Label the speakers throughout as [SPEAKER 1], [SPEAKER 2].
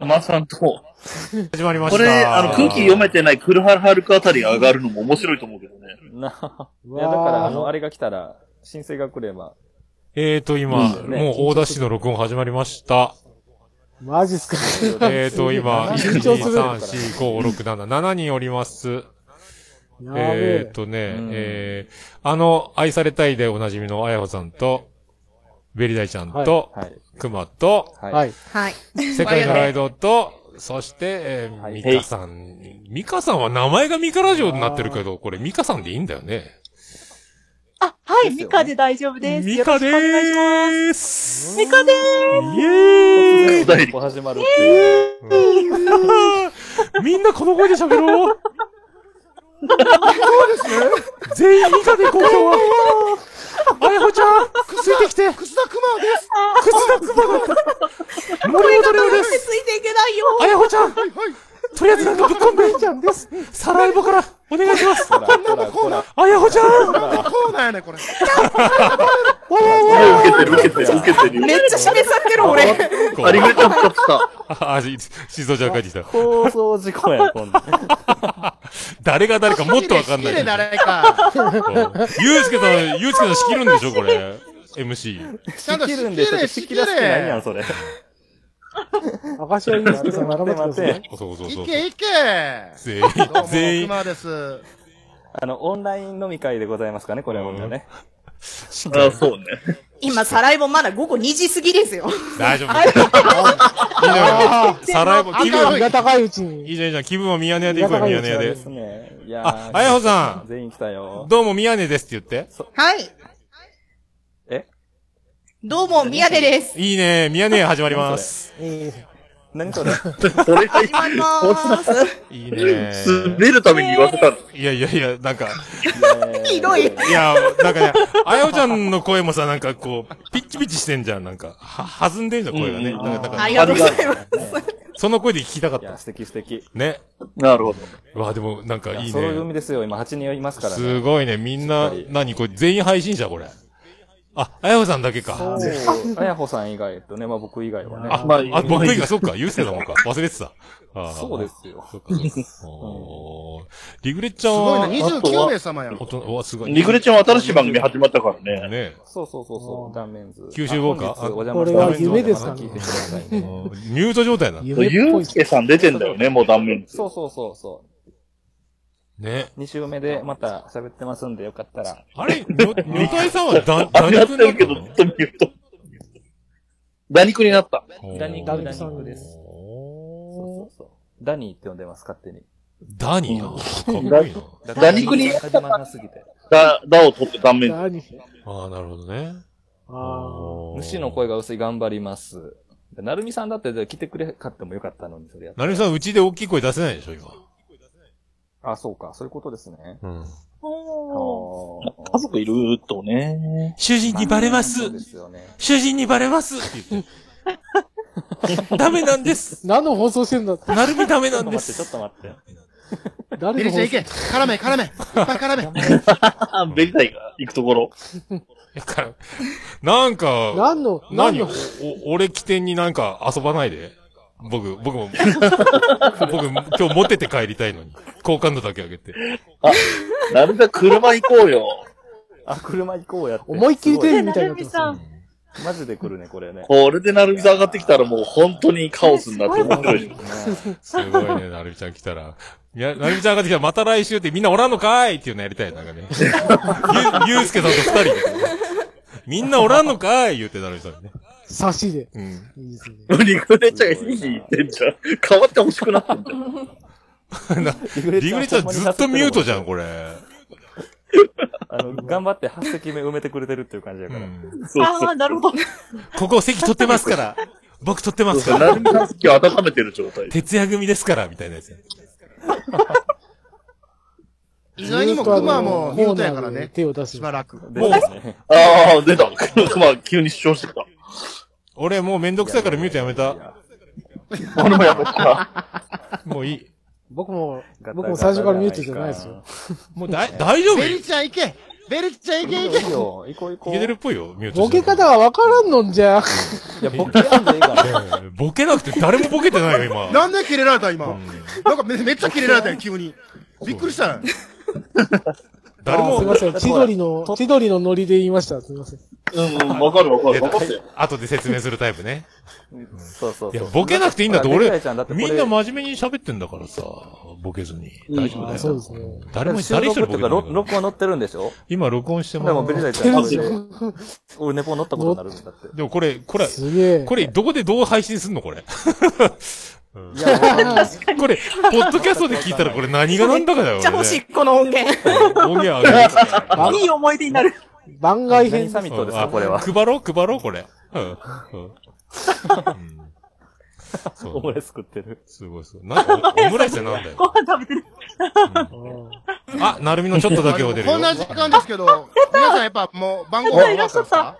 [SPEAKER 1] 馬さんと、
[SPEAKER 2] 始まりまし
[SPEAKER 1] こ
[SPEAKER 2] た。
[SPEAKER 1] れ、あの、空気読めてない黒原遥あたりが上がるのも面白いと思うけどね。
[SPEAKER 3] なあ。 いう
[SPEAKER 2] わー
[SPEAKER 3] や、だから、あの、あれが来たら、申請が来れば。
[SPEAKER 4] えーと、今、
[SPEAKER 3] うん
[SPEAKER 4] もう大田市の録音始まりました。
[SPEAKER 2] マジっすか。
[SPEAKER 4] えー と、今、1、
[SPEAKER 2] 緊張
[SPEAKER 4] 2、
[SPEAKER 2] する
[SPEAKER 4] 3、4、5、6、7、7人おります。
[SPEAKER 2] やべ
[SPEAKER 4] え
[SPEAKER 2] え
[SPEAKER 4] ー。とね、
[SPEAKER 3] うん
[SPEAKER 4] えー、あの、愛されたいでおなじみのあやほさんと、ベリダイちゃんと、
[SPEAKER 3] はい。
[SPEAKER 4] クマと、
[SPEAKER 3] はい。
[SPEAKER 2] はい。
[SPEAKER 5] はい。
[SPEAKER 4] 世界のライドと、そして、えー
[SPEAKER 3] はい
[SPEAKER 4] ミカさん。ミカさんは名前がミカラジオになってるけど、これミカさんでいいんだよね。
[SPEAKER 5] あ、はい、
[SPEAKER 3] ですよね
[SPEAKER 5] ミカで大丈夫です。
[SPEAKER 4] ミカで
[SPEAKER 5] よろしくお願いしま
[SPEAKER 4] ーすミカ
[SPEAKER 5] で。
[SPEAKER 4] ーすイ
[SPEAKER 3] 突
[SPEAKER 4] エーイ
[SPEAKER 3] 然
[SPEAKER 1] 第一
[SPEAKER 3] ここ始まるっていう。
[SPEAKER 4] みんなこの声で喋ろうそうですね。全員ミカで行こう今日は。あやほちゃん、ついてきて。くすだくまです。くすだくまだ。森本レオですす。
[SPEAKER 5] ついていけないよ。
[SPEAKER 4] あやほちゃん。とりあえずなんかぶっこんで。ちゃんです。サライボからお願いします。
[SPEAKER 3] ほら、ほら、ほら。
[SPEAKER 4] あやほちゃ
[SPEAKER 6] コ
[SPEAKER 4] ん。
[SPEAKER 6] ーナーやね、これ。
[SPEAKER 1] 受けてる、受けてる、受けてるよ
[SPEAKER 5] め。っちゃ締めさってる、俺。
[SPEAKER 1] ありがとう、使った。
[SPEAKER 4] あ、し、しぞちゃん帰ってきた。
[SPEAKER 3] 放送事故や、今度。
[SPEAKER 4] 誰が誰かもっとわかんない。
[SPEAKER 6] 好きで誰か。
[SPEAKER 4] うんゆうすけさん、ゆうすけさん仕切るんでしょ、これ。MC。
[SPEAKER 6] ちゃんと
[SPEAKER 3] 切る
[SPEAKER 6] 仕
[SPEAKER 3] んで
[SPEAKER 6] 切
[SPEAKER 3] しょ
[SPEAKER 6] れ、
[SPEAKER 3] 仕
[SPEAKER 6] 仕
[SPEAKER 3] 切
[SPEAKER 6] 切
[SPEAKER 3] らしくないやん、
[SPEAKER 6] れ。
[SPEAKER 3] それ。
[SPEAKER 2] 赤潮祐介さん、並べてくださ
[SPEAKER 3] 待
[SPEAKER 2] い
[SPEAKER 3] っ。
[SPEAKER 4] そうそうそ。
[SPEAKER 6] いうけいけ。
[SPEAKER 4] 全員
[SPEAKER 6] どうも、、
[SPEAKER 4] 全員、
[SPEAKER 6] 熊です。
[SPEAKER 3] あの、オンライン飲み会でございますかね、これはね。
[SPEAKER 1] ああ、そうね。
[SPEAKER 5] 今、サライボまだ午後2時過ぎですよ。
[SPEAKER 4] 大丈夫。いいのよ。サラエボ、気分は、
[SPEAKER 2] 気が高いうちに。
[SPEAKER 4] いいじゃん、いいじゃん。気分はミヤネ屋で行こうよ、ミヤネ屋
[SPEAKER 3] で。
[SPEAKER 4] です
[SPEAKER 3] ね。いや
[SPEAKER 4] あ、あやほさ
[SPEAKER 3] 全員来たよ
[SPEAKER 4] ん、。どうもミヤネですって言って。
[SPEAKER 5] はい。
[SPEAKER 3] え
[SPEAKER 5] どうも、宮根です。
[SPEAKER 4] いいね、ミヤネ屋始まります。
[SPEAKER 2] え
[SPEAKER 3] 何それ
[SPEAKER 1] それがいい
[SPEAKER 5] 始まりまーす。
[SPEAKER 4] いいね。
[SPEAKER 1] 滑るために言わせたの。
[SPEAKER 4] いやいやいや、なんか、
[SPEAKER 5] ひどい。
[SPEAKER 4] いや、なんかね、あやほちゃんの声もさ、なんかこう、ピッチピチしてんじゃん、なんか。は、弾んでんじゃん、声がね。
[SPEAKER 1] うん
[SPEAKER 4] なんか、だか
[SPEAKER 5] あ
[SPEAKER 4] ら
[SPEAKER 5] りがとうございます。
[SPEAKER 4] その声で聞きたかっ
[SPEAKER 3] いや、
[SPEAKER 4] た。
[SPEAKER 3] 素敵素敵。
[SPEAKER 4] ね。
[SPEAKER 1] なるほど。
[SPEAKER 4] わあ、でも、なんかいいね。
[SPEAKER 3] ソロ読みですよ、今8人いますから
[SPEAKER 4] す
[SPEAKER 3] ね。
[SPEAKER 4] ごいね。みんな、何これ、全員配信者これ。あ、あやほさんだけか。
[SPEAKER 3] あやほさん以外とね、まあ僕以外はね。
[SPEAKER 4] あ、
[SPEAKER 1] まあ
[SPEAKER 4] あ僕以外、そっか、ゆうすけだもんか。忘れてた。あー
[SPEAKER 3] そうで。すよ。
[SPEAKER 4] そっか、そっか。おーリグレッち
[SPEAKER 6] す
[SPEAKER 4] ゃん
[SPEAKER 6] ごいな、
[SPEAKER 4] は、
[SPEAKER 6] 29名様やん
[SPEAKER 4] お。と、おすごい。
[SPEAKER 1] ニグレちゃんは新しい番組始まったから
[SPEAKER 4] ゃん
[SPEAKER 1] ね。
[SPEAKER 4] ね。
[SPEAKER 3] そうそうそうそう、断面図。
[SPEAKER 4] 九州ウォーカー
[SPEAKER 3] あ本日お
[SPEAKER 2] こ
[SPEAKER 3] 邪魔
[SPEAKER 2] れ
[SPEAKER 3] した
[SPEAKER 2] は夢ですか
[SPEAKER 3] 聞い
[SPEAKER 2] ね
[SPEAKER 3] てください
[SPEAKER 4] うん
[SPEAKER 3] ね。
[SPEAKER 4] ミュート状態だ。ね。
[SPEAKER 2] 夢っ
[SPEAKER 1] ゆ
[SPEAKER 2] ぽいう
[SPEAKER 1] すけさん出てんだよね、もう断面。
[SPEAKER 3] そうそうそうそ
[SPEAKER 4] ね。
[SPEAKER 3] う。2週目でまた喋ってますんで、よかったら。
[SPEAKER 4] あ れ、女体さんはだ、
[SPEAKER 1] あ、
[SPEAKER 4] 打
[SPEAKER 1] や
[SPEAKER 4] 力
[SPEAKER 1] って
[SPEAKER 4] になっ
[SPEAKER 1] る
[SPEAKER 4] た
[SPEAKER 1] けど、ず
[SPEAKER 4] の
[SPEAKER 1] っと見ると。ダニクになった。
[SPEAKER 3] ダニ
[SPEAKER 2] ダニ
[SPEAKER 3] ダ
[SPEAKER 2] さ
[SPEAKER 3] ニ
[SPEAKER 2] ん
[SPEAKER 3] です。そう
[SPEAKER 4] おー
[SPEAKER 3] そうそう。ダニーって呼んでます、勝手に。
[SPEAKER 4] ダニな。かっこいいな。
[SPEAKER 1] ダニクリ
[SPEAKER 3] 始まらなすぎて。
[SPEAKER 1] だ、だを取って断面。
[SPEAKER 2] 何
[SPEAKER 4] ああ、なるほどね。
[SPEAKER 2] あ
[SPEAKER 4] おー
[SPEAKER 3] 虫の声が薄い、頑張ります。でなるみさんだって来てくれかってもよかったのに、それやっ
[SPEAKER 4] なるみさん、うちで大きい声出せないでしょ、今。
[SPEAKER 3] あ、そうか、そういうことですね。
[SPEAKER 4] うん。
[SPEAKER 1] 家族いるとね。
[SPEAKER 4] 主人にバレます
[SPEAKER 3] そうですよね。
[SPEAKER 4] 主人にバレますって言って。ダメなんです
[SPEAKER 2] ー何の放送してんだ
[SPEAKER 4] なるみダメ
[SPEAKER 3] ち
[SPEAKER 4] な
[SPEAKER 3] ょっと待って、ちょっと待って。
[SPEAKER 2] 誰
[SPEAKER 6] ベリちゃ
[SPEAKER 2] の放
[SPEAKER 6] ん
[SPEAKER 2] 送
[SPEAKER 6] いけ。絡め、絡め。いっぱい絡め。
[SPEAKER 1] あ、ベリダイが行くところ。
[SPEAKER 4] だからなんか、
[SPEAKER 2] 何の、何
[SPEAKER 4] 何
[SPEAKER 2] の
[SPEAKER 4] お、お俺起点になんか遊ばないで。僕、僕 も、僕、今日モテて帰りたいのに。好感度だけ上げて。
[SPEAKER 1] なるべく車行こうよ。
[SPEAKER 3] あ、車行こうやって。
[SPEAKER 2] 思いっきりテレビ
[SPEAKER 3] す
[SPEAKER 2] みたいになってます。
[SPEAKER 5] ん。
[SPEAKER 3] ごいマジで来るね、これね。
[SPEAKER 1] これでなるみさん上がってきたらもう本当にカオスになって面白いでしょ。
[SPEAKER 4] すごいね、なるみちゃん来たら。いや、なるみちゃんが来たらまた来週ってみんなおらんのかーいっていうのやりたい、なんかね。ゆ、ゆうすけさんと二人で。みんなおらんのかーい言ってなるみさんにね。
[SPEAKER 2] 差しで。
[SPEAKER 4] うん。
[SPEAKER 2] いいですね。
[SPEAKER 1] リグレちゃんがヒーヒー言ってんじゃん。変わって欲しくなってんじゃん。
[SPEAKER 4] リグレちゃんずっとミュートじゃん、これ。
[SPEAKER 3] あの、頑張って8席目埋めてくれてるっていう感じや
[SPEAKER 4] う
[SPEAKER 3] から。
[SPEAKER 4] ん。
[SPEAKER 1] そう
[SPEAKER 5] ああ、なるほど。
[SPEAKER 4] ここ席取ってますから。僕取ってま
[SPEAKER 1] そう
[SPEAKER 4] す
[SPEAKER 1] そ
[SPEAKER 4] か
[SPEAKER 1] う。な
[SPEAKER 4] ら
[SPEAKER 1] る。みさん好きを温めてる状態。
[SPEAKER 4] 徹夜組ですから、みたいなやつ。
[SPEAKER 6] 意外にも熊もミュートやからね。
[SPEAKER 2] 手を出す
[SPEAKER 6] し。ばらく。
[SPEAKER 3] でですね。
[SPEAKER 1] ああ、出 た。クマ急に主張してきた。
[SPEAKER 4] 俺もうめんどくさいからミュートやめ
[SPEAKER 3] い
[SPEAKER 4] た。
[SPEAKER 3] や
[SPEAKER 1] 俺もやめた。
[SPEAKER 4] もういい。
[SPEAKER 2] 僕も
[SPEAKER 3] ガタガタ、
[SPEAKER 2] 僕も最初からミュートじゃないですよ。。
[SPEAKER 4] もうだい、大丈夫
[SPEAKER 6] ベリちゃんいけ。ベルちゃんいけい
[SPEAKER 3] い
[SPEAKER 6] け
[SPEAKER 3] いよ、行こう行
[SPEAKER 4] い
[SPEAKER 3] こ。
[SPEAKER 4] うけてるっぽいよ、ミュート
[SPEAKER 2] ボケ
[SPEAKER 4] して
[SPEAKER 2] 方がわからんのんじゃ。
[SPEAKER 3] いや、ボケやんでいいから。
[SPEAKER 4] うんボケなくて誰もボケてないよ、今。
[SPEAKER 6] なんで切れられた今。
[SPEAKER 4] うん
[SPEAKER 6] なんかめめっちゃ切れられたよ、急に。びっくりした。
[SPEAKER 4] 誰
[SPEAKER 2] あすい
[SPEAKER 4] も
[SPEAKER 2] ま、せん。千鳥の、千鳥のノリで言いました。すいません。
[SPEAKER 1] うんうん、わかるわかる。わかったよ。
[SPEAKER 4] 後で説明するタイプね。
[SPEAKER 3] そうそうそう。
[SPEAKER 4] いや、ボケなくていいんだって、
[SPEAKER 3] ほら
[SPEAKER 4] 俺
[SPEAKER 3] レイちゃんだっ、てこれ
[SPEAKER 4] みんな真面目に喋ってんだからさ、ボケずに。大丈夫だ
[SPEAKER 2] あ
[SPEAKER 4] よ。
[SPEAKER 2] そうですね。
[SPEAKER 4] 誰も、
[SPEAKER 3] 収
[SPEAKER 4] 誰一人
[SPEAKER 3] 録
[SPEAKER 4] ボケて
[SPEAKER 3] とか、
[SPEAKER 4] ないか
[SPEAKER 3] ろ
[SPEAKER 4] ら
[SPEAKER 3] 録音載ってるんでしょ
[SPEAKER 4] 今録音して
[SPEAKER 3] で
[SPEAKER 4] ます。
[SPEAKER 3] も、ベリダイちゃん
[SPEAKER 2] 乗
[SPEAKER 3] マ
[SPEAKER 2] っ
[SPEAKER 3] ジ
[SPEAKER 2] て
[SPEAKER 3] で
[SPEAKER 2] る、
[SPEAKER 3] 俺ネポ乗ったことになるんだって。
[SPEAKER 4] でもこれ、これ、
[SPEAKER 2] すげえ。
[SPEAKER 4] これ、どこでどう配信すんの これ。
[SPEAKER 3] いや、わかんない
[SPEAKER 4] これ、ポッドキャストで聞いたらこれ何がなんだかだよ。
[SPEAKER 5] めっちゃ欲し
[SPEAKER 4] い。
[SPEAKER 5] い、この音源。
[SPEAKER 4] 音源あ げる。
[SPEAKER 2] 番
[SPEAKER 5] いい思い出になる。
[SPEAKER 2] 番外
[SPEAKER 3] 何
[SPEAKER 2] 編
[SPEAKER 3] サミットですか、
[SPEAKER 4] うん
[SPEAKER 3] これは
[SPEAKER 4] あ。配ろう、配ろう、これ。うん。うん うんそう
[SPEAKER 3] オムレツ食ってる。
[SPEAKER 4] すごいすごい。なんか、オムライスって なんだよ。ご飯食べてる。あ、なるみのちょっとだけお出るよ。
[SPEAKER 6] こんな時間ですけど、皆さんやっぱもう晩ご飯終わったんですか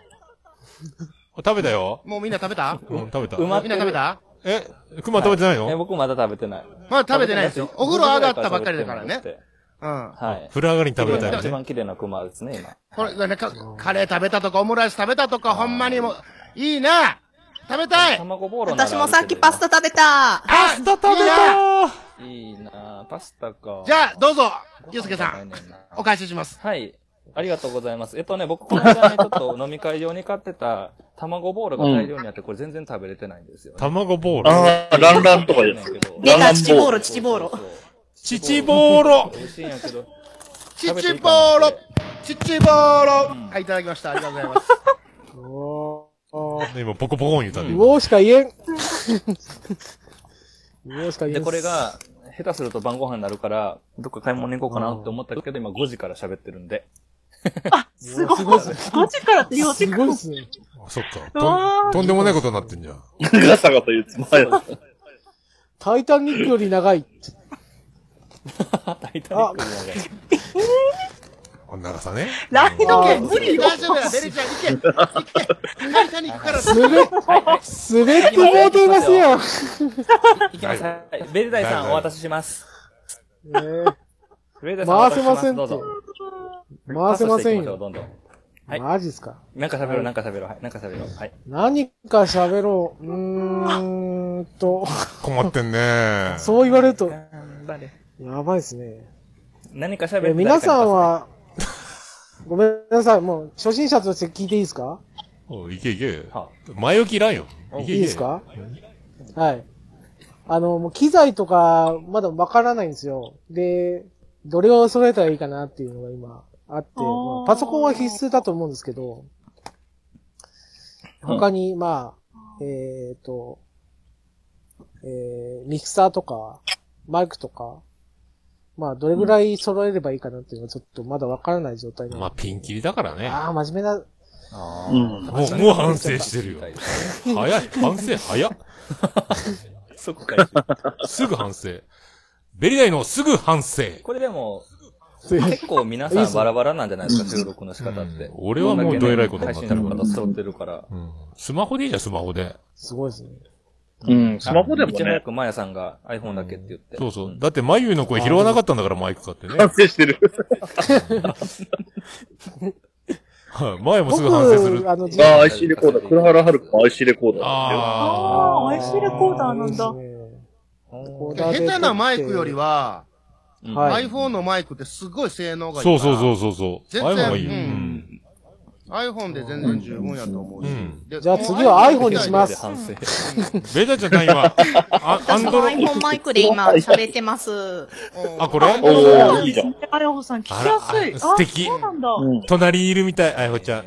[SPEAKER 4] 食べたよ。
[SPEAKER 6] もうみんな食べた
[SPEAKER 4] うん、食べた。
[SPEAKER 3] うまっ
[SPEAKER 6] みんな食べた
[SPEAKER 4] え、熊食べてない
[SPEAKER 3] え、
[SPEAKER 4] の
[SPEAKER 3] 僕まだ食べてない。
[SPEAKER 6] まだ食べてないですよ。お風呂上がったばっかりだから
[SPEAKER 3] 食
[SPEAKER 6] ね。
[SPEAKER 3] べて
[SPEAKER 6] うん。
[SPEAKER 3] ないはい。
[SPEAKER 4] 風呂上がりに食べたよ
[SPEAKER 3] 一
[SPEAKER 4] ね。
[SPEAKER 3] 番綺麗な熊ですね、今。
[SPEAKER 6] これ、なんか、カレー食べたとか、オムライス食べたとか、ほんまにもう、いいな食べたい
[SPEAKER 3] 卵ボーロなら
[SPEAKER 5] 私もさっきパスタ食べた。
[SPEAKER 6] パスタ食べ
[SPEAKER 3] タ。いいなぁ、パスタか。
[SPEAKER 6] じゃあ、どうぞ、
[SPEAKER 3] ご飯
[SPEAKER 6] ゆうすけさ
[SPEAKER 3] がない
[SPEAKER 6] ん、
[SPEAKER 3] ねな
[SPEAKER 6] お返しします。
[SPEAKER 3] はい。ありがとうございます。えっとね、僕、この間ね、ちょっと飲み会用に買ってた卵ボールが大量にあって、これ全然食べれてないんですよ、ね。
[SPEAKER 4] 卵ボール。
[SPEAKER 1] ああ、ランランとかで
[SPEAKER 3] なん
[SPEAKER 1] す
[SPEAKER 3] や。けど
[SPEAKER 1] 出
[SPEAKER 5] 出
[SPEAKER 1] た
[SPEAKER 5] た、
[SPEAKER 1] 乳
[SPEAKER 5] チ
[SPEAKER 1] ボ
[SPEAKER 5] ボ
[SPEAKER 1] ー
[SPEAKER 5] ーロ、チボーロ。。
[SPEAKER 4] チチボーロ
[SPEAKER 3] 美味しいんやけど。
[SPEAKER 6] ちちぼーろ、ちちぼーろ、はい、いただきました。ありがとうござい ます。
[SPEAKER 2] おー
[SPEAKER 4] 今、ポコポコン言ったね。
[SPEAKER 2] うおーしか言えん。うおーしか言え
[SPEAKER 3] で、
[SPEAKER 2] ん。
[SPEAKER 3] これが、下手すると晩ご飯になるから、どっか買い物に行こうかなって思ったけど、今5時から喋ってるんで。
[SPEAKER 2] すごい。マジからって言うすごいっすね。
[SPEAKER 4] あそっか。とんとんでもないことになってんじゃん。
[SPEAKER 1] ガサガサ言うつもりや。
[SPEAKER 2] タイタニックより長い。
[SPEAKER 3] あ、タイタニックのね
[SPEAKER 4] こんな長さね。
[SPEAKER 5] ライド券無理よ。
[SPEAKER 6] 大丈夫だ、ベリちゃん、いけ、いけ、会社に行くから、
[SPEAKER 2] すべ、すべってもうてますやん。
[SPEAKER 3] 行きます。はいベルダイさんお渡しします。
[SPEAKER 2] ね
[SPEAKER 3] ベルダイさんお
[SPEAKER 2] 回
[SPEAKER 3] 渡し
[SPEAKER 2] せ
[SPEAKER 3] しま。
[SPEAKER 2] ますせん
[SPEAKER 3] ど
[SPEAKER 2] っ
[SPEAKER 3] う
[SPEAKER 2] て
[SPEAKER 3] ぞ。。
[SPEAKER 2] 回せません
[SPEAKER 3] パスタしていきしょう
[SPEAKER 2] よ。
[SPEAKER 3] どんどん。はい
[SPEAKER 2] マジっすか。
[SPEAKER 3] なんか喋ろう、なんか喋ろう。はい、なんか喋ろう。はい。
[SPEAKER 2] 何か喋ろう。うーんと、
[SPEAKER 4] 困ってんね。
[SPEAKER 2] そう言われると、
[SPEAKER 3] 誰
[SPEAKER 2] やばいですね。
[SPEAKER 3] 何か喋
[SPEAKER 2] え
[SPEAKER 3] る
[SPEAKER 2] 皆さん、は、ごめんなさい。もう、初心者として聞いていいですか
[SPEAKER 4] おいけいけ
[SPEAKER 3] は。
[SPEAKER 4] 前置きいらんよ。いけ
[SPEAKER 2] いいですかはい。あの、もう機材とか、まだわからないんですよ。で、どれを揃えたらいいかなっていうのが今あって、まあパソコンは必須だと思うんですけど、他に、まあ、えっ、と、えーミキサーとか、マイクとか、まあ、どれぐらい揃えればいいかなっていうのはちょっとまだわからない状態な
[SPEAKER 4] まあ、
[SPEAKER 2] ので。
[SPEAKER 4] ピンキリだからね。
[SPEAKER 2] ああ、真面目な、
[SPEAKER 3] あ
[SPEAKER 1] うん。
[SPEAKER 4] もう、もう反省してるよ。早い。反省早っ。
[SPEAKER 3] そこかい。
[SPEAKER 4] すぐ反省。ベリダイのすぐ反省。
[SPEAKER 3] これでも、結構皆さんバラバラなんじゃないですか、収録の仕方っ
[SPEAKER 4] う
[SPEAKER 3] て
[SPEAKER 4] ん。俺はもうどえらいことに
[SPEAKER 3] 配
[SPEAKER 4] なっ
[SPEAKER 3] 信
[SPEAKER 4] て
[SPEAKER 3] の
[SPEAKER 4] る
[SPEAKER 3] 方揃ってるから。
[SPEAKER 4] うん。スマホでいいじゃん、スマホで。
[SPEAKER 2] すごいですね。
[SPEAKER 1] うん、スマホで
[SPEAKER 3] い
[SPEAKER 1] も
[SPEAKER 3] ち早
[SPEAKER 1] ね、
[SPEAKER 3] くマヤさんが iPhone だけって言って。
[SPEAKER 4] そうそ
[SPEAKER 3] ん
[SPEAKER 4] う。だって、眉の声拾わなかったんだから、マイク買ってね。
[SPEAKER 1] 反省してる。
[SPEAKER 4] はい。前もすぐ反省する
[SPEAKER 2] 僕、。あの、
[SPEAKER 1] ああ、IC レコーダー、黒原春子も IC レコーダーだよ。
[SPEAKER 4] あ
[SPEAKER 7] ああ、IC レコーダーなんだ。
[SPEAKER 2] コーダ
[SPEAKER 6] 下
[SPEAKER 2] ーで撮って
[SPEAKER 6] 手なマイクよりは、
[SPEAKER 3] うん
[SPEAKER 2] はい
[SPEAKER 6] iPhone のマイクってすごい性能
[SPEAKER 4] あ。
[SPEAKER 6] がいいか
[SPEAKER 4] そ
[SPEAKER 6] ら。。
[SPEAKER 4] うそうそううそうそう。
[SPEAKER 6] 全然
[SPEAKER 4] iPhone がいい。う
[SPEAKER 6] うん
[SPEAKER 4] ん。
[SPEAKER 6] iPhone で全然十分やと思うし
[SPEAKER 4] うん。
[SPEAKER 6] で
[SPEAKER 2] じゃあ次は iPhone にします
[SPEAKER 3] で反省。
[SPEAKER 4] ベリダイちゃん何今、あアン
[SPEAKER 5] 私も
[SPEAKER 4] ドロ、
[SPEAKER 5] iPhone マイクで今喋ってます。
[SPEAKER 4] あ、
[SPEAKER 6] あ、
[SPEAKER 4] これ
[SPEAKER 1] おー、いいじゃん。
[SPEAKER 7] あれほさん聞きやすい。
[SPEAKER 4] あら
[SPEAKER 7] あ、
[SPEAKER 4] 素敵
[SPEAKER 7] そうなんだ。
[SPEAKER 1] うん。
[SPEAKER 4] 隣にいるみたい、あやほちゃん。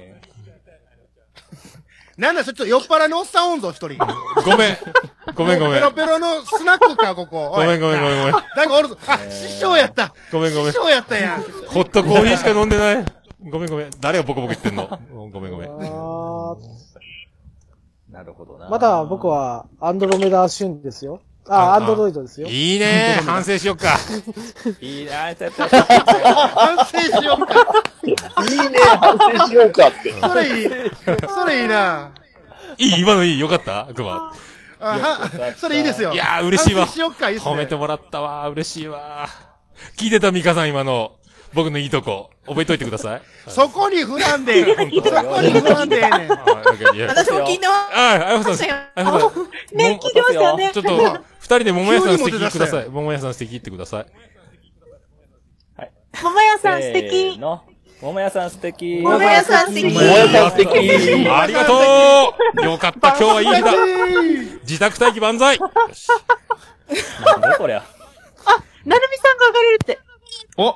[SPEAKER 6] なんだ、それちょっと酔っ払いのおっさんおんぞ、一人。
[SPEAKER 4] ごめん。ごめんごめ
[SPEAKER 6] ペ
[SPEAKER 4] ん。
[SPEAKER 6] ロペロのスナックか、ここ。
[SPEAKER 4] ごめんごめんごめんごめん。
[SPEAKER 6] なんかおるぞ。あ、師匠やった。
[SPEAKER 4] ごめんごめん
[SPEAKER 6] 師。匠やったや ん。
[SPEAKER 4] ホットコーヒーしか飲んでない。 ごめんごめん。誰がボコボコ言ってんのごめんごめん。
[SPEAKER 2] あー
[SPEAKER 3] なるほどな。
[SPEAKER 2] まだ僕はアンドロメダシュンですよ。あ、
[SPEAKER 4] あ
[SPEAKER 2] アンドロイドですよ。
[SPEAKER 4] いいね反省しよっ か。
[SPEAKER 3] いいなぁ、ちゃちゃちゃ。
[SPEAKER 6] 反省しようか。
[SPEAKER 1] いいね、反省しようか って。
[SPEAKER 6] それいい。それいいな。
[SPEAKER 4] いい今のいいよかったクマ。
[SPEAKER 6] あはそれいいですよ。
[SPEAKER 4] いやー嬉しいわ
[SPEAKER 6] 反省しよっか、いいっすね。
[SPEAKER 4] 褒めてもらったわ。嬉しいわ。聞いてたミカさん今の。僕のいいとこ、覚えといてください。
[SPEAKER 6] そこに振らんでええ。
[SPEAKER 3] 本当
[SPEAKER 6] そこに振らんでええねん。
[SPEAKER 4] あ
[SPEAKER 5] 私も聞いてま
[SPEAKER 4] あ、あやこさん、あやこさ ん。
[SPEAKER 7] ね、聞いてましたよね。
[SPEAKER 4] ちょっと、二人で桃屋さん素
[SPEAKER 6] 急に
[SPEAKER 4] 敵
[SPEAKER 6] モテ出
[SPEAKER 4] く
[SPEAKER 6] した
[SPEAKER 4] だ
[SPEAKER 6] よ
[SPEAKER 4] さい。桃屋さん素敵ってください。
[SPEAKER 7] 桃屋さん素
[SPEAKER 3] せー
[SPEAKER 7] 敵。
[SPEAKER 3] の。桃屋さん素敵。
[SPEAKER 5] 桃屋さん素敵
[SPEAKER 1] 桃屋さん素敵
[SPEAKER 4] ありがとうよかった、今日はいい日だ自宅待機万歳よし
[SPEAKER 3] なんだこりゃ。
[SPEAKER 7] なるみさんが上がれるって。
[SPEAKER 6] お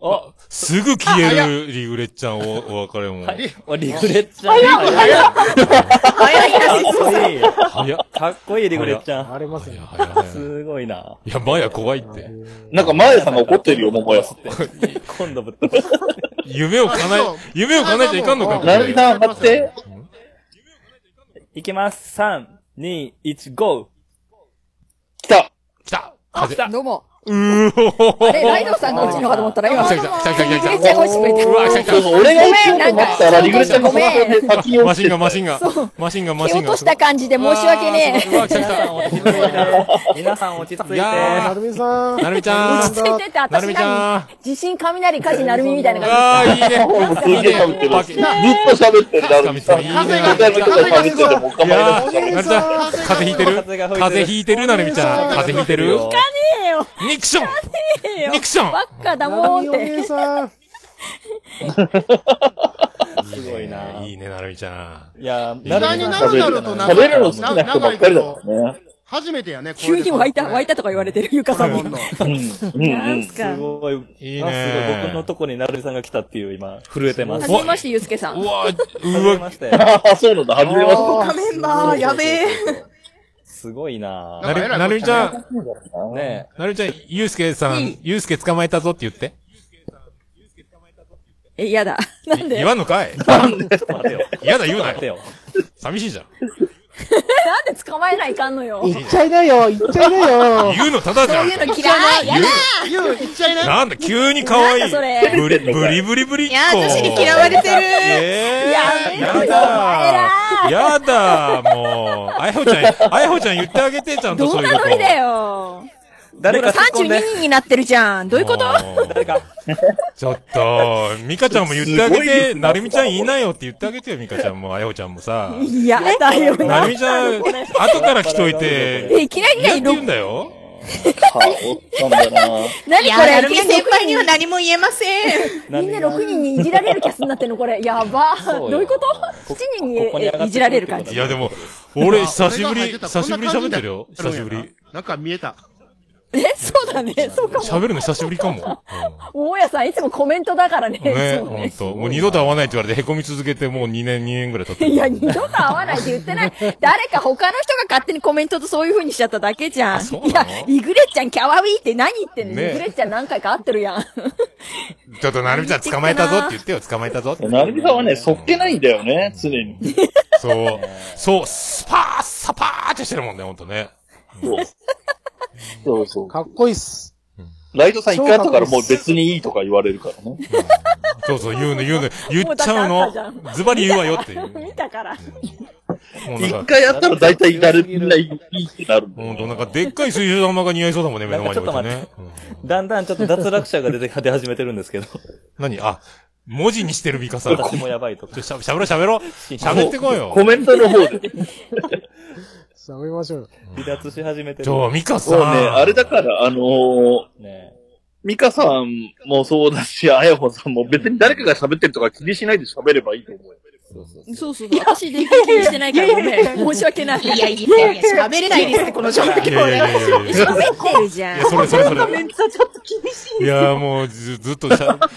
[SPEAKER 3] お、
[SPEAKER 4] すぐ消える、リグレッちゃんお、お別れも。
[SPEAKER 3] はい。お、リグレッちゃん。
[SPEAKER 5] す。早いらしい
[SPEAKER 3] かっこいい。
[SPEAKER 4] 早っ。
[SPEAKER 3] かっこいい、リグレッちゃん。
[SPEAKER 2] あります
[SPEAKER 4] 早
[SPEAKER 2] ね
[SPEAKER 4] い。早い早い。
[SPEAKER 3] すごいな。
[SPEAKER 4] いや、マヤ怖いって。
[SPEAKER 1] なんか、マヤさんが怒ってるよ、桃屋さん。
[SPEAKER 3] 今度ぶっ飛ばす。
[SPEAKER 4] 夢を叶え
[SPEAKER 6] あそう、
[SPEAKER 4] 夢を叶えちゃいかんのか、こ
[SPEAKER 1] なるみ
[SPEAKER 4] れ。
[SPEAKER 1] さん、待って。
[SPEAKER 3] いきます。三、二、一、ゴ
[SPEAKER 1] 来た。
[SPEAKER 4] 来た
[SPEAKER 3] ー。来た。
[SPEAKER 8] どうも。
[SPEAKER 4] うーお
[SPEAKER 8] あれ、ライドさんのうちのかと思ったら、今、
[SPEAKER 4] 来
[SPEAKER 8] 来
[SPEAKER 4] た来た来た来た
[SPEAKER 8] て
[SPEAKER 4] 来
[SPEAKER 8] ちゃん落ちてくれ
[SPEAKER 4] た。うわ、来た来
[SPEAKER 1] そう
[SPEAKER 4] た。
[SPEAKER 1] そう、俺が行こうと思ったら、
[SPEAKER 8] ごめん
[SPEAKER 1] リグレちゃんがその辺で先に
[SPEAKER 4] マ
[SPEAKER 1] 落
[SPEAKER 4] シ
[SPEAKER 1] ち
[SPEAKER 4] ン
[SPEAKER 1] て
[SPEAKER 4] ガ
[SPEAKER 1] た
[SPEAKER 4] ン、マシンガン
[SPEAKER 8] そ。
[SPEAKER 4] マシンガン、マ
[SPEAKER 8] た。蹴
[SPEAKER 4] シ
[SPEAKER 8] 落
[SPEAKER 4] ンガ
[SPEAKER 8] と
[SPEAKER 4] ン。
[SPEAKER 8] した感じで申し訳ね
[SPEAKER 4] うわ、来た来
[SPEAKER 3] 皆
[SPEAKER 4] た。
[SPEAKER 3] さん落ち着いて。皆さん落ち着いて。
[SPEAKER 4] いや
[SPEAKER 2] なるみさん。
[SPEAKER 4] なるみち
[SPEAKER 8] え。
[SPEAKER 4] ゃん
[SPEAKER 8] 落ち着いてて、
[SPEAKER 4] なる
[SPEAKER 8] 私
[SPEAKER 4] みちゃん
[SPEAKER 8] 何。地震、雷、火事、なるみみたいな感
[SPEAKER 4] ああ、いいね。
[SPEAKER 1] もうすげえ喋ってる。ず
[SPEAKER 4] いいね
[SPEAKER 1] っと喋ってる、なるみさん。
[SPEAKER 4] いいね
[SPEAKER 1] 反対の人が喋ってても構い
[SPEAKER 4] い
[SPEAKER 1] な
[SPEAKER 4] や
[SPEAKER 1] し
[SPEAKER 4] ー、なるちゃん、風邪ひいてる
[SPEAKER 3] 風が
[SPEAKER 4] 風
[SPEAKER 3] 吹いてる
[SPEAKER 4] 邪ひいてる、なるみちゃん。風邪ひいてる
[SPEAKER 8] じ。ねえよ、
[SPEAKER 4] ニクション
[SPEAKER 8] ねえよ
[SPEAKER 4] ニクション
[SPEAKER 8] ばっかだ
[SPEAKER 2] なる
[SPEAKER 8] も
[SPEAKER 2] み
[SPEAKER 8] ん
[SPEAKER 2] お
[SPEAKER 8] って。
[SPEAKER 2] 姉さん。
[SPEAKER 3] すごいな。
[SPEAKER 4] いいね、なるみちゃん。
[SPEAKER 3] いやー、
[SPEAKER 6] 意外に
[SPEAKER 3] な
[SPEAKER 6] な
[SPEAKER 3] る
[SPEAKER 6] る
[SPEAKER 1] 喋
[SPEAKER 6] な
[SPEAKER 1] る
[SPEAKER 6] るとな
[SPEAKER 1] 喋るの好きな人ばっかりだからね。
[SPEAKER 6] 初めてやね、これ
[SPEAKER 8] 急
[SPEAKER 6] で
[SPEAKER 8] に湧いた、湧いたとか言われてる、ゆかさんも。
[SPEAKER 1] うん。うん
[SPEAKER 7] な
[SPEAKER 1] うん
[SPEAKER 7] んすか。
[SPEAKER 3] すごい。
[SPEAKER 4] いいね
[SPEAKER 3] あすごい。僕のとこになるみさんが来たっていう、今、震えてます。
[SPEAKER 8] 初めまして、ゆうすけさ。
[SPEAKER 4] うんわ、
[SPEAKER 3] 震
[SPEAKER 4] う
[SPEAKER 3] え
[SPEAKER 4] わ、
[SPEAKER 3] まして。
[SPEAKER 1] あそうなんだ、初めまして。
[SPEAKER 5] 画面だ、やべえ。
[SPEAKER 3] すごいな
[SPEAKER 4] なるなるみちゃん、
[SPEAKER 3] ぁ。ね
[SPEAKER 4] なるみちゃん、ゆうすけさん、ゆうすけ捕まえたぞって言って。
[SPEAKER 8] え、やだ。なんで
[SPEAKER 4] 言わんのかい
[SPEAKER 3] え。ちょっと待てよ。
[SPEAKER 4] 嫌だ、言うな
[SPEAKER 3] 待て
[SPEAKER 4] よ。
[SPEAKER 3] よ。
[SPEAKER 4] 寂しいじゃん。
[SPEAKER 8] なんで捕まえないかんのよ。
[SPEAKER 2] 行っちゃいなよ、行っちゃいなよ。
[SPEAKER 4] 言うのただじ
[SPEAKER 8] そ
[SPEAKER 4] ゃ
[SPEAKER 8] うんいう。の嫌い。やだ。
[SPEAKER 6] 言う、言っちゃいな。
[SPEAKER 4] なんだ、急に可愛
[SPEAKER 8] なんだそれ
[SPEAKER 4] い。ブリ、ブリブリブリっ
[SPEAKER 5] い
[SPEAKER 4] 子。
[SPEAKER 5] やー、女子に嫌われてる。
[SPEAKER 4] えー
[SPEAKER 8] やめろよ
[SPEAKER 4] やだやだもう。あやほちゃん、あやほちゃん言ってあげて、ちゃんと
[SPEAKER 8] ど
[SPEAKER 4] そ
[SPEAKER 8] ん
[SPEAKER 4] ういう
[SPEAKER 8] な
[SPEAKER 4] こと。
[SPEAKER 8] ノリだよ。
[SPEAKER 3] 誰か突っ込んで。
[SPEAKER 8] 32になってるじゃん。どういうこと
[SPEAKER 4] もう
[SPEAKER 3] 誰か。
[SPEAKER 4] ちょっ と、ミカちゃんも言ってあげて、なるみちゃんいいなよって言ってあげてよ、ミカちゃんも、あやほちゃんも さ。
[SPEAKER 8] いやだよ。
[SPEAKER 4] なるみちゃん、後から来といて、
[SPEAKER 8] え、いきなり
[SPEAKER 4] 嫌って
[SPEAKER 8] 何
[SPEAKER 4] 言うんだよ。
[SPEAKER 1] はおったんだな。
[SPEAKER 8] 何
[SPEAKER 5] いや
[SPEAKER 8] こ
[SPEAKER 5] ー、
[SPEAKER 8] れ
[SPEAKER 5] なるみ先輩には何も言えません。
[SPEAKER 8] みんな6人にいじられるキャスになってんのこれ。やば。
[SPEAKER 3] うよ
[SPEAKER 8] どういうこと ?7 人にえいじられる感
[SPEAKER 3] ここ
[SPEAKER 8] じ。
[SPEAKER 4] い
[SPEAKER 3] に上
[SPEAKER 4] や
[SPEAKER 3] がってくるってことだ
[SPEAKER 4] でも、俺、
[SPEAKER 6] あ
[SPEAKER 4] 久しぶ
[SPEAKER 6] 俺が
[SPEAKER 4] り、
[SPEAKER 6] 入ってた
[SPEAKER 4] 久しぶり喋ってるよ。久しぶ。
[SPEAKER 6] こんな感じだった
[SPEAKER 4] り。
[SPEAKER 6] なんか見えた。
[SPEAKER 8] え、そうだね。そうかも。
[SPEAKER 4] 喋るの久しぶりかも。
[SPEAKER 8] 大家さんいつもコメントだからね。
[SPEAKER 4] うんね、
[SPEAKER 8] そう
[SPEAKER 4] ほん
[SPEAKER 8] ね。
[SPEAKER 4] と。もう二度と会わないって言われて、凹み続けて、もう2年、2年ぐらい経ってる。
[SPEAKER 8] いや、二度と会わないって言ってない。誰か他の人が勝手にコメントとそういう風にしちゃっただけじゃん。
[SPEAKER 4] そう
[SPEAKER 8] い
[SPEAKER 4] な
[SPEAKER 8] や
[SPEAKER 4] の、
[SPEAKER 8] イグレッちゃんキャワウィーって何言ってんの、
[SPEAKER 4] ね
[SPEAKER 8] イグレッちゃん何回か会ってるやん。
[SPEAKER 4] ちょっと、なるみちゃん捕まえたぞって言ってよ、捕まえたぞって。
[SPEAKER 1] なるみさんはね、そっけないんだよね、常に。
[SPEAKER 4] そう。そう、スパーサパーってしてるもんね、ほんとね。
[SPEAKER 1] そうそうそう。
[SPEAKER 2] かっこいいっす。
[SPEAKER 1] ライトさん一回あったからもう別にいいとか言われるからね。
[SPEAKER 4] そうそう、言うの、言うの、言っちゃう
[SPEAKER 8] もうだってあったじゃ
[SPEAKER 4] の。ズバリ言うわよっていう。
[SPEAKER 8] 見たから。
[SPEAKER 4] もうなん
[SPEAKER 1] 一
[SPEAKER 4] か、
[SPEAKER 1] 回やったら大体誰みんないいってなるんだ
[SPEAKER 4] ほ
[SPEAKER 1] よ
[SPEAKER 4] んとなんか、でっかい水晶玉が似合いそうだもんね、目の前に置いて
[SPEAKER 3] なん
[SPEAKER 4] ね
[SPEAKER 3] か。
[SPEAKER 4] うん
[SPEAKER 3] だんだんちょっと脱落者が出て、出始めてるんですけど。
[SPEAKER 4] 何あ、文字にしてる美香さん。ちょ
[SPEAKER 3] 私もやばいとか。
[SPEAKER 4] しゃしゃべろしゃべろ喋ってこいよ。
[SPEAKER 1] コメントの方で。
[SPEAKER 2] 喋りましょうよ。
[SPEAKER 3] 離脱し始めて
[SPEAKER 4] ち
[SPEAKER 3] る。
[SPEAKER 4] ょ、美香さ
[SPEAKER 1] も
[SPEAKER 4] ん。
[SPEAKER 1] うね、あれだから、あのー、
[SPEAKER 3] ね
[SPEAKER 1] ミカさんもそうだし、あやほさんも別に誰かが喋ってるとか気にしないで喋ればいいと思うよ。
[SPEAKER 8] そうそうそう。私、全然気にしてないからごめん。申し訳ない。
[SPEAKER 5] いやいやいや、喋れないですって、この状況。
[SPEAKER 4] いやいやいやいやいや。
[SPEAKER 8] 喋ってるじゃ
[SPEAKER 4] い
[SPEAKER 8] ん
[SPEAKER 4] や、。それそれそ
[SPEAKER 7] コメ
[SPEAKER 4] れ。
[SPEAKER 7] ントちょっと厳しい。
[SPEAKER 4] いや、もうず、ずっとしゃ、
[SPEAKER 7] 豪華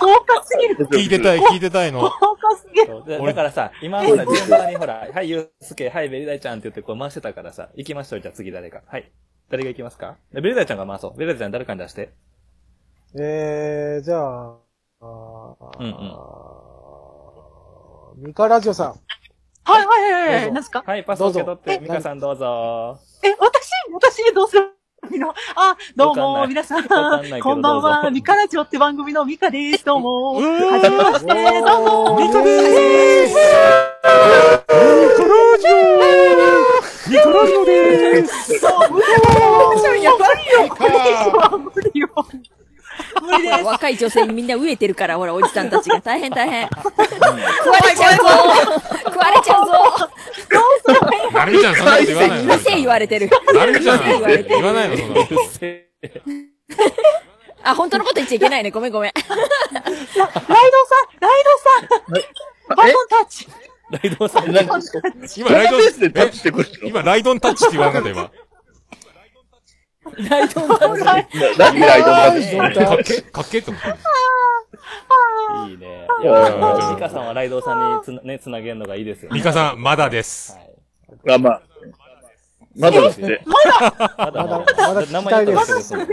[SPEAKER 7] すぎる。
[SPEAKER 4] 聞いて たい、聞いてたいの。
[SPEAKER 7] 豪華すぎる。
[SPEAKER 3] そうでだからさ、今ほら、順番にほら、はい、ゆうすけ、はい、ベリダイちゃんって言ってこう回してたからさ、行きましょう、じゃあ次誰か。はい。誰が行きますかでベリダイちゃんが回そう。ベリダイちゃん誰かに出して。
[SPEAKER 2] えー、じゃあ、あ
[SPEAKER 3] うんうん
[SPEAKER 2] ーミカラジオさん。
[SPEAKER 7] はいはいはいはい。何すか
[SPEAKER 3] はい、パスを受け取っ
[SPEAKER 2] どう
[SPEAKER 3] て、
[SPEAKER 2] ぞ
[SPEAKER 3] ミカさんどうぞ。
[SPEAKER 7] え、私私どうするのあ、どうも、皆さん、
[SPEAKER 3] わかんないけど
[SPEAKER 7] こんばん
[SPEAKER 3] どうぞ
[SPEAKER 7] は。ミカラジオって番組のミカです。どうも。はじめまして、どうも。
[SPEAKER 2] おー
[SPEAKER 4] ミカでーすミカラジオミカラジオでーす
[SPEAKER 7] そう、無理よ。やばいよ。これ以上は無理よ。無理です。
[SPEAKER 8] 若い女性にみんな飢えてるから、ほら、おじさんたちが。大変大変。食われちゃうぞ食われちゃうぞ
[SPEAKER 4] なるみちゃん、そんなこと言わないうの
[SPEAKER 8] るせえ言われてる。
[SPEAKER 4] なるみちゃん、
[SPEAKER 8] 言われてる
[SPEAKER 4] 言わないの、そんなこと。
[SPEAKER 8] あ、本当のこと言っちゃいけないね。ごめんごめん。
[SPEAKER 7] ライドさん、ライドさん、バトンタッチ。
[SPEAKER 3] ライドウさん、
[SPEAKER 1] 何ですか
[SPEAKER 4] 今、ライド
[SPEAKER 1] ペースでタッチしてくるの
[SPEAKER 4] 今、ライドンタッチって言わなかった、今。
[SPEAKER 3] ライドウさ
[SPEAKER 1] 何ライド
[SPEAKER 2] ラ
[SPEAKER 1] マ
[SPEAKER 2] イ
[SPEAKER 1] ッチ
[SPEAKER 2] ドンタ
[SPEAKER 4] かっ
[SPEAKER 2] ッチ。
[SPEAKER 4] け、かっけって思った。
[SPEAKER 3] ん。いいね。いや、
[SPEAKER 4] うん
[SPEAKER 3] ミカさんはライドウさんにつな、ね、つなげるのがいいですよ
[SPEAKER 4] ミ
[SPEAKER 3] ね。
[SPEAKER 4] カさん、まだです。
[SPEAKER 3] はい。
[SPEAKER 1] まあまあ。まだだって。
[SPEAKER 3] まだ
[SPEAKER 2] まだまだ
[SPEAKER 3] 名前言ったんですけど。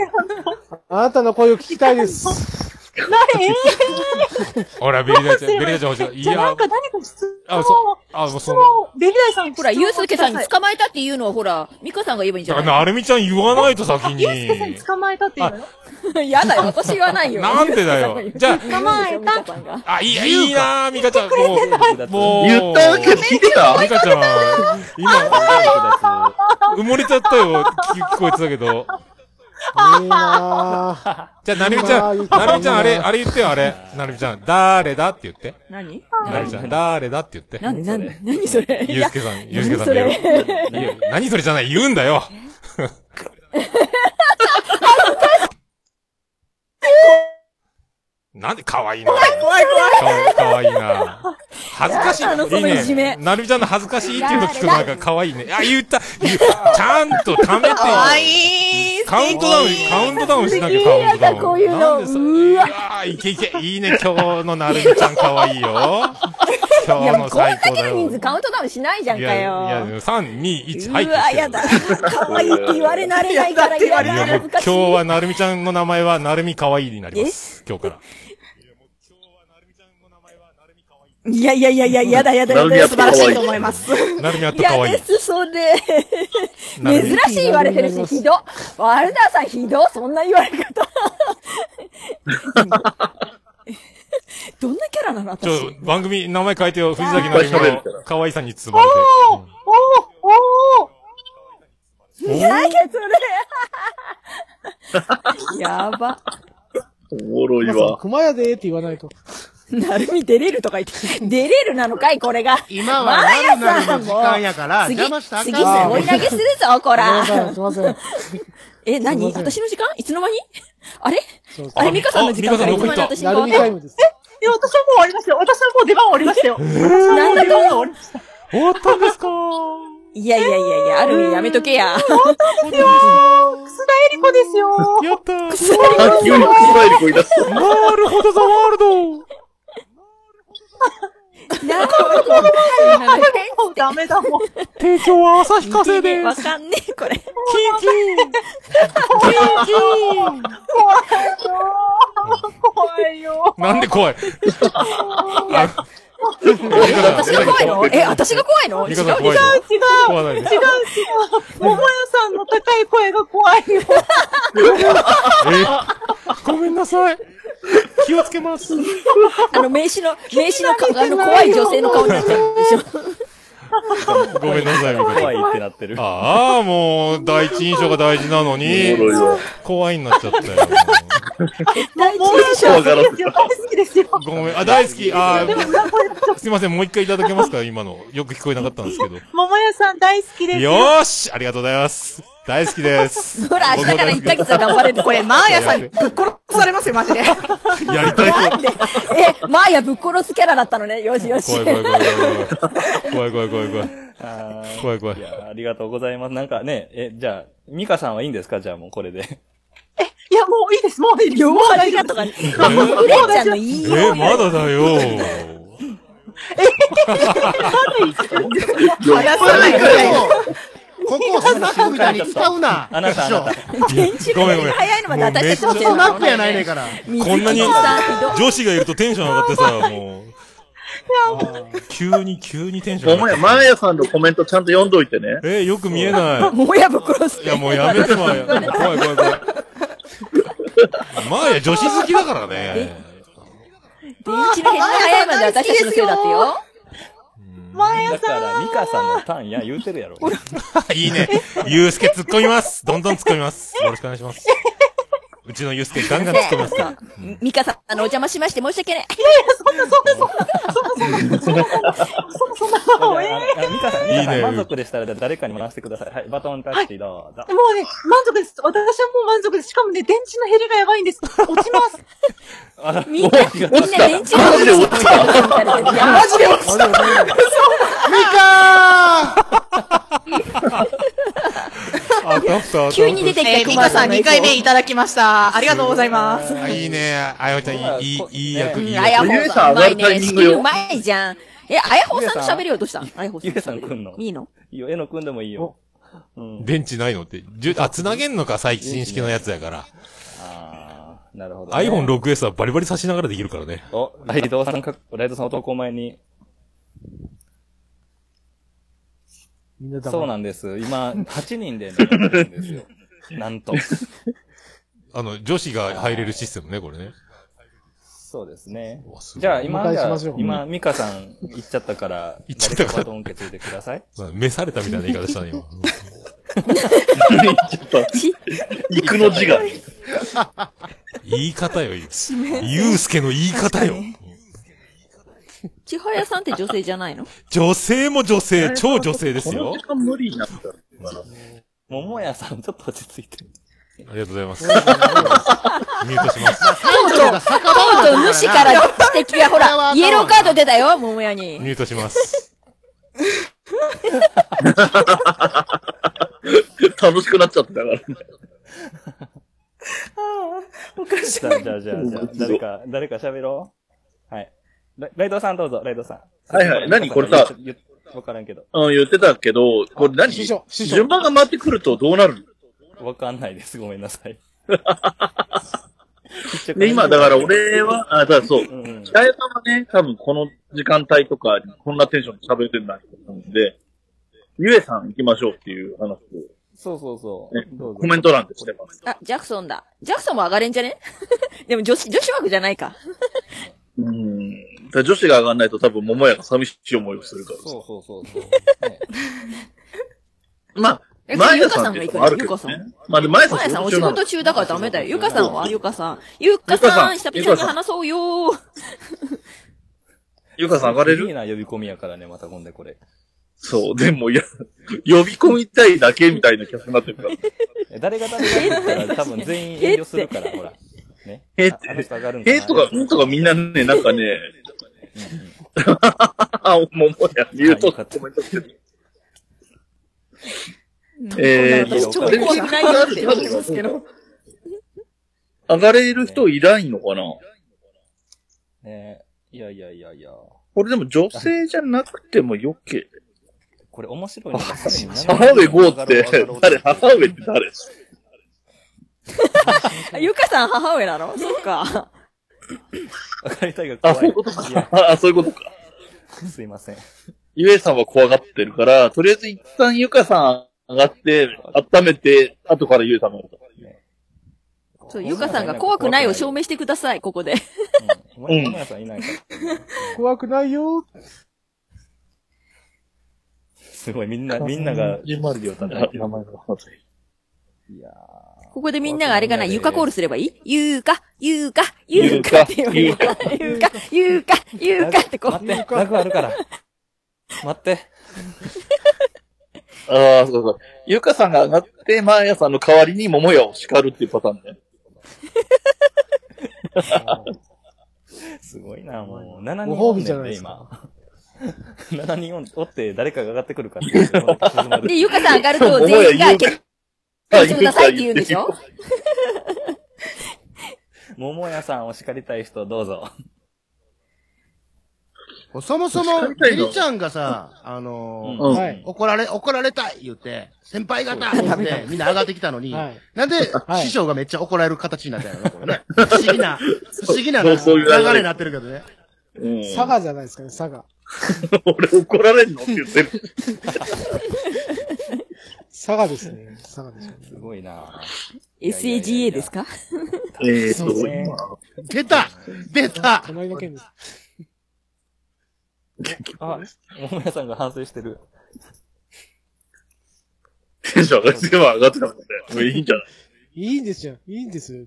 [SPEAKER 2] あなたの声を聞きたいです。
[SPEAKER 7] ない
[SPEAKER 4] ほら、ベリダちゃん、ベリダちゃん欲しい。い
[SPEAKER 7] じゃあ
[SPEAKER 4] や
[SPEAKER 7] なん、か何か質問
[SPEAKER 4] あ、
[SPEAKER 7] を
[SPEAKER 4] そう。あ、もう
[SPEAKER 7] 質
[SPEAKER 4] そ
[SPEAKER 7] 問
[SPEAKER 4] う。
[SPEAKER 7] を、ベリダイさんに
[SPEAKER 8] ほら、ゆうすけさんに
[SPEAKER 7] に
[SPEAKER 8] 捕まえたっていうのは、ほら、ミカさんが言えばいいんじ
[SPEAKER 4] だ
[SPEAKER 8] ゃ
[SPEAKER 4] か
[SPEAKER 8] な
[SPEAKER 4] ら
[SPEAKER 8] い
[SPEAKER 4] なるみちゃん言わないと先に。
[SPEAKER 7] ユースケさんに捕まえたっていうのよ。
[SPEAKER 8] やだよ、私言わないよ。
[SPEAKER 4] なんでだよ。じゃ
[SPEAKER 8] 捕まえた。あ
[SPEAKER 4] あ、あ、いい、いいなーミカちゃん。もう、もう。
[SPEAKER 1] 言ったわけ聞いてた
[SPEAKER 4] ミカちゃん、今、
[SPEAKER 3] あ
[SPEAKER 4] 埋もれちゃったよ。聞聞こえてたけど。
[SPEAKER 2] いいなぁ。
[SPEAKER 4] じゃあ、なるみちゃ
[SPEAKER 2] いい
[SPEAKER 4] ん、
[SPEAKER 2] なー
[SPEAKER 4] なるみちゃん、あれ、あれ言ってよ、あれ。なるみちゃん、誰だって言って。
[SPEAKER 8] 何
[SPEAKER 4] なるみちゃん、誰だって言って。
[SPEAKER 8] 何何何そ れい
[SPEAKER 4] ゆう
[SPEAKER 8] や
[SPEAKER 4] すけさん、ゆうすけさん
[SPEAKER 8] それ
[SPEAKER 4] って言ういや何それじゃない、言うんだよ。なんで可愛いな。
[SPEAKER 8] 怖い怖い。
[SPEAKER 4] かわかわいいな。恥ずかしい。
[SPEAKER 8] やだあのそのいじめ
[SPEAKER 4] いいね。なるみちゃんの恥ずかしいっていうの聞くとなんかかわいいね。あ、言った言うちゃんとためて。
[SPEAKER 5] かわいい。
[SPEAKER 4] カウントダウン、カウントダウンしなきゃカウントダウン。
[SPEAKER 8] こういうの
[SPEAKER 4] なんでそううわいけいけ。いいね、今日のなるみちゃんかわいいよ。今
[SPEAKER 8] い
[SPEAKER 4] 日
[SPEAKER 8] や、も
[SPEAKER 4] の
[SPEAKER 8] うこんだ
[SPEAKER 4] 最
[SPEAKER 8] け
[SPEAKER 4] 高だ
[SPEAKER 8] の
[SPEAKER 4] よ
[SPEAKER 8] 人数。カウントダウンしないじゃん
[SPEAKER 4] い
[SPEAKER 8] か
[SPEAKER 4] や、いや、
[SPEAKER 8] よ。
[SPEAKER 4] 3、2、1、
[SPEAKER 8] う
[SPEAKER 4] 入ってき
[SPEAKER 8] わ、
[SPEAKER 4] てる
[SPEAKER 8] やだ。可愛いって言われ慣れないから、や
[SPEAKER 4] いや
[SPEAKER 8] だ、
[SPEAKER 4] もう
[SPEAKER 8] 恥ず
[SPEAKER 4] 今
[SPEAKER 8] かし
[SPEAKER 4] 日
[SPEAKER 8] い。
[SPEAKER 4] はなるみちゃんの名前はなるみかわいいになります。今日から。
[SPEAKER 5] いやいやいやいや、やだやだやだ、素晴らしいと思います。
[SPEAKER 4] なるみやっ
[SPEAKER 8] い
[SPEAKER 4] とか
[SPEAKER 8] や
[SPEAKER 4] わい
[SPEAKER 8] で
[SPEAKER 4] い。
[SPEAKER 8] す、それ。
[SPEAKER 4] なるみ
[SPEAKER 8] 珍しい言われてるし、ひど。ワルダーさんひど、そんな言われ方。どんなキャラなの私
[SPEAKER 4] ちょ。、番組名前変えてよ。藤崎なるみ
[SPEAKER 1] いっぱい喋るから
[SPEAKER 4] の可愛さに包まれて。
[SPEAKER 7] おおお
[SPEAKER 8] なんだそれ。やば。
[SPEAKER 1] おもろいわ。
[SPEAKER 2] 熊谷でーって言わないと。
[SPEAKER 8] なるみ出れるとか言って。出れるなのかい、これが。
[SPEAKER 6] 今はなるなるの時間やから、
[SPEAKER 8] 次、
[SPEAKER 6] 邪魔したらあ
[SPEAKER 8] 次、す
[SPEAKER 6] かん
[SPEAKER 8] ごい投げするぞ、こ
[SPEAKER 2] ごめんなさい
[SPEAKER 8] ら。
[SPEAKER 2] すいません。
[SPEAKER 8] え、
[SPEAKER 2] すい
[SPEAKER 8] 何
[SPEAKER 2] ません
[SPEAKER 8] 私の時間いつの間に あれ
[SPEAKER 2] そうそ
[SPEAKER 8] あ
[SPEAKER 2] う
[SPEAKER 8] れ、ミカさんの時間からいつの間に私に
[SPEAKER 2] な
[SPEAKER 8] 変
[SPEAKER 2] る
[SPEAKER 8] わっ
[SPEAKER 2] み
[SPEAKER 8] た
[SPEAKER 2] タイムです。
[SPEAKER 7] いや、私はもう終わりましたよ。私はもう出番終わりましたよ。
[SPEAKER 8] なんだと思う
[SPEAKER 4] 終わったんですか
[SPEAKER 8] いやいやいやいや、ある意味やめとけや。
[SPEAKER 7] 須田恵理子ですよ。
[SPEAKER 4] やったー
[SPEAKER 1] あ、急にクスライル声出
[SPEAKER 4] な
[SPEAKER 1] す。
[SPEAKER 4] るほどザワールド
[SPEAKER 8] なるほど。はい
[SPEAKER 7] もうダメだもん。
[SPEAKER 4] 提供は旭化成で
[SPEAKER 8] わ
[SPEAKER 4] す
[SPEAKER 8] かんねえ、これ。
[SPEAKER 4] キンキ ン
[SPEAKER 7] 怖いよ。
[SPEAKER 4] なんで怖い
[SPEAKER 8] 私が怖いのえ、私が怖いの違
[SPEAKER 4] ミ
[SPEAKER 8] う
[SPEAKER 4] カさん怖い
[SPEAKER 7] 違
[SPEAKER 4] の
[SPEAKER 7] う。
[SPEAKER 4] 怖ないで
[SPEAKER 7] 違う違う。桃屋さんの高い声が怖いよ。
[SPEAKER 4] ごめんなさい気をつけます
[SPEAKER 8] あの、名刺の、名刺のか、あの、怖い女性の顔になっちゃうでしょ。
[SPEAKER 4] ごめんなさいミカさ
[SPEAKER 3] 怖
[SPEAKER 4] ん
[SPEAKER 3] いってなってる。
[SPEAKER 4] ああ、もう、第一印象が大事なのに
[SPEAKER 1] おもろいわ、
[SPEAKER 4] 怖いになっちゃったよ。
[SPEAKER 8] 第一
[SPEAKER 7] 桃屋
[SPEAKER 8] 印象。
[SPEAKER 7] さん好きですよ。大好きですよ。
[SPEAKER 4] ごめん、あ、大好き、あ
[SPEAKER 7] でも、
[SPEAKER 4] ーすいません、もう一回いただけますか今の。よく聞こえなかったんですけど。
[SPEAKER 7] 桃屋さん大好きです
[SPEAKER 4] よ
[SPEAKER 7] よ。
[SPEAKER 4] ーしありがとうございます大好きです
[SPEAKER 8] ほら、明日から1ヶ月は頑張れる。
[SPEAKER 5] これ、マーヤさん、ぶっ殺されますよ、マジで。
[SPEAKER 4] やりたい
[SPEAKER 8] なんでえ、マーヤぶっ殺すキャラだったのね。よしよし。
[SPEAKER 4] 怖い怖い怖い怖い怖い怖い怖い怖い
[SPEAKER 3] あー
[SPEAKER 4] 怖い怖い
[SPEAKER 3] いや、ありがとうございます。なんかね、え、じゃあ、ミカさんはいいんですかじゃあもうこれで。
[SPEAKER 7] いや、もういいです。もういいです。もう
[SPEAKER 8] あ
[SPEAKER 7] 大
[SPEAKER 8] り
[SPEAKER 7] 丈夫
[SPEAKER 8] がとうがね。レイち
[SPEAKER 4] 怖い怖い
[SPEAKER 8] ゃんの言いよ
[SPEAKER 4] え
[SPEAKER 8] う
[SPEAKER 4] ー、まだだよ
[SPEAKER 5] 生やさないくら い。
[SPEAKER 6] ここをスナックみたいに使うな。
[SPEAKER 3] あなたあなた。
[SPEAKER 8] 電池
[SPEAKER 4] ごめんごめん
[SPEAKER 8] 早いのまで私たち
[SPEAKER 4] も
[SPEAKER 8] も
[SPEAKER 4] うめ
[SPEAKER 8] し
[SPEAKER 4] っち
[SPEAKER 8] て
[SPEAKER 4] ゃ
[SPEAKER 8] る
[SPEAKER 6] スナックやないねんから。
[SPEAKER 4] こんなに
[SPEAKER 8] 水木さんひどい
[SPEAKER 4] 女子がいるとテンション上がってさ、もう。急に、急にテンション上が
[SPEAKER 1] 桃
[SPEAKER 4] っ
[SPEAKER 1] 屋、
[SPEAKER 4] て。
[SPEAKER 1] マーヤさんのコメントちゃんと読んどいてね。
[SPEAKER 4] えー、よく見えな
[SPEAKER 8] もやぶっ殺す
[SPEAKER 4] い。いや、もうやめてまえ。怖い怖い怖い。まあや、女子好きだからね。
[SPEAKER 8] 電池の変な早いまで私たちのせいだってよ。
[SPEAKER 3] だから、ミカさんのターンや言うてる やろ。
[SPEAKER 4] いいね。ゆうすけ突っ込みます。どんどん突っ込みます。よろしくお願いします。うちのユースケガンガン突っ込みますから。
[SPEAKER 8] ねミカさん、あの、お邪魔しまして申し訳ない。
[SPEAKER 3] そんな、あのミカさん、ミカさ
[SPEAKER 4] いい
[SPEAKER 3] ん
[SPEAKER 4] ね
[SPEAKER 3] 満足でしたら誰かに回してください。はい、バトンタッチどうぞ。
[SPEAKER 7] もうね、満足です。私はもう満足です。しかもね、電池の減りがやばいんです。落ちます。
[SPEAKER 8] みんな、みんな電池が落ちてる。いや
[SPEAKER 1] マジで落ちた
[SPEAKER 4] あ、タフ タ
[SPEAKER 8] 急に出てき
[SPEAKER 7] えー、
[SPEAKER 8] た
[SPEAKER 7] ミ
[SPEAKER 8] 熊
[SPEAKER 7] カさん2回目いただきました。ありがとうございます。
[SPEAKER 4] あ、いいね。あやほちゃん、いい、いい、いい役、
[SPEAKER 8] う
[SPEAKER 4] いい
[SPEAKER 8] ん、
[SPEAKER 4] 役
[SPEAKER 8] あ。やほさん、うまい
[SPEAKER 1] ゆうさん上がるタ
[SPEAKER 8] ね。
[SPEAKER 1] イミン
[SPEAKER 8] 仕
[SPEAKER 1] グ
[SPEAKER 8] 切
[SPEAKER 1] よ
[SPEAKER 8] りうまいじゃん。え、あやほさんと喋るよ、どうしたんあやほさん。
[SPEAKER 3] ゆうさん来んの
[SPEAKER 8] いいの
[SPEAKER 3] いいよ、絵の組んでもいいよ。うん。
[SPEAKER 4] 電池ないのって。じゅあ、繋げんのか、最新式のやつやから。
[SPEAKER 3] あー、なるほど、ね。
[SPEAKER 4] iPhone6S はバリバリ刺しながらできるからね。
[SPEAKER 3] お、ライドさんか、ライドさん男前に。
[SPEAKER 2] みんな
[SPEAKER 3] そう
[SPEAKER 2] だ
[SPEAKER 3] なんです。今、8人でね、やってる んですよ。なんと。
[SPEAKER 4] あの、女子が入れるシステムね、これね。
[SPEAKER 3] そうですね。
[SPEAKER 4] わすごい
[SPEAKER 3] じゃあ、今、
[SPEAKER 2] お迎え
[SPEAKER 3] じゃ
[SPEAKER 2] し
[SPEAKER 3] あ
[SPEAKER 2] ましょう
[SPEAKER 3] 今、ミカさ ん行っちゃったから、
[SPEAKER 4] 行っちゃったから
[SPEAKER 3] 誰バトン受け継いでください。
[SPEAKER 4] まあ召されたみたいな言い方したね、今。
[SPEAKER 1] ちょっと、行くの字が。
[SPEAKER 4] 言い方よ、ゆうすけの言い方よ。
[SPEAKER 8] 千早さんって女性じゃないの
[SPEAKER 4] 女性も女性、超女性です
[SPEAKER 1] この
[SPEAKER 4] よ
[SPEAKER 1] 時。間無理になったら。
[SPEAKER 3] 桃屋さん、ちょっと落ち着 いて。
[SPEAKER 4] ありがとうございます。ミュートします。
[SPEAKER 8] とうとう主から指摘が、ほ
[SPEAKER 6] これは
[SPEAKER 8] ら、
[SPEAKER 6] 頭
[SPEAKER 8] イエローカード出たよ、桃屋に。
[SPEAKER 4] ミュートします。
[SPEAKER 1] 楽しくなっちゃったから。
[SPEAKER 3] じゃあ、じゃあ、 じゃあ、じゃあ誰か、誰か喋ろう。はい。ラライドさんどうぞ、ライドさん。
[SPEAKER 1] はいはい何これさ
[SPEAKER 3] 言っ。わからんけど。
[SPEAKER 1] うん、言ってたけど、これ何
[SPEAKER 2] 師匠師匠
[SPEAKER 1] 順番が回ってくるとどうなる
[SPEAKER 3] わかんないです。ごめんなさい。
[SPEAKER 1] で、今、だから、俺は、あ、だからそう
[SPEAKER 3] う、んうん。
[SPEAKER 1] 北山はね、多分この時間帯とか、こんなテンションで喋ってないと思うんで、ゆえさん行きましょうっていう話を、
[SPEAKER 3] そうそうそ
[SPEAKER 1] ね
[SPEAKER 3] う。どうぞ
[SPEAKER 1] コメント欄でしてます。
[SPEAKER 8] あ、ジャクソンだ。ジャクソンも上がれんじゃねでも女子、女子枠じゃないか。
[SPEAKER 1] うん。だから女子が上がんないと多分桃屋が寂しい思いをするから。
[SPEAKER 3] そうそうそうそう。ね
[SPEAKER 1] ま
[SPEAKER 8] え
[SPEAKER 1] あ、前
[SPEAKER 8] ゆ
[SPEAKER 1] 田
[SPEAKER 8] か
[SPEAKER 1] さ
[SPEAKER 8] さん
[SPEAKER 1] んっ
[SPEAKER 8] が行
[SPEAKER 1] ていう
[SPEAKER 8] く
[SPEAKER 1] のも
[SPEAKER 8] の
[SPEAKER 1] ある
[SPEAKER 8] ゆ
[SPEAKER 1] け
[SPEAKER 8] か
[SPEAKER 1] ど
[SPEAKER 8] さん
[SPEAKER 1] ね。。まあで、前田
[SPEAKER 8] ま
[SPEAKER 1] さ
[SPEAKER 8] や
[SPEAKER 1] ん
[SPEAKER 8] さんお
[SPEAKER 1] 仕
[SPEAKER 8] 仕
[SPEAKER 1] 事中なの
[SPEAKER 8] 事中だからダメだよ。ゆかさんはゆかさん。ゆか
[SPEAKER 1] ゆか
[SPEAKER 8] さ
[SPEAKER 1] さ
[SPEAKER 8] ん、
[SPEAKER 1] ん
[SPEAKER 8] 久々に話そうよー。
[SPEAKER 1] ゆかさん上がれ
[SPEAKER 3] いい
[SPEAKER 1] る
[SPEAKER 3] な、呼び込みやからね、また今度これ。
[SPEAKER 1] そう、でも、いや、呼び込みたいだけみたいなキャスになってるから。
[SPEAKER 3] え誰が誰がって言ったら多分全員遠慮するから、ほら。ね。
[SPEAKER 1] え
[SPEAKER 3] ああの人上がるんかな
[SPEAKER 1] えーとか、うんとかみんなね、なんかね、あ、もうもや、言うと、コメントしてる。えー、
[SPEAKER 8] 私超怖くないよって思いますけど。
[SPEAKER 1] 上がれる人いないのかな
[SPEAKER 3] ねいやいやいやいや。
[SPEAKER 1] これでも女性じゃなくてもよけ。
[SPEAKER 3] これ面白いのが。
[SPEAKER 1] 母上ゴーって、誰母上って誰
[SPEAKER 8] あゆかさん母親なのそっ か。
[SPEAKER 3] 上がりたいが
[SPEAKER 1] あ、
[SPEAKER 3] 怖
[SPEAKER 1] そうい
[SPEAKER 3] いう
[SPEAKER 1] ことか
[SPEAKER 3] いや。
[SPEAKER 1] あ、そういうことか。
[SPEAKER 3] すいません。
[SPEAKER 1] ゆえさんは怖がってるから、とりあえず一旦ゆかさん上がって、温めて、後からゆえさんが。
[SPEAKER 8] そう、ゆかさんが怖くないを証明してください、ここで。
[SPEAKER 3] うん。お前お前さんいないから。
[SPEAKER 2] 怖くないよ
[SPEAKER 3] すごい、みんな、みんなが。
[SPEAKER 1] ジンマルディを名前が。
[SPEAKER 3] いや
[SPEAKER 8] ここでみんながあれかな、
[SPEAKER 3] 怖くない
[SPEAKER 8] ゆかコールすればいいゆうか、ゆうか、ゆうかって言うゆうか、ゆ うか、ゆうか、ゆうかってこ
[SPEAKER 3] ー待って、ラグあるから。待って。
[SPEAKER 1] ああ、そうそう。ゆかさんが上がって、マーヤさんの代わりに桃屋を叱るっていうパターンね。
[SPEAKER 3] すごいな、もう。7人
[SPEAKER 2] ご
[SPEAKER 3] お
[SPEAKER 2] 褒
[SPEAKER 3] ん
[SPEAKER 2] 美じ
[SPEAKER 3] ね
[SPEAKER 2] ゃ
[SPEAKER 3] ん
[SPEAKER 2] ない
[SPEAKER 3] で、
[SPEAKER 2] です
[SPEAKER 3] 今。7人おんおって、誰かが上がってくるから。
[SPEAKER 8] う。で、ゆかさん上がると全員が
[SPEAKER 1] 桃屋言う
[SPEAKER 8] 結婚してくださいって言うんでしょ
[SPEAKER 3] 桃屋さんを叱りたい人、どうぞ。
[SPEAKER 6] そもそも、
[SPEAKER 1] たい
[SPEAKER 6] ゆ
[SPEAKER 1] の
[SPEAKER 6] りちゃんがさ、あのー
[SPEAKER 1] うん
[SPEAKER 2] はい
[SPEAKER 6] 怒られ、怒られたい言って、先輩方言って、みんな上がってきたのに、
[SPEAKER 2] はい
[SPEAKER 6] なんで、
[SPEAKER 2] はい
[SPEAKER 6] 師匠がめっちゃ怒られる形になったんやろな、これね。不思議な、不思議な
[SPEAKER 1] そ
[SPEAKER 6] 流
[SPEAKER 1] うそういう流れ
[SPEAKER 6] れになってるけどね。
[SPEAKER 1] うん。
[SPEAKER 2] 佐賀じゃないですかね、佐賀。
[SPEAKER 1] 俺怒られんのって言ってる。
[SPEAKER 2] 佐賀ですね。佐賀ですね。
[SPEAKER 3] すごいな。
[SPEAKER 8] ?SAGA ですか
[SPEAKER 1] えー
[SPEAKER 2] そうです
[SPEAKER 3] ね
[SPEAKER 1] と、
[SPEAKER 6] 出た出た
[SPEAKER 2] 隣の県です。
[SPEAKER 3] あ、桃屋さんが反省してる。
[SPEAKER 1] テンション上がって、今上がってたもんね。もういいんじゃない
[SPEAKER 2] いいんですよ。いいんですよ。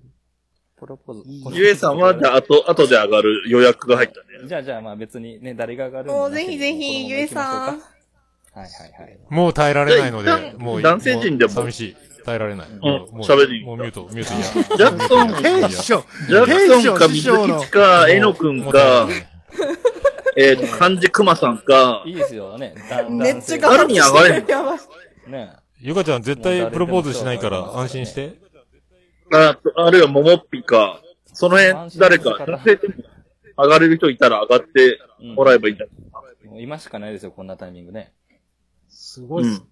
[SPEAKER 3] プロポーズ。
[SPEAKER 1] ゆえさんは、じゃあ、後、後で上がる予約が入ったね。
[SPEAKER 3] じゃあ、じゃあ、まあ別にね、誰が上がるの
[SPEAKER 7] も
[SPEAKER 3] も
[SPEAKER 7] う
[SPEAKER 3] なけ
[SPEAKER 7] ぜ
[SPEAKER 3] れば
[SPEAKER 7] ひぜひ、ゆえさ。
[SPEAKER 3] このまま行きましょうんか。はいはいはい。
[SPEAKER 4] もう耐えられないの
[SPEAKER 1] じゃあ一
[SPEAKER 4] で、
[SPEAKER 1] 旦
[SPEAKER 4] もう、
[SPEAKER 1] 男性陣でも
[SPEAKER 4] う寂しい。耐えられない。もうもう
[SPEAKER 1] 喋りに行
[SPEAKER 4] も
[SPEAKER 1] っ
[SPEAKER 4] う
[SPEAKER 1] た
[SPEAKER 4] ミュート、ミュートいや。
[SPEAKER 1] ジャクソン、
[SPEAKER 6] テンション。
[SPEAKER 1] ジャクソンか、水吉か、えのくん
[SPEAKER 4] もう耐えら
[SPEAKER 1] か
[SPEAKER 4] れ、ない
[SPEAKER 1] えっと、漢字くまさんか
[SPEAKER 3] い、いですよね。だ
[SPEAKER 7] めっちゃ
[SPEAKER 1] 頑張
[SPEAKER 7] 頑
[SPEAKER 1] っ
[SPEAKER 7] 張
[SPEAKER 1] てる誰に上
[SPEAKER 7] がれ
[SPEAKER 3] ね。
[SPEAKER 4] ゆかちゃん絶対プロポーズしないから安心して。
[SPEAKER 1] あとあるいはももっぴか、その辺、誰か、男性でも上がれる人いたら上がってもらえばいいんじゃない
[SPEAKER 3] もう今しかないですよ、こんなタイミングね。
[SPEAKER 2] すごいっす。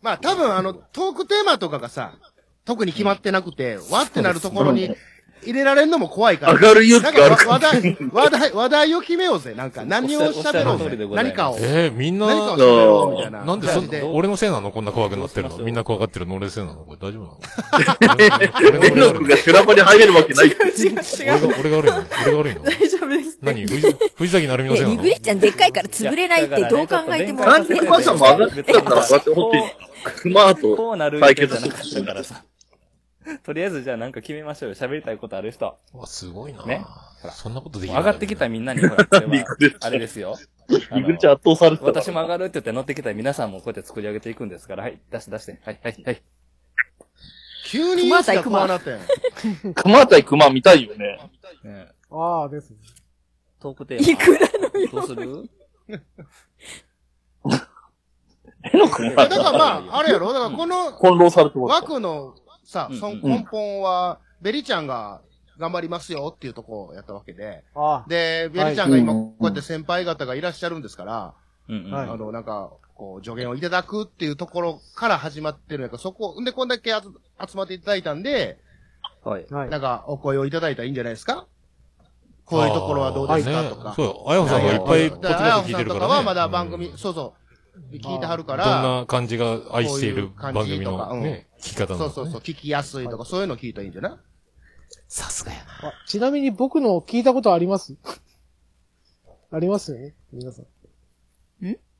[SPEAKER 6] まあ多分あの、トークテーマとかがさ、特に決まってなくて、わってなるところに入れられるのも怖いから。
[SPEAKER 1] 上がる勇
[SPEAKER 6] なん
[SPEAKER 1] 気
[SPEAKER 6] か
[SPEAKER 1] がある
[SPEAKER 6] わ
[SPEAKER 1] か
[SPEAKER 6] 話題、話題、話題を決めようぜ。なんか、何を喋ろ
[SPEAKER 3] おっしゃる通りで
[SPEAKER 6] うぜ。
[SPEAKER 3] ございま
[SPEAKER 6] 何
[SPEAKER 3] す
[SPEAKER 6] かを。
[SPEAKER 4] えー、みん
[SPEAKER 6] 何か
[SPEAKER 4] な
[SPEAKER 6] を、喋ろうみたいな。
[SPEAKER 4] なんで
[SPEAKER 6] 感
[SPEAKER 4] そ
[SPEAKER 6] じで、
[SPEAKER 4] 俺のせいなのこんな怖くなってるのみんな怖がってるの俺のせいなのこれ大丈夫なの
[SPEAKER 1] ら。えのくんが修羅場に入れるわけない。
[SPEAKER 7] 違う違
[SPEAKER 4] 俺
[SPEAKER 7] う。
[SPEAKER 4] が、俺が悪いの俺が悪いの
[SPEAKER 7] 大丈夫です。
[SPEAKER 4] 何藤藤崎成美の
[SPEAKER 8] え、
[SPEAKER 4] せいな
[SPEAKER 8] リ
[SPEAKER 4] の
[SPEAKER 8] グリちゃんでっかいから潰れないってどう考えても。
[SPEAKER 3] いやだか
[SPEAKER 1] 漢字
[SPEAKER 3] ら
[SPEAKER 1] くまさんも上がってたから上がってほしい。熊
[SPEAKER 3] こう
[SPEAKER 1] と
[SPEAKER 3] なる予
[SPEAKER 1] 対
[SPEAKER 3] 定じ
[SPEAKER 1] 決
[SPEAKER 3] ゃな
[SPEAKER 1] し
[SPEAKER 3] かったからさ。とりあえずじゃあなんか決めましょうよ。喋りたいことある人。
[SPEAKER 4] わ、すごいな
[SPEAKER 3] ねほら
[SPEAKER 4] そんなことでき
[SPEAKER 3] 上
[SPEAKER 4] ない。
[SPEAKER 3] がってきたみんなに、ほら、これ
[SPEAKER 1] リ
[SPEAKER 3] は
[SPEAKER 1] グレちゃん
[SPEAKER 3] あれですよ。
[SPEAKER 1] リグリちゃん圧倒されてたから。
[SPEAKER 3] 私も上がるって言って乗ってきた皆さんもこうやって作り上げていくんですから。はい、出して出して。はい、はい、はい。
[SPEAKER 6] 急にいつかこうなってん。
[SPEAKER 1] 熊対熊見たいよね。
[SPEAKER 3] ね
[SPEAKER 2] ああ、ですね。
[SPEAKER 3] トークテーマ。
[SPEAKER 8] いくらの
[SPEAKER 3] どうする
[SPEAKER 1] えのくん
[SPEAKER 6] だか
[SPEAKER 1] は
[SPEAKER 6] らまあ、あれやろ。だからこの
[SPEAKER 1] 翻弄されてます。
[SPEAKER 6] 枠のさ、そ
[SPEAKER 3] うん
[SPEAKER 6] の根本は、ベリちゃんが頑張りますよっていうとこをやったわけで。
[SPEAKER 2] ああ。
[SPEAKER 6] で、ベリちゃんが今、こうやって先輩方がいらっしゃるんですから、
[SPEAKER 3] うんうん。
[SPEAKER 2] はい
[SPEAKER 6] あの、なんか、こう、助言をいただくっていうところから始まってるんやから、そこ、んで、こんだけあつ集まっていただいたんで、
[SPEAKER 3] はい。
[SPEAKER 2] はい
[SPEAKER 6] なん。か、お声をいただいたらいいんじゃないですかこういうところはどうですかと
[SPEAKER 4] ね
[SPEAKER 6] か。
[SPEAKER 4] そうよ。あやほさんがいっぱいポッドキ
[SPEAKER 6] だから、
[SPEAKER 4] ャ
[SPEAKER 6] あ
[SPEAKER 4] ス
[SPEAKER 6] や
[SPEAKER 4] ト聞い
[SPEAKER 6] さ
[SPEAKER 4] て
[SPEAKER 6] ん
[SPEAKER 4] る
[SPEAKER 6] と
[SPEAKER 4] か
[SPEAKER 6] からは
[SPEAKER 4] ね。
[SPEAKER 6] まだ番組、
[SPEAKER 4] うん
[SPEAKER 6] そうそう、聞いてはるか
[SPEAKER 4] どん
[SPEAKER 6] ら、
[SPEAKER 4] な感じが愛している番組
[SPEAKER 6] こういう感
[SPEAKER 4] の
[SPEAKER 6] じとか
[SPEAKER 4] ね、聞き方
[SPEAKER 6] そ
[SPEAKER 4] なの
[SPEAKER 6] う
[SPEAKER 4] か
[SPEAKER 6] そ
[SPEAKER 4] ね
[SPEAKER 6] うそう、聞きやすいとか、そういうの聞いたらいいんじゃない
[SPEAKER 4] さすがやな。
[SPEAKER 2] あちなみに僕の聞いたことあります ありますよね皆さん。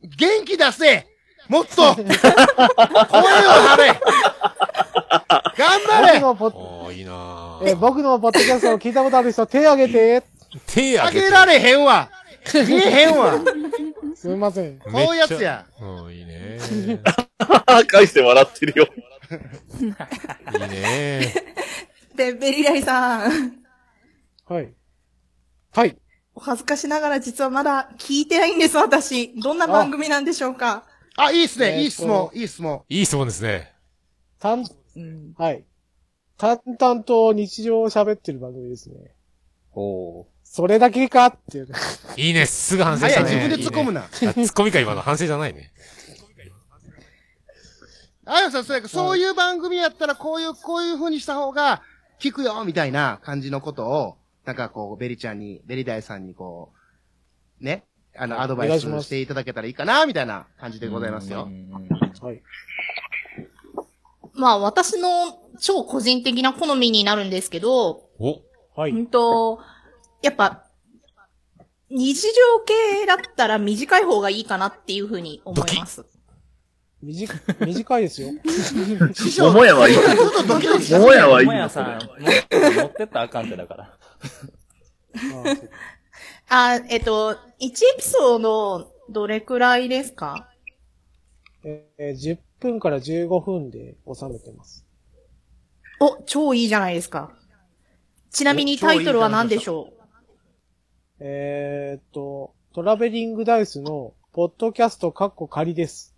[SPEAKER 6] 元気出せもっと 声を張れ頑張
[SPEAKER 2] 僕
[SPEAKER 6] れ
[SPEAKER 2] のポッ、
[SPEAKER 4] おー、いいなぁ
[SPEAKER 2] えー僕のポッドキャストを聞いたことある人手挙げて。
[SPEAKER 4] 手
[SPEAKER 6] あ
[SPEAKER 4] 挙げ
[SPEAKER 6] げ
[SPEAKER 4] て
[SPEAKER 6] られへんわ見えへんわ
[SPEAKER 2] すみません。
[SPEAKER 6] こういうやつや。
[SPEAKER 4] めっちゃうん、いいね。
[SPEAKER 1] 返して笑ってるよ。
[SPEAKER 4] いいね。
[SPEAKER 7] で、ベリライさん。
[SPEAKER 2] はい。はい。
[SPEAKER 7] お恥ずかしながら実はまだ聞いてないんです、私。どんな番組なんでしょうか
[SPEAKER 6] あ、いいっす
[SPEAKER 2] えーと
[SPEAKER 6] ね。いい質問。いい質問。
[SPEAKER 4] いい質問ですね。
[SPEAKER 2] たん、はい。淡々と日常を喋ってる番組ですね。
[SPEAKER 3] おー。
[SPEAKER 2] それだけかっていう。
[SPEAKER 4] いいね。すぐ反省し
[SPEAKER 6] 早
[SPEAKER 4] た
[SPEAKER 6] い、自
[SPEAKER 4] ね。
[SPEAKER 6] 分で突っ込むな。
[SPEAKER 4] いいね。あ突っ込みか、今の反省じゃない ね。
[SPEAKER 6] あやさん、そうやけどそういう番組やったら、こういう、こういう風にした方が、聞くよ、みたいな感じのことを、なんかこう、ベリちゃんに、ベリダイさんにこう、ね、あの、アドバイス
[SPEAKER 2] お願いします
[SPEAKER 6] していただけたらいいかな、みたいな感じでございますよ
[SPEAKER 3] う。んうん
[SPEAKER 2] はい。
[SPEAKER 9] まあ私の超個人的な好みになるんですけど、
[SPEAKER 4] お、
[SPEAKER 2] は
[SPEAKER 9] う
[SPEAKER 2] い。
[SPEAKER 9] んと、やっぱ、日常系だったら短い方がいいかなっていうふうに思います。
[SPEAKER 2] 短い、短いですよ。
[SPEAKER 6] 師匠、
[SPEAKER 1] 桃 屋はいい。
[SPEAKER 6] ちょっとドキドキし
[SPEAKER 1] 桃屋はいい
[SPEAKER 3] もや
[SPEAKER 1] よ。そ
[SPEAKER 3] さ
[SPEAKER 1] れ
[SPEAKER 3] ん、持ってったらあかんってだから。
[SPEAKER 2] ああそう
[SPEAKER 9] あ、えっと、1エピソードどれくらいですか
[SPEAKER 2] えー10分から15分で収めてます。
[SPEAKER 9] お、超いいじゃないですか。ちなみにタイトルは何でしょう
[SPEAKER 2] えーっと、トラベリングダイスの、ポッドキャストカッコ仮です。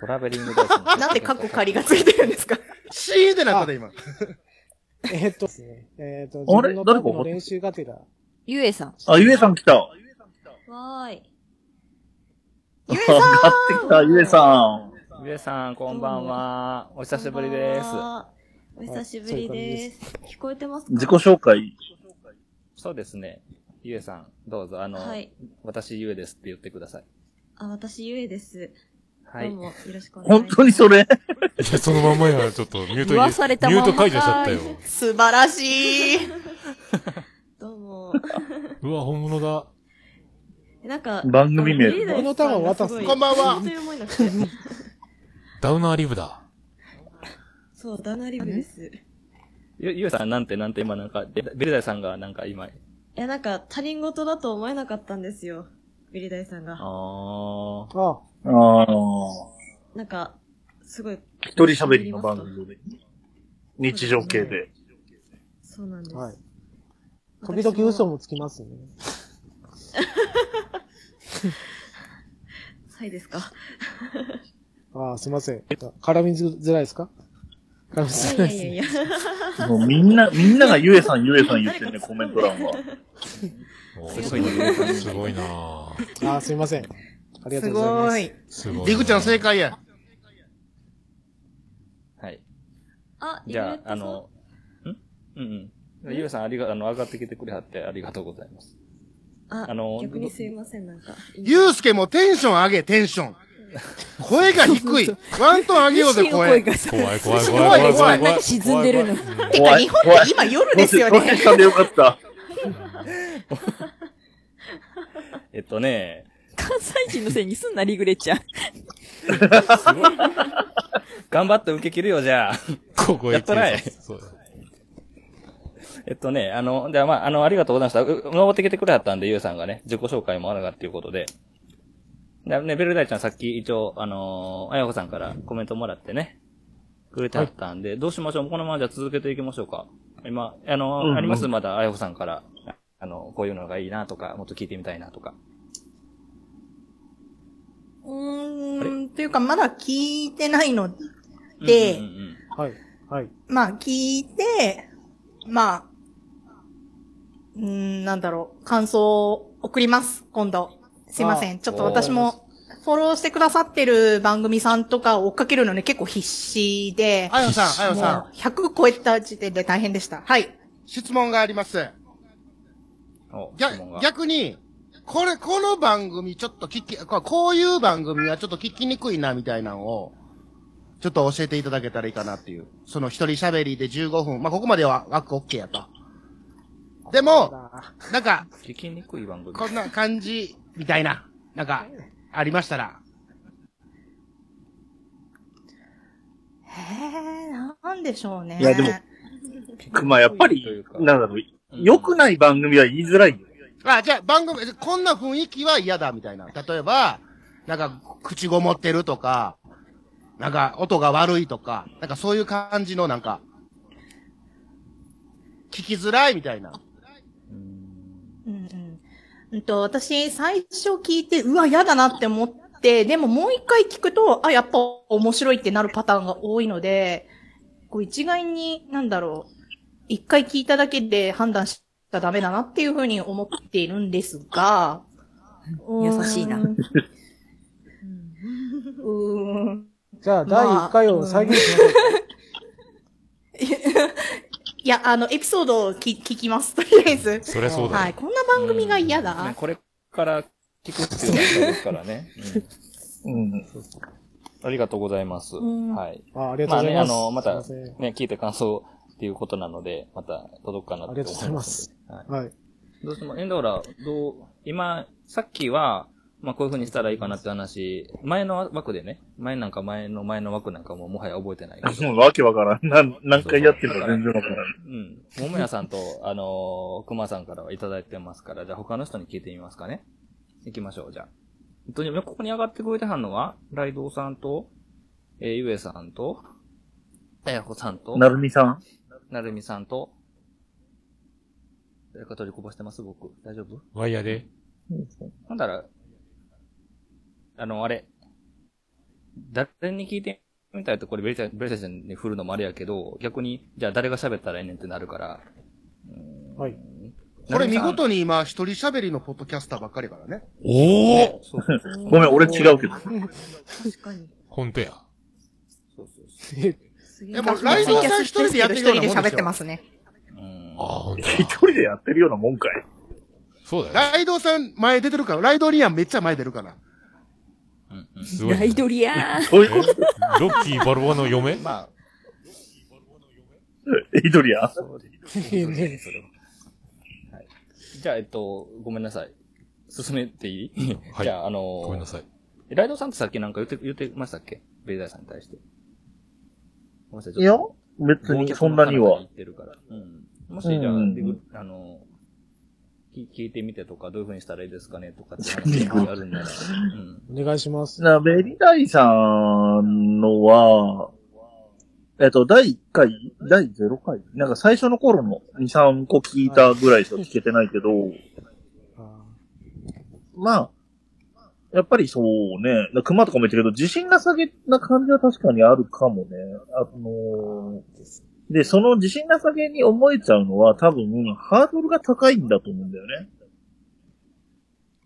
[SPEAKER 3] トラベリングダイ スの。
[SPEAKER 9] なんでカッコ仮がついてるんですか
[SPEAKER 6] シーンってなったで、今。
[SPEAKER 2] えーっとですね。えーっと、
[SPEAKER 1] あ
[SPEAKER 2] 自
[SPEAKER 1] れ
[SPEAKER 2] 分の
[SPEAKER 1] 誰
[SPEAKER 2] 過
[SPEAKER 1] か
[SPEAKER 2] 去の練習がてら。
[SPEAKER 8] ゆえさん。
[SPEAKER 1] あ、ゆえさん来た。上
[SPEAKER 8] わーい。
[SPEAKER 9] ゆえさん
[SPEAKER 1] がってきた、ゆえさん。
[SPEAKER 3] ゆえさん、こんばんは。お久しぶりです。
[SPEAKER 8] お久しぶりです。聞こえてますか
[SPEAKER 1] 自己紹介。
[SPEAKER 3] そうですね。ゆえさん、どうぞ、あの、
[SPEAKER 8] はい。
[SPEAKER 3] 私ゆえですって言ってください。
[SPEAKER 8] あ、私ゆえです。
[SPEAKER 3] はい
[SPEAKER 8] どう。もよろしくお願いし
[SPEAKER 1] 本
[SPEAKER 8] ます。
[SPEAKER 1] 当にそれ
[SPEAKER 4] いや、そのまんまや、ちょっと、ミュート
[SPEAKER 8] 言わされた
[SPEAKER 4] ミ
[SPEAKER 8] まん
[SPEAKER 4] ュー
[SPEAKER 8] ま
[SPEAKER 4] ト解除しちゃったよ。
[SPEAKER 9] 素晴らしい。
[SPEAKER 8] どうも。
[SPEAKER 4] うわ、本物だ。
[SPEAKER 8] なんか、
[SPEAKER 1] 番組名
[SPEAKER 8] あのリーダー
[SPEAKER 2] 僕のターンは渡す
[SPEAKER 8] さがすごい
[SPEAKER 6] こんばんは
[SPEAKER 8] 本当に思いなくて。
[SPEAKER 4] ダウナーリブだ。
[SPEAKER 8] そう、ダナリブです。
[SPEAKER 3] ゆ、ゆうさんなんてなんて今なんか、でベルダイさんがなんか今、
[SPEAKER 10] や、なんか、他人事だと思えなかったんですよ。ビリダイさんが。
[SPEAKER 3] あ
[SPEAKER 2] あ。あ
[SPEAKER 1] ああ。
[SPEAKER 10] なんか、すごい、
[SPEAKER 1] 一人喋りの番組で。日常系で。
[SPEAKER 10] そうなんです。
[SPEAKER 2] はい。時々嘘もつきますね。
[SPEAKER 10] はいで すか。
[SPEAKER 2] ああ、すいません。絡みづらいですか絡みづ
[SPEAKER 10] い
[SPEAKER 2] らい
[SPEAKER 10] や
[SPEAKER 2] です
[SPEAKER 10] いやいや。
[SPEAKER 1] もうみんな、みんながゆえさんゆえさん言ってんね、コメント欄は。
[SPEAKER 4] すごいな。すごいな。
[SPEAKER 2] ね。ああ、すいません。ありがとうございます。
[SPEAKER 4] すごいな。
[SPEAKER 6] りくちゃん正解や。
[SPEAKER 3] はい。
[SPEAKER 10] あ、
[SPEAKER 3] じゃ
[SPEAKER 10] 意外とそ
[SPEAKER 3] あ、
[SPEAKER 10] う
[SPEAKER 3] あの、んうんうん。ゆうさんありが、あの、上がってきてくれはってありがとうございます。
[SPEAKER 10] あ、
[SPEAKER 3] あの
[SPEAKER 10] 逆にすいません、なんか。
[SPEAKER 6] ゆうすけもテンション上げ、テンション。声が低い。ワントーン上げようぜ、声。
[SPEAKER 4] 怖い怖い怖い怖い怖い怖い。
[SPEAKER 8] 沈んでるの。
[SPEAKER 9] てか、日本って今夜ですよ
[SPEAKER 1] ロケロ
[SPEAKER 9] ね。
[SPEAKER 1] ケさんでよかった。
[SPEAKER 3] えっとね、
[SPEAKER 8] 関西人のせいにすんな、リグレちゃん。
[SPEAKER 3] 頑張って受け切るよ、じゃあ。
[SPEAKER 4] ここへ
[SPEAKER 3] やったない
[SPEAKER 4] そうだ
[SPEAKER 3] えっとね、あの、じゃあまあ、あの、ありがとうございました。う登ってきてくれはったんで、ゆうさんがね、自己紹介もあるがっていうことで。だね、ベルダイちゃんさっき一応、あのー、あやこさんからコメントもらってね、くれてはったんで、どうしましょうこのままじゃあ続けていきましょうか。今、あのー、
[SPEAKER 1] うんうん
[SPEAKER 3] ありますまだあやこさんから、ああの、こういうのがいいなとか、もっと聞いてみたいなとか。
[SPEAKER 9] うーん、というか、まだ聞いてないので、
[SPEAKER 3] うんうんうん
[SPEAKER 2] はい。はい。
[SPEAKER 9] まあ聞いて、まあ、うーん、なんだろう、感想を送ります、今度。すいません。ちょっと私も、フォローしてくださってる番組さんとかを追っかけるのね、結構必死で、
[SPEAKER 6] あやさん、あや
[SPEAKER 9] もう
[SPEAKER 6] さん、
[SPEAKER 9] 100超えた時点で大変でした。はい。
[SPEAKER 6] 質問があります。
[SPEAKER 3] うんお質問が
[SPEAKER 6] 逆、逆に、これ、この番組ちょっと聞き、ここういう番組はちょっと聞きにくいな、みたいなのを、ちょっと教えていただけたらいいかなっていう。その一人喋りで15分。まあ、ここまでは枠 OK やと。でも、なんか、
[SPEAKER 3] 聞きにくい番組。
[SPEAKER 6] こんな感じ、みたいな、なんか、ありましたら。
[SPEAKER 9] へえ、なんでしょうね。
[SPEAKER 1] いやでもまあやっぱり
[SPEAKER 3] という、か
[SPEAKER 1] なんだろう、良くない番組は言いづらいよ。
[SPEAKER 6] あ、じゃあ番組、こんな雰囲気は嫌だみたいな。例えば、なんか、口ごもってるとか、なんか、音が悪いとか、なんかそういう感じのなんか、聞きづらいみたいな。
[SPEAKER 9] うんうんうんと、私、最初聞いて、うわ、嫌だなって思って、でももう一回聞くと、あ、やっぱ面白いってなるパターンが多いので、こう一概に、なんだろう、一回聞いただけで判断しちゃダメだなっていうふうに思っているんですが、うーん
[SPEAKER 8] 優しいな
[SPEAKER 9] うんうーん。
[SPEAKER 2] じゃあ、第1回を再現しましょう。
[SPEAKER 9] いや、あの、エピソードを聞聞きます、とりあえず。
[SPEAKER 4] そりゃそうだ
[SPEAKER 9] は
[SPEAKER 4] よ
[SPEAKER 9] い。。こんな番組が嫌だ。
[SPEAKER 3] ねこれから聞くっていうのですからね。
[SPEAKER 1] うん。
[SPEAKER 3] うんありがとうございます。
[SPEAKER 9] うん
[SPEAKER 3] はい。
[SPEAKER 2] あありがとう
[SPEAKER 3] まあ
[SPEAKER 2] ござい
[SPEAKER 3] ね、
[SPEAKER 2] ま
[SPEAKER 3] あ
[SPEAKER 2] す。
[SPEAKER 3] の、また、
[SPEAKER 2] すいません
[SPEAKER 3] ね、聞いて感想っていうことなので、また届くかな
[SPEAKER 2] ありがとうございます。はい。
[SPEAKER 3] どうしても、エンドーラ、どう、今、さっきは、まあこういう風にしたらいいかなって話、前の枠でね、前なんか前の前の枠なんかももはや覚えてないけど。
[SPEAKER 1] もうわけわからん。なん何回やってるか全然わからん。
[SPEAKER 3] うん。桃屋さんと、 あのー、熊さんからはいただいてますから、じゃあ他の人に聞いてみますかね。行きましょう、じゃあ。本当に、ここに上がってくれてはんのは、ライドウさんと、えー、ゆえさんと、あやこさんと、
[SPEAKER 1] なるみさん
[SPEAKER 3] なるみさんと、誰か取りこぼしてます僕。大丈夫
[SPEAKER 4] ワイヤーで。
[SPEAKER 3] なんだら、あの、あれ、誰に聞いてみたいと、これベリタ、ベリタちゃんに振るのもあれやけど、逆に、じゃあ誰が喋ったらええねんってなるから。
[SPEAKER 2] はい。
[SPEAKER 6] これ見事に今、一人喋りのポッドキャスターばっかりやからね。
[SPEAKER 4] おお
[SPEAKER 3] そうそうそう。
[SPEAKER 1] ごめん、俺違うけど。
[SPEAKER 10] 確かに。
[SPEAKER 4] ほんとや。
[SPEAKER 3] そうそうそ
[SPEAKER 10] す
[SPEAKER 6] い
[SPEAKER 10] げえ
[SPEAKER 6] や、。もう、ライドウさん一人でやってる
[SPEAKER 9] 一
[SPEAKER 6] よ
[SPEAKER 9] 人で
[SPEAKER 6] うなもんで
[SPEAKER 9] 喋っ
[SPEAKER 6] す
[SPEAKER 9] て
[SPEAKER 6] よ
[SPEAKER 9] ま。すね。
[SPEAKER 3] う。うん。
[SPEAKER 4] ああ、ほんとや
[SPEAKER 1] 一人でやってるようなもんかい。
[SPEAKER 4] そうだよ。
[SPEAKER 6] ライドウさん前出てるから、ライドリアンめっちゃ前出るから。
[SPEAKER 3] うんうん
[SPEAKER 4] すごい
[SPEAKER 8] ライ
[SPEAKER 4] ね。
[SPEAKER 8] ドリアー。
[SPEAKER 1] そういうこと
[SPEAKER 4] ロッキーバルボアの嫁
[SPEAKER 3] まあ、
[SPEAKER 1] エイドリアン。
[SPEAKER 3] そうで
[SPEAKER 2] いいね
[SPEAKER 3] それは。はい。じゃあ、えっと、ごめんなさい。進めていい
[SPEAKER 4] はい
[SPEAKER 3] じゃあ、あ
[SPEAKER 4] ごめんな
[SPEAKER 3] の、
[SPEAKER 4] さい。
[SPEAKER 3] ライドさんってさっきなんか言って、言ってましたっけベイダーさんに対して。ごめんなさい、ち
[SPEAKER 2] いや
[SPEAKER 3] ょっと。
[SPEAKER 1] 別にそんなには。
[SPEAKER 3] 言ってるから。うん。もし、じゃあ、
[SPEAKER 1] うん
[SPEAKER 3] リグあの、き聞いてみてとか、どういう風にしたらいいですかねとかって 話があるんなら。うん。
[SPEAKER 2] お願いします。
[SPEAKER 1] な、ベリダイさんのは、えっと、第1回、第0回なんか最初の頃の2、3個聞いたぐらいしか聞けてないけど、まあ、やっぱりそうね、だ熊とかも言ってるけど、自信なさげな感じは確かにあるかもね。あのーで、その自信なさげに思えちゃうのは多分、ハードルが高いんだと思うんだよね。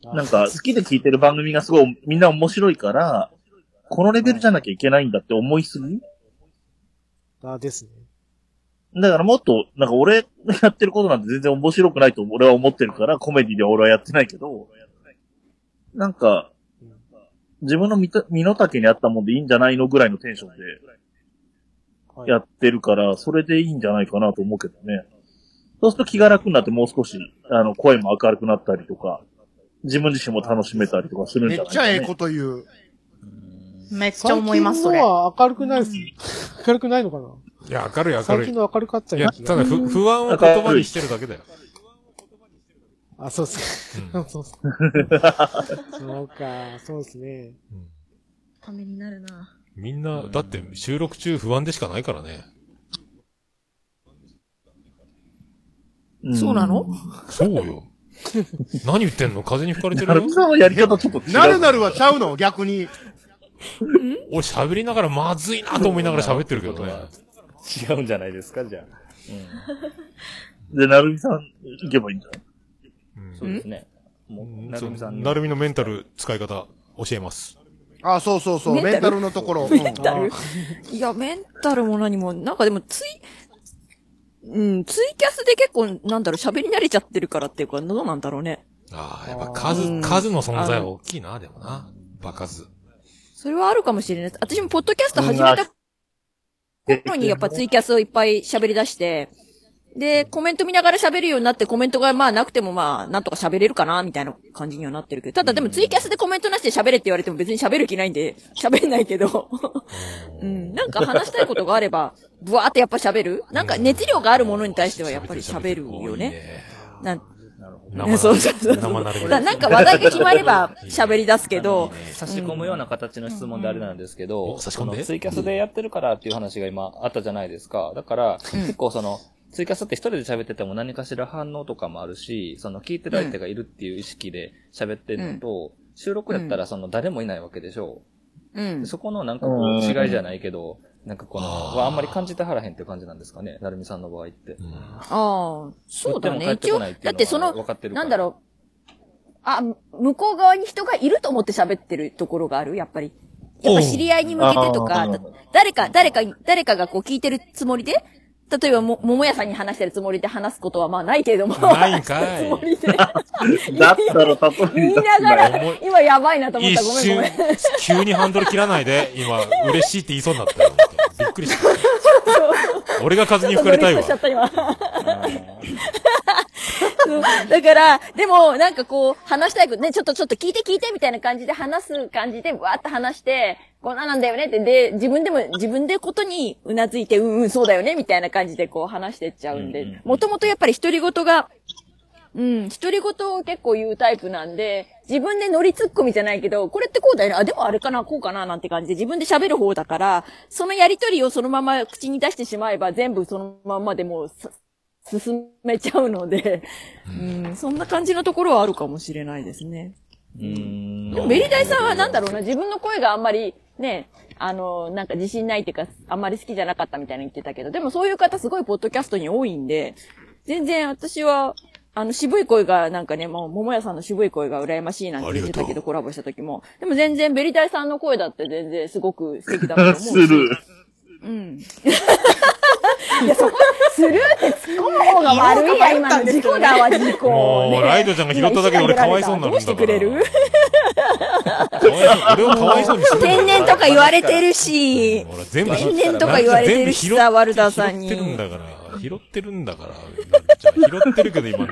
[SPEAKER 1] なんか、好きで聞いてる番組がすごい、みんな面白いから、このレベルじゃなきゃいけないんだって思いすぎ
[SPEAKER 2] あですね。
[SPEAKER 1] だからもっと、なんか俺がやってることなんて全然面白くないと俺は思ってるから、コメディで俺はやってないけど、なんか、自分の身と身の丈に合ったもんでいいんじゃないのぐらいのテンションでやってるから、それでいいんじゃないかなと思うけどね。そうすると気が楽になってもう少し、あの、声も明るくなったりとか、自分自身も楽しめたりとかするん
[SPEAKER 6] めっ
[SPEAKER 1] じゃない
[SPEAKER 6] ち
[SPEAKER 1] か
[SPEAKER 6] ゃ
[SPEAKER 1] な
[SPEAKER 6] ええこと言う。
[SPEAKER 9] めっちゃ思います、そ
[SPEAKER 2] 最
[SPEAKER 9] れ
[SPEAKER 2] 近。のは明るくないっす。明るくないのかない
[SPEAKER 4] や、明るい明るい。
[SPEAKER 2] 最近の明るかった
[SPEAKER 4] いや、
[SPEAKER 2] 気
[SPEAKER 4] た
[SPEAKER 2] が
[SPEAKER 4] だ不不安を言葉にしてるだけだよ。
[SPEAKER 2] あ、そうっすか。 そうっすか。そうか、そうですね。
[SPEAKER 10] ためになるな。
[SPEAKER 4] みんな、だって収録中不安でしかないからね。
[SPEAKER 9] そうなの
[SPEAKER 4] そう よ。何言ってんの風に吹かれてる
[SPEAKER 6] なるさん
[SPEAKER 1] のやり方ちょっと
[SPEAKER 6] 違うなるなるはちゃうの逆に。
[SPEAKER 4] 俺喋りながらまずいなと思いながら喋ってるけ どね。
[SPEAKER 3] 違うんじゃないですか、じゃあ。
[SPEAKER 1] で、なるみさん、行けばいいんじゃない
[SPEAKER 3] そうですね。もう、なるみさんに
[SPEAKER 4] なるみのメンタル使い方教えます。
[SPEAKER 6] あ、そうそうそう。メンタルのところ。
[SPEAKER 8] メンタ
[SPEAKER 6] う
[SPEAKER 8] ル
[SPEAKER 6] ん
[SPEAKER 8] いや、メンタルも何も、なんかでもツイ、うん、ツイキャスで結構、なんだろう、喋り慣れちゃってるからっていうか、どうなんだろうね。
[SPEAKER 4] ああ、やっぱ数、数の存在は大きいな、でもな。バカ数。
[SPEAKER 8] それはあるかもしれないです。私もポッドキャスト始めた頃にやっぱツイキャスをいっぱい喋り出して、で、コメント見ながら喋るようになって、コメントがまあなくてもまあ、なんとか喋れるかな、みたいな感じにはなってるけど、ただでもツイキャスでコメントなしで喋れって言われても別に喋る気ないんで、喋れないけど、うん、なんか話したいことがあれば、ブワーってやっぱ喋るなんか熱量があるものに対してはやっぱり喋るよね。なん
[SPEAKER 3] 生
[SPEAKER 8] そうそうそう。
[SPEAKER 3] 生なる
[SPEAKER 8] だなんか話題が決まれば喋り出すけど、
[SPEAKER 3] 差し込むような形の質問であれなんですけど、
[SPEAKER 4] 差し込んで
[SPEAKER 3] そのツイキャスでやってるからっていう話が今あったじゃないですか。だから、結構その、ツイキャスって一人で喋ってても何かしら反応とかもあるし、その聞いてる相手がいるっていう意識で喋ってるのと、収録やったらその誰もいないわけでしょ
[SPEAKER 8] う
[SPEAKER 3] う。
[SPEAKER 8] ん。
[SPEAKER 3] そこのなんかこ
[SPEAKER 1] うん
[SPEAKER 3] う違いじゃないけど、なんかこの、はあんまり感じてはらへんっていう感じなんですかね、なるみさんの場合って。
[SPEAKER 8] ああ、そうだ
[SPEAKER 3] 売
[SPEAKER 8] ね。
[SPEAKER 3] って
[SPEAKER 8] 一応、
[SPEAKER 3] も帰ってこないっていうの
[SPEAKER 8] だ
[SPEAKER 3] は
[SPEAKER 8] ってその
[SPEAKER 3] 分かって、るから
[SPEAKER 8] なんだろう。あ、向こう側に人がいると思って喋ってるところがあるやっぱり。やっぱ知り合いに向けてと
[SPEAKER 1] お
[SPEAKER 8] か
[SPEAKER 1] うあー、
[SPEAKER 8] 誰か、誰かに、誰かがこう聞いてるつもりで、例えばも、桃屋さんに話してるつもりで話すことはまあないけれども。
[SPEAKER 4] ないんかい。
[SPEAKER 1] だったら、たとえ
[SPEAKER 8] 言いながら、今やばいなと思っ
[SPEAKER 4] 一
[SPEAKER 8] た。ごめんご
[SPEAKER 4] 瞬
[SPEAKER 8] めん。、
[SPEAKER 4] 急にハンドル切らないで、今、嬉しいって言いそうになったよ。びっくりした。俺が風に吹か れたいわ
[SPEAKER 8] ちょっ。とドリッとしちゃった今うんだから、でも、なんかこう、話したいことね、ちょっとちょっと聞いて聞いてみたいな感じで話す感じで、わーって話して、こんなんなんだよねって、で、自分でも、自分でことにうなずいて、うんうん、そうだよね、みたいな感じでこう話してっちゃうんで、もともとやっぱり独り言が、うん、独り言を結構言うタイプなんで、自分で乗りツッコミじゃないけど、これってこうだよね、あ、でもあれかな、こうかな、なんて感じで自分で喋る方だから、そのやりとりをそのまま口に出してしまえば、全部そのままでもうす、進めちゃうので、うん、そんな感じのところはあるかもしれないですね。
[SPEAKER 3] うん。
[SPEAKER 8] でも、ベリダイさんはなんだろうな、自分の声があんまり、ね、あの、なんか自信ないっていうか、あんまり好きじゃなかったみたいに言ってたけど、でもそういう方すごいポッドキャストに多いんで、全然私は、あの、渋い声が、なんかね、もう、桃屋さんの渋い声が羨ましいなんて言ってたけど、コラボした時も。でも全然、ベリダイさんの声だって全然すごく素敵だと思うし。
[SPEAKER 1] する。
[SPEAKER 8] うん。いや、そこ、スルーって突っ込む方が悪いや、今の事故だわ、事故。
[SPEAKER 4] もう、ライドちゃんが拾っただけで俺かわいそうになるんだから。どうしてくれる俺をかわいそうにするな
[SPEAKER 8] 天然とか言われてるし、
[SPEAKER 4] ほら全部拾っ
[SPEAKER 8] 天然とか言われてるしさ、ワルダーさん
[SPEAKER 4] 拾ってるん
[SPEAKER 8] に。
[SPEAKER 4] だから、拾ってるんだから、じゃあ拾ってるけど今、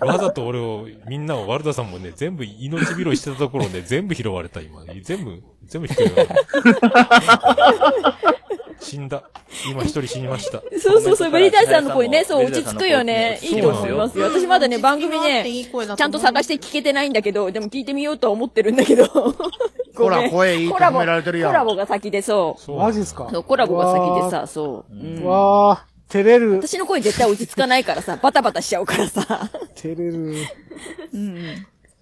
[SPEAKER 4] わざと俺を、みんなを、ワルダさんもね、全部命拾いしてたところで、全部拾われた今、全部、全部拾われた。死んだ。今一人死にました。
[SPEAKER 8] そうそうそう、ベリーダイさんの声ね、そう、落ち着くよね。いいと思いますよ。
[SPEAKER 4] そうなんですよ
[SPEAKER 8] 私まだね、番組ね、
[SPEAKER 9] いい声だと思う
[SPEAKER 8] ちゃんと探して聞けてないんだけど、でも聞いてみようとは思ってるんだ けど。
[SPEAKER 6] ほら、声いいって
[SPEAKER 8] コラ
[SPEAKER 6] 褒
[SPEAKER 8] ボ、
[SPEAKER 6] められてるやん。
[SPEAKER 8] コラボが先でそう。
[SPEAKER 2] マジっすか
[SPEAKER 8] そう、コラボが先で
[SPEAKER 2] うわ
[SPEAKER 8] さ、そう。うん
[SPEAKER 2] わあ、照れる。
[SPEAKER 8] 私の声絶対落ち着かないからさ、バタバタしちゃうからさ。
[SPEAKER 2] 照れる。
[SPEAKER 8] うん。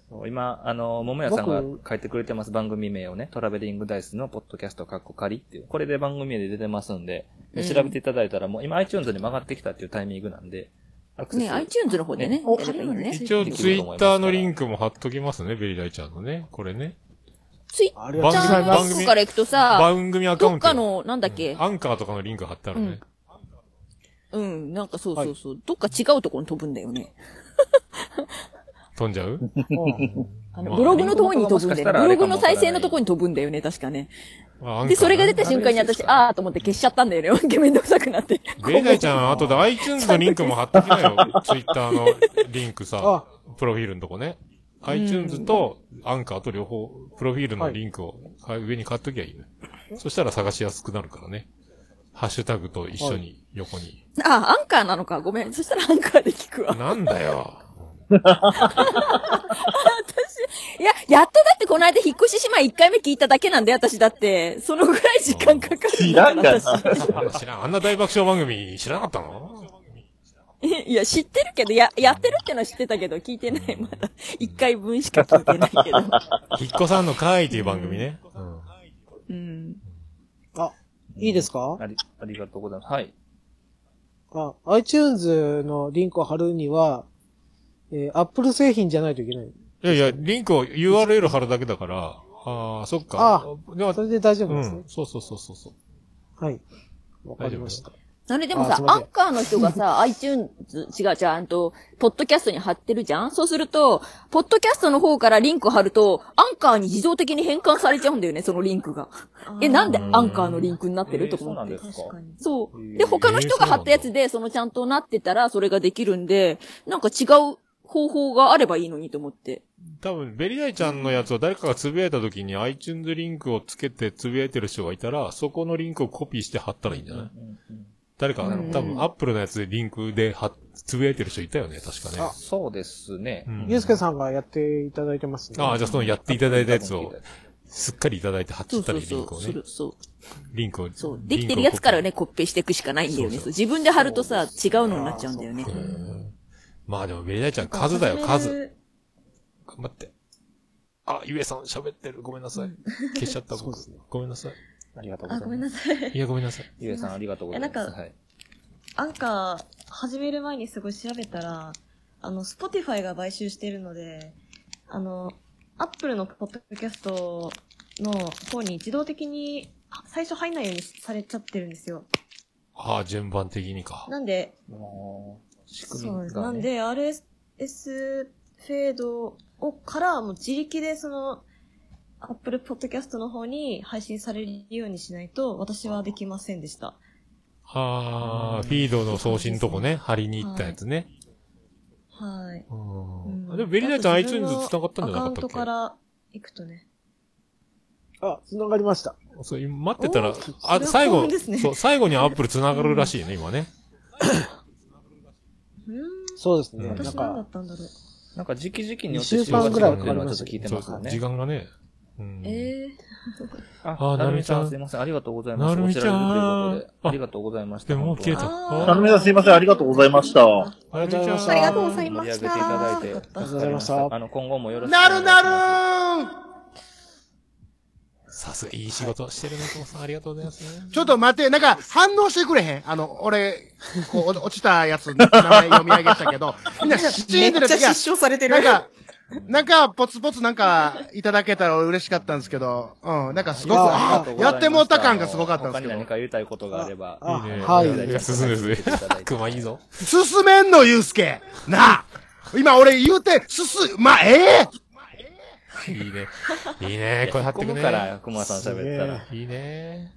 [SPEAKER 3] そう今、あの、桃屋さんが
[SPEAKER 2] 僕
[SPEAKER 3] 書いてくれてます番組名をね、トラベリングダイスのポッドキャストカッコ仮っていう、これで番組名で出てますんで、
[SPEAKER 8] うん
[SPEAKER 3] 調べていただいたらもう今 iTunes に曲がってきたっていうタイミングなんで、アクセス。
[SPEAKER 8] ね、iTunes の方でね。やればいいよね
[SPEAKER 4] 一応、ツイッターのリンクも貼っときますね、ベリーダイちゃんのね。これね。
[SPEAKER 8] ツイッ
[SPEAKER 4] あ
[SPEAKER 8] タ
[SPEAKER 4] りがとうござい
[SPEAKER 8] ー
[SPEAKER 4] ます
[SPEAKER 8] のリンクから行くとさ、
[SPEAKER 4] 番組アカウント
[SPEAKER 8] どっかの、なんだっけ、
[SPEAKER 4] アンカーとかのリンク貼ってあるね。
[SPEAKER 8] うん、なんかそうそうそう、どっか違うところに飛ぶんだよね。
[SPEAKER 4] 飛んじゃう
[SPEAKER 8] あのブログのところに飛ぶんだよね。ブログの再生のと
[SPEAKER 4] こ
[SPEAKER 8] ころに飛ぶんだよね、確かね。
[SPEAKER 4] ろ
[SPEAKER 8] で、それが出た瞬間に私、あーと思って消しちゃったんだよね。めんどくさくなって。
[SPEAKER 4] ベリーダイちゃん、後で iTunes のリンクも貼っときなよ。ツイッターのリンクさ、プロフィールのとこね。iTunes とアンカーと両方、プロフィールのリンクをはい上に貼っときゃいいね。そしたら探しやすくなるからね。ハッシュタグと一緒に、横に。
[SPEAKER 8] あー、アンカーなのか。ごめん。そしたらアンカーで聞くわ。
[SPEAKER 4] なんだよ。
[SPEAKER 8] いや、やっとだってこの間引っ越し姉妹1回目聞いただけなんで、私だって。そのぐらい時間かかるんだから。私
[SPEAKER 4] 知らん。あんな大爆笑番組知らなかったの
[SPEAKER 8] いや、知ってるけど、や、やってるってのは知ってたけど、聞いてない。まだ。1回分しか聞いてないけど。
[SPEAKER 4] 引っ越さんの会っていう番組ね。
[SPEAKER 8] うん。
[SPEAKER 2] あ、いいですか
[SPEAKER 3] あり、ありがとうございます。はい。
[SPEAKER 2] あ、iTunes のリンクを貼るには、えー Apple 製品じゃないといけない。
[SPEAKER 4] いやいや、リンクを URL 貼るだけだから、ああ、そっ
[SPEAKER 2] あ
[SPEAKER 4] か。
[SPEAKER 2] あ、それで大丈夫ですね。
[SPEAKER 4] うんそうそうそうそうそう。
[SPEAKER 2] はい。わかりました。
[SPEAKER 8] あれでも
[SPEAKER 2] あ
[SPEAKER 8] さ
[SPEAKER 2] すい、ま
[SPEAKER 8] ア
[SPEAKER 2] せん
[SPEAKER 8] ンカーの人が さ、iTunes、違う違う、あんと、ポッドキャストに貼ってるじゃんそうすると、ポッドキャストの方からリンク貼ると、アンカーに自動的に変換されちゃうんだよね、そのリンクが。え、なんでアンカーのリンクになってるとか思って。そう。で、他の人が貼ったやつで、そのちゃんとなってたら、それができるんで、なんか違う方法があればいいのにと思って。
[SPEAKER 4] 多分、ベリダイちゃんのやつを誰かがつぶやいた時に iTunes リンクをつけてつぶやいてる人がいたら、そこのリンクをコピーして貼ったらいいんじゃない誰か、多
[SPEAKER 3] うん
[SPEAKER 4] 分、Apple のやつでリンクで貼っつぶやいてる人いたよね、確かね。
[SPEAKER 3] あ、そうですね。
[SPEAKER 2] ゆうすけさんがやっていただいてますね。
[SPEAKER 4] ああ、じゃあそのやっていただいたやつを、すっかりいただいて貼っちゃったり、リンクをね。リンクを。
[SPEAKER 8] できてるやつからね、コッペしていくしかないんだよね。そう自分で貼るとさ、違うのになっちゃうんだよね。
[SPEAKER 4] まあでも、ベリダイちゃん数だよ、数。。頑張って。あ、ゆえさん喋ってる。ごめんなさい。消しちゃった、僕。ごめんなさい。
[SPEAKER 3] ありがとうござ
[SPEAKER 10] あ、
[SPEAKER 3] います。
[SPEAKER 10] ごめんなさい。
[SPEAKER 4] いや、ごめんなさい。
[SPEAKER 3] ゆえさん、ありがとうございます。
[SPEAKER 10] えなんか
[SPEAKER 3] はい。
[SPEAKER 10] アンカー、始める前にすごい調べたら、あの、スポティファイが買収してるので、あの、アップルのポッドキャストの方に自動的には最初入んないようにされちゃってるんですよ。
[SPEAKER 4] ああ、順番的にか。
[SPEAKER 10] なんで、
[SPEAKER 3] 仕
[SPEAKER 4] 組み
[SPEAKER 10] そうなんです。
[SPEAKER 4] がね
[SPEAKER 10] なんで、RSS フェードをから、もう自力でその、アップルポッドキャストの方に配信されるようにしないと、私はできませんでした。
[SPEAKER 4] ああ、フィードの送信とこね、貼りに行ったやつね。
[SPEAKER 10] はい。
[SPEAKER 4] あでもベリーダイちゃん
[SPEAKER 10] あと自分の
[SPEAKER 4] iTunes 繋がったんじゃなかったっけ
[SPEAKER 10] アカウントから行くとね。
[SPEAKER 2] あ、繋がりました。
[SPEAKER 4] そう、今待ってたら
[SPEAKER 10] おー、
[SPEAKER 4] あ
[SPEAKER 10] それ、は
[SPEAKER 4] 最
[SPEAKER 10] 幸
[SPEAKER 4] 後、
[SPEAKER 10] 運ですね
[SPEAKER 4] そう、最後にアップル繋がるらしいね、今ね。
[SPEAKER 2] そうですね。な
[SPEAKER 4] 私
[SPEAKER 2] ん
[SPEAKER 10] 何
[SPEAKER 2] か、
[SPEAKER 10] だったんだろう。
[SPEAKER 3] なんか時期時期によって
[SPEAKER 2] 二週間ぐらい
[SPEAKER 3] 収録が違うっていうのはちょっと聞いてますよね。
[SPEAKER 4] 時間がね。
[SPEAKER 10] え
[SPEAKER 3] あ、なるみちゃんすいません。ありがとうございます。
[SPEAKER 4] なるみちゃん
[SPEAKER 3] こられるということで。ありがとうございました。でも
[SPEAKER 4] 消えた
[SPEAKER 1] なるみさんすいません、ありがとうございました。
[SPEAKER 4] ありがとうございました
[SPEAKER 1] ありが
[SPEAKER 4] とう
[SPEAKER 10] ございま
[SPEAKER 3] 盛り上げ
[SPEAKER 10] した
[SPEAKER 3] ていただいて。ありがとうございました。あの、今後もよろしくお 願
[SPEAKER 6] ないる
[SPEAKER 3] します。
[SPEAKER 6] なるーん
[SPEAKER 4] さすが、いい仕事してるね、ともさん。ありがとうございますね。
[SPEAKER 6] ちょっと待って、なんか反応してくれへんあの、俺、こう、お落ちたやつ、名前読み上げたけど、みんなシーンってな
[SPEAKER 9] めっちゃ失笑されてる
[SPEAKER 6] なんか、なんか、ポツポツなんか、いただけたら嬉しかったんですけど、うん、なんかすごく、あやってもうた感がすごかったんですけ
[SPEAKER 3] 他に
[SPEAKER 6] ど
[SPEAKER 3] 何。か言いたいことがあれば。
[SPEAKER 4] いいね。
[SPEAKER 6] はい
[SPEAKER 4] いや進んで る。熊いいぞ。
[SPEAKER 6] 進めんの、ゆうすけなあ今俺言うて、すす、まあ、ええ
[SPEAKER 4] いいね。いいね。これ貼ってく
[SPEAKER 3] 突っ込む
[SPEAKER 4] ね。
[SPEAKER 3] から熊さん喋ったら
[SPEAKER 4] すげえいいね。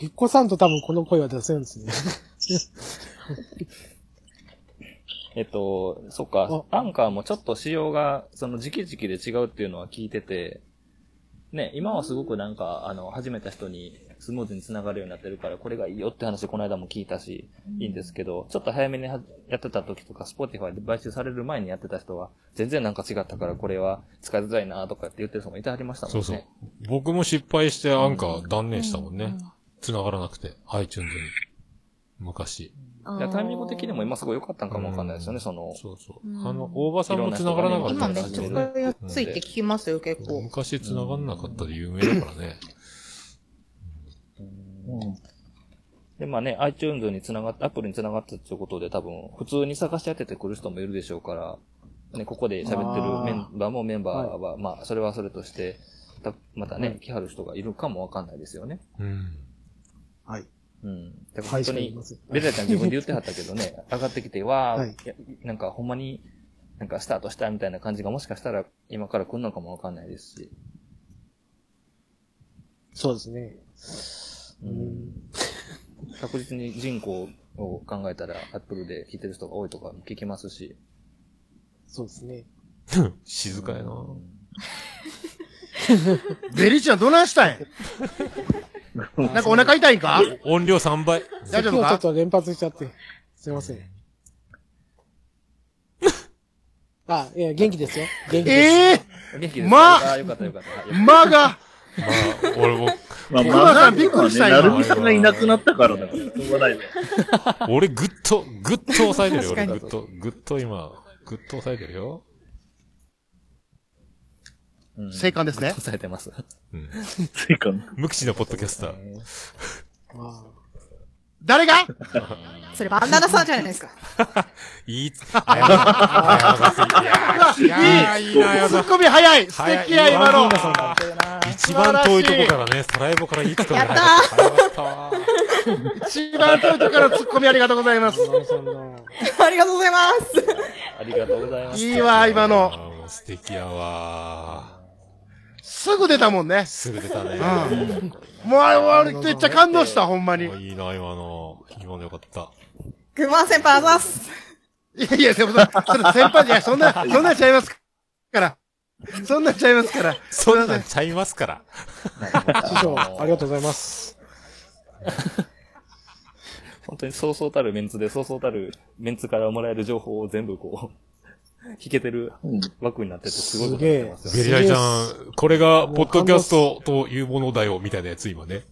[SPEAKER 2] 引っ越さんと多分この声は出せるんですね。
[SPEAKER 3] えっと、そっか、アンカーもちょっと仕様が、その時期時期で違うっていうのは聞いてて、ね、今はすごくなんか、あの、始めた人にスムーズに繋がるようになってるから、これがいいよって話、この間も聞いたし、
[SPEAKER 11] うん
[SPEAKER 3] いいんですけど、ちょっと早めにはやってた時とか、Spotify で買収される前にやってた人は、全然なんか違ったから、これは使いづらいなとかって言ってる人もいてはりましたもん
[SPEAKER 4] そう
[SPEAKER 3] ね。
[SPEAKER 4] そう。僕も失敗してアンカー断念したもんね。繋がらなくて、iTunes に。昔。
[SPEAKER 3] いやタイミング的にも今すごい良かったんかもわかんないですよね、その。
[SPEAKER 4] そうそ
[SPEAKER 7] うん
[SPEAKER 4] あの、大場さんも繋がらなかった
[SPEAKER 7] 今めっちゃ使いやすいって聞きますよ、結構。
[SPEAKER 4] 昔繋がんなかったで有名だからね。
[SPEAKER 3] で、まあね、iTunes に繋がっアップルに繋がったっていうことで多分、普通に探し当ててくる人もいるでしょうから、ね、ここで喋ってるメンバーもメンバーは、まあ、それはそれとして、たまたね、来はる人がいるかもわかんないですよね。
[SPEAKER 4] うん。
[SPEAKER 6] はい。
[SPEAKER 3] うん。だから
[SPEAKER 6] は
[SPEAKER 3] 本
[SPEAKER 6] いそ
[SPEAKER 3] 当
[SPEAKER 6] う言い
[SPEAKER 3] に
[SPEAKER 6] ます、
[SPEAKER 3] ベルダちゃん自分で言ってはったけどね、上がってきて、わー、いやなんかほんまに、なんかスタートしたみたいな感じがもしかしたら今から来るのかもわかんないですし。
[SPEAKER 2] そうですね。
[SPEAKER 3] うん確実に人口を考えたら、アップルで聞いてる人が多いとかも聞きますし。
[SPEAKER 2] そうですね。
[SPEAKER 4] 静かやなぁ
[SPEAKER 6] ベリちゃんどないしたんやなんかお腹痛いんか
[SPEAKER 4] 音量3倍。
[SPEAKER 6] 大丈夫
[SPEAKER 2] 今日ちょ
[SPEAKER 6] か
[SPEAKER 2] っと連発しちゃって。すいま せん。あ、いや、元気ですよ。元気
[SPEAKER 6] え
[SPEAKER 3] え元
[SPEAKER 2] 気
[SPEAKER 6] ですま
[SPEAKER 3] あよかったよかった。
[SPEAKER 6] 間が
[SPEAKER 4] まあ、俺も。
[SPEAKER 1] まあ、
[SPEAKER 6] 熊
[SPEAKER 1] まあ、
[SPEAKER 6] さんびっくりした今
[SPEAKER 1] なるみさんがいなくなったからだから、しょうがないね。
[SPEAKER 4] 俺ぐっと、ぐっと抑えてるよ、
[SPEAKER 1] 確か
[SPEAKER 4] 俺
[SPEAKER 1] に
[SPEAKER 4] ぐっと。ぐっと今、ぐっと抑えてるよ。
[SPEAKER 6] 生還ですね。
[SPEAKER 3] 抑えてます。
[SPEAKER 4] うん。
[SPEAKER 1] 生還。
[SPEAKER 4] 無口なポッドキャスター。
[SPEAKER 6] 誰が
[SPEAKER 7] それバンダナさんじゃないです か。
[SPEAKER 4] いいつ、あやばい。いやーいいな、やば
[SPEAKER 6] ツッコミ早い素敵や、今の
[SPEAKER 4] 一番遠いとこからね、サラエボからいいつかやった
[SPEAKER 6] 一番遠いとこからのツッコミありがとうございます。
[SPEAKER 7] ありがとうございます。
[SPEAKER 3] ありがとうございます。
[SPEAKER 6] いいわ、今の。
[SPEAKER 4] の。素敵やわ
[SPEAKER 6] すぐ出たもんね。
[SPEAKER 4] すぐ出たね
[SPEAKER 6] うんもう、あれ、めっちゃ感動した、ほんまに。
[SPEAKER 4] ー。いいな、今の。今のよかった。
[SPEAKER 7] グマ先輩あざっす。
[SPEAKER 6] いやいや、でもそれ先輩、いや、そんな、そんなんちゃいますから。そんなんちゃいますから。
[SPEAKER 4] そんなんちゃいますから。
[SPEAKER 2] 師匠、ありがとうございます。
[SPEAKER 3] 本当にそうそうたるメンツで、そうそうたるメンツからもらえる情報を全部こう、 引けてる枠になってて、すごいことになってますよ
[SPEAKER 4] ベリアイちゃん、これが、ポッドキャストというものだよ、みたいなやつ、今ね。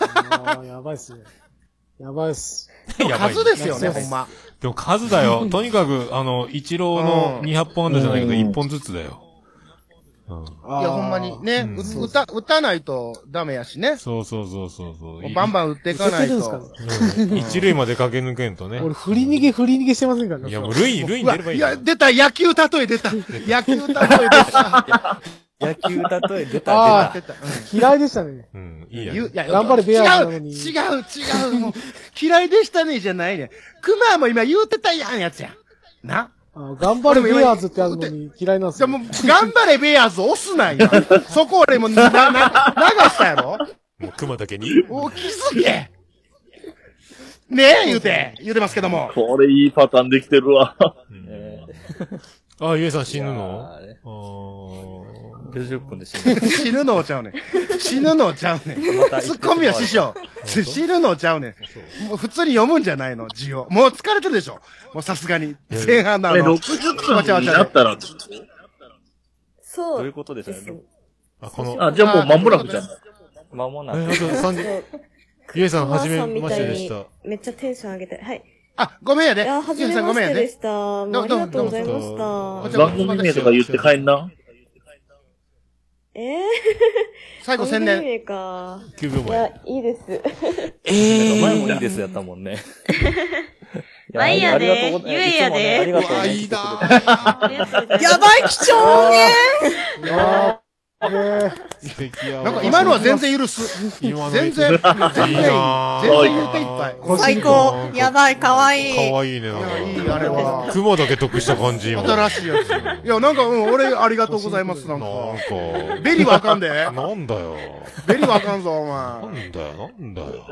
[SPEAKER 2] あーやばいっすね。やばいっす。
[SPEAKER 4] やばい
[SPEAKER 6] 数ですよね、ほん ま。
[SPEAKER 4] でも数だよ。とにかく、あの、一郎の200本安打じゃないけど、1本ずつだよ。
[SPEAKER 6] いや、ほんまにね、う歌、歌ないとダメやしね。
[SPEAKER 4] そうそうそうそうそう。
[SPEAKER 6] バンバン打っていかないと。
[SPEAKER 4] うん一塁まで駆け抜けんとね。
[SPEAKER 2] 俺、振り逃げ、振り逃げしてませんからね。
[SPEAKER 4] いや、もう塁、塁に出ればいい。
[SPEAKER 6] うわや、出た、野球例え出た。野球例え出た。
[SPEAKER 3] 野球例え出
[SPEAKER 2] あ
[SPEAKER 3] た、
[SPEAKER 2] あ
[SPEAKER 3] 出
[SPEAKER 6] た。
[SPEAKER 2] 嫌いでしたね。
[SPEAKER 4] うん、
[SPEAKER 6] い
[SPEAKER 2] や
[SPEAKER 6] や
[SPEAKER 2] 頑張れベアーズな
[SPEAKER 6] 違
[SPEAKER 2] の
[SPEAKER 6] う、
[SPEAKER 2] に
[SPEAKER 6] 違う、違う、もう、嫌いでしたね、じゃないね。クマも今言うてたやん、やつやん。な。
[SPEAKER 2] あ頑張れベアーズってあるのに嫌いなんですよ。
[SPEAKER 6] 頑張れ、ベアーズ押すなよ。そこ俺もな、な、な流したやろ
[SPEAKER 4] もう熊だけに。
[SPEAKER 6] お、気づけねえ、言うて、言うてますけども。
[SPEAKER 1] これいいパターンできてるわ。
[SPEAKER 4] あ、ゆえさん死ぬのあ
[SPEAKER 3] ー。90分で死ぬ。
[SPEAKER 6] 死ぬのをちゃうねん。死ぬのをちゃうねん。
[SPEAKER 3] また
[SPEAKER 6] ツッコミは師匠。死ぬのをちゃうねん。もう普通に読むんじゃないの、字を。もう疲れてるでしょ。もうさすがに。前半のあ
[SPEAKER 1] え、
[SPEAKER 6] の。
[SPEAKER 1] 60分になったら、
[SPEAKER 8] そう。
[SPEAKER 3] どういうことですかね。
[SPEAKER 4] あ、この、
[SPEAKER 1] あ、じゃあもう間もなくじゃん。
[SPEAKER 3] 間もな
[SPEAKER 4] え、あと
[SPEAKER 3] く。
[SPEAKER 4] 30、ゆえさん、はじめ
[SPEAKER 10] 熊さんみ
[SPEAKER 4] ま
[SPEAKER 10] た
[SPEAKER 4] し
[SPEAKER 10] い
[SPEAKER 4] て
[SPEAKER 10] に
[SPEAKER 4] でした。
[SPEAKER 10] めっちゃテンション上げて。はい。
[SPEAKER 6] あ、ごめんやで。
[SPEAKER 10] いや、はじ
[SPEAKER 6] ゆう
[SPEAKER 10] め
[SPEAKER 6] さん
[SPEAKER 10] ま
[SPEAKER 6] ごめん
[SPEAKER 10] し
[SPEAKER 6] や
[SPEAKER 10] てで
[SPEAKER 6] で
[SPEAKER 10] し。た。もう
[SPEAKER 6] ど
[SPEAKER 10] あ
[SPEAKER 6] う
[SPEAKER 10] り
[SPEAKER 6] どう
[SPEAKER 10] がとうございまし
[SPEAKER 6] どう
[SPEAKER 10] た。
[SPEAKER 6] どう
[SPEAKER 1] 番組名とか言って帰んな。
[SPEAKER 10] えー、
[SPEAKER 6] 最後宣伝
[SPEAKER 10] 番組名か。
[SPEAKER 4] 9秒
[SPEAKER 10] いや、いいです。
[SPEAKER 3] え前もいいですやったも んね。い
[SPEAKER 10] まあいいやで
[SPEAKER 3] ありがとうございます
[SPEAKER 10] ゆえやで
[SPEAKER 3] いつもねありがとうね。
[SPEAKER 10] う
[SPEAKER 7] やばい、貴重ね
[SPEAKER 4] 素敵やわ
[SPEAKER 6] なんか今のは全然許す。全
[SPEAKER 4] 今の
[SPEAKER 6] 然、全然いい。全然
[SPEAKER 4] いいなぁ
[SPEAKER 6] 言っていっぱい。
[SPEAKER 7] 最高。やばい、かわいい。
[SPEAKER 4] かわいいね、なんか。
[SPEAKER 6] いい、あれは。
[SPEAKER 4] 熊だけ得した感じ、今。
[SPEAKER 6] 新しいやつ。いや、なんか、うん、俺、ありがとうございます、なんか。
[SPEAKER 4] なんか。
[SPEAKER 6] ベリはあかんで。
[SPEAKER 4] なんだよ。
[SPEAKER 6] ベリはあかんぞ、お
[SPEAKER 4] な
[SPEAKER 6] 前。
[SPEAKER 4] んだよ、なんだよ。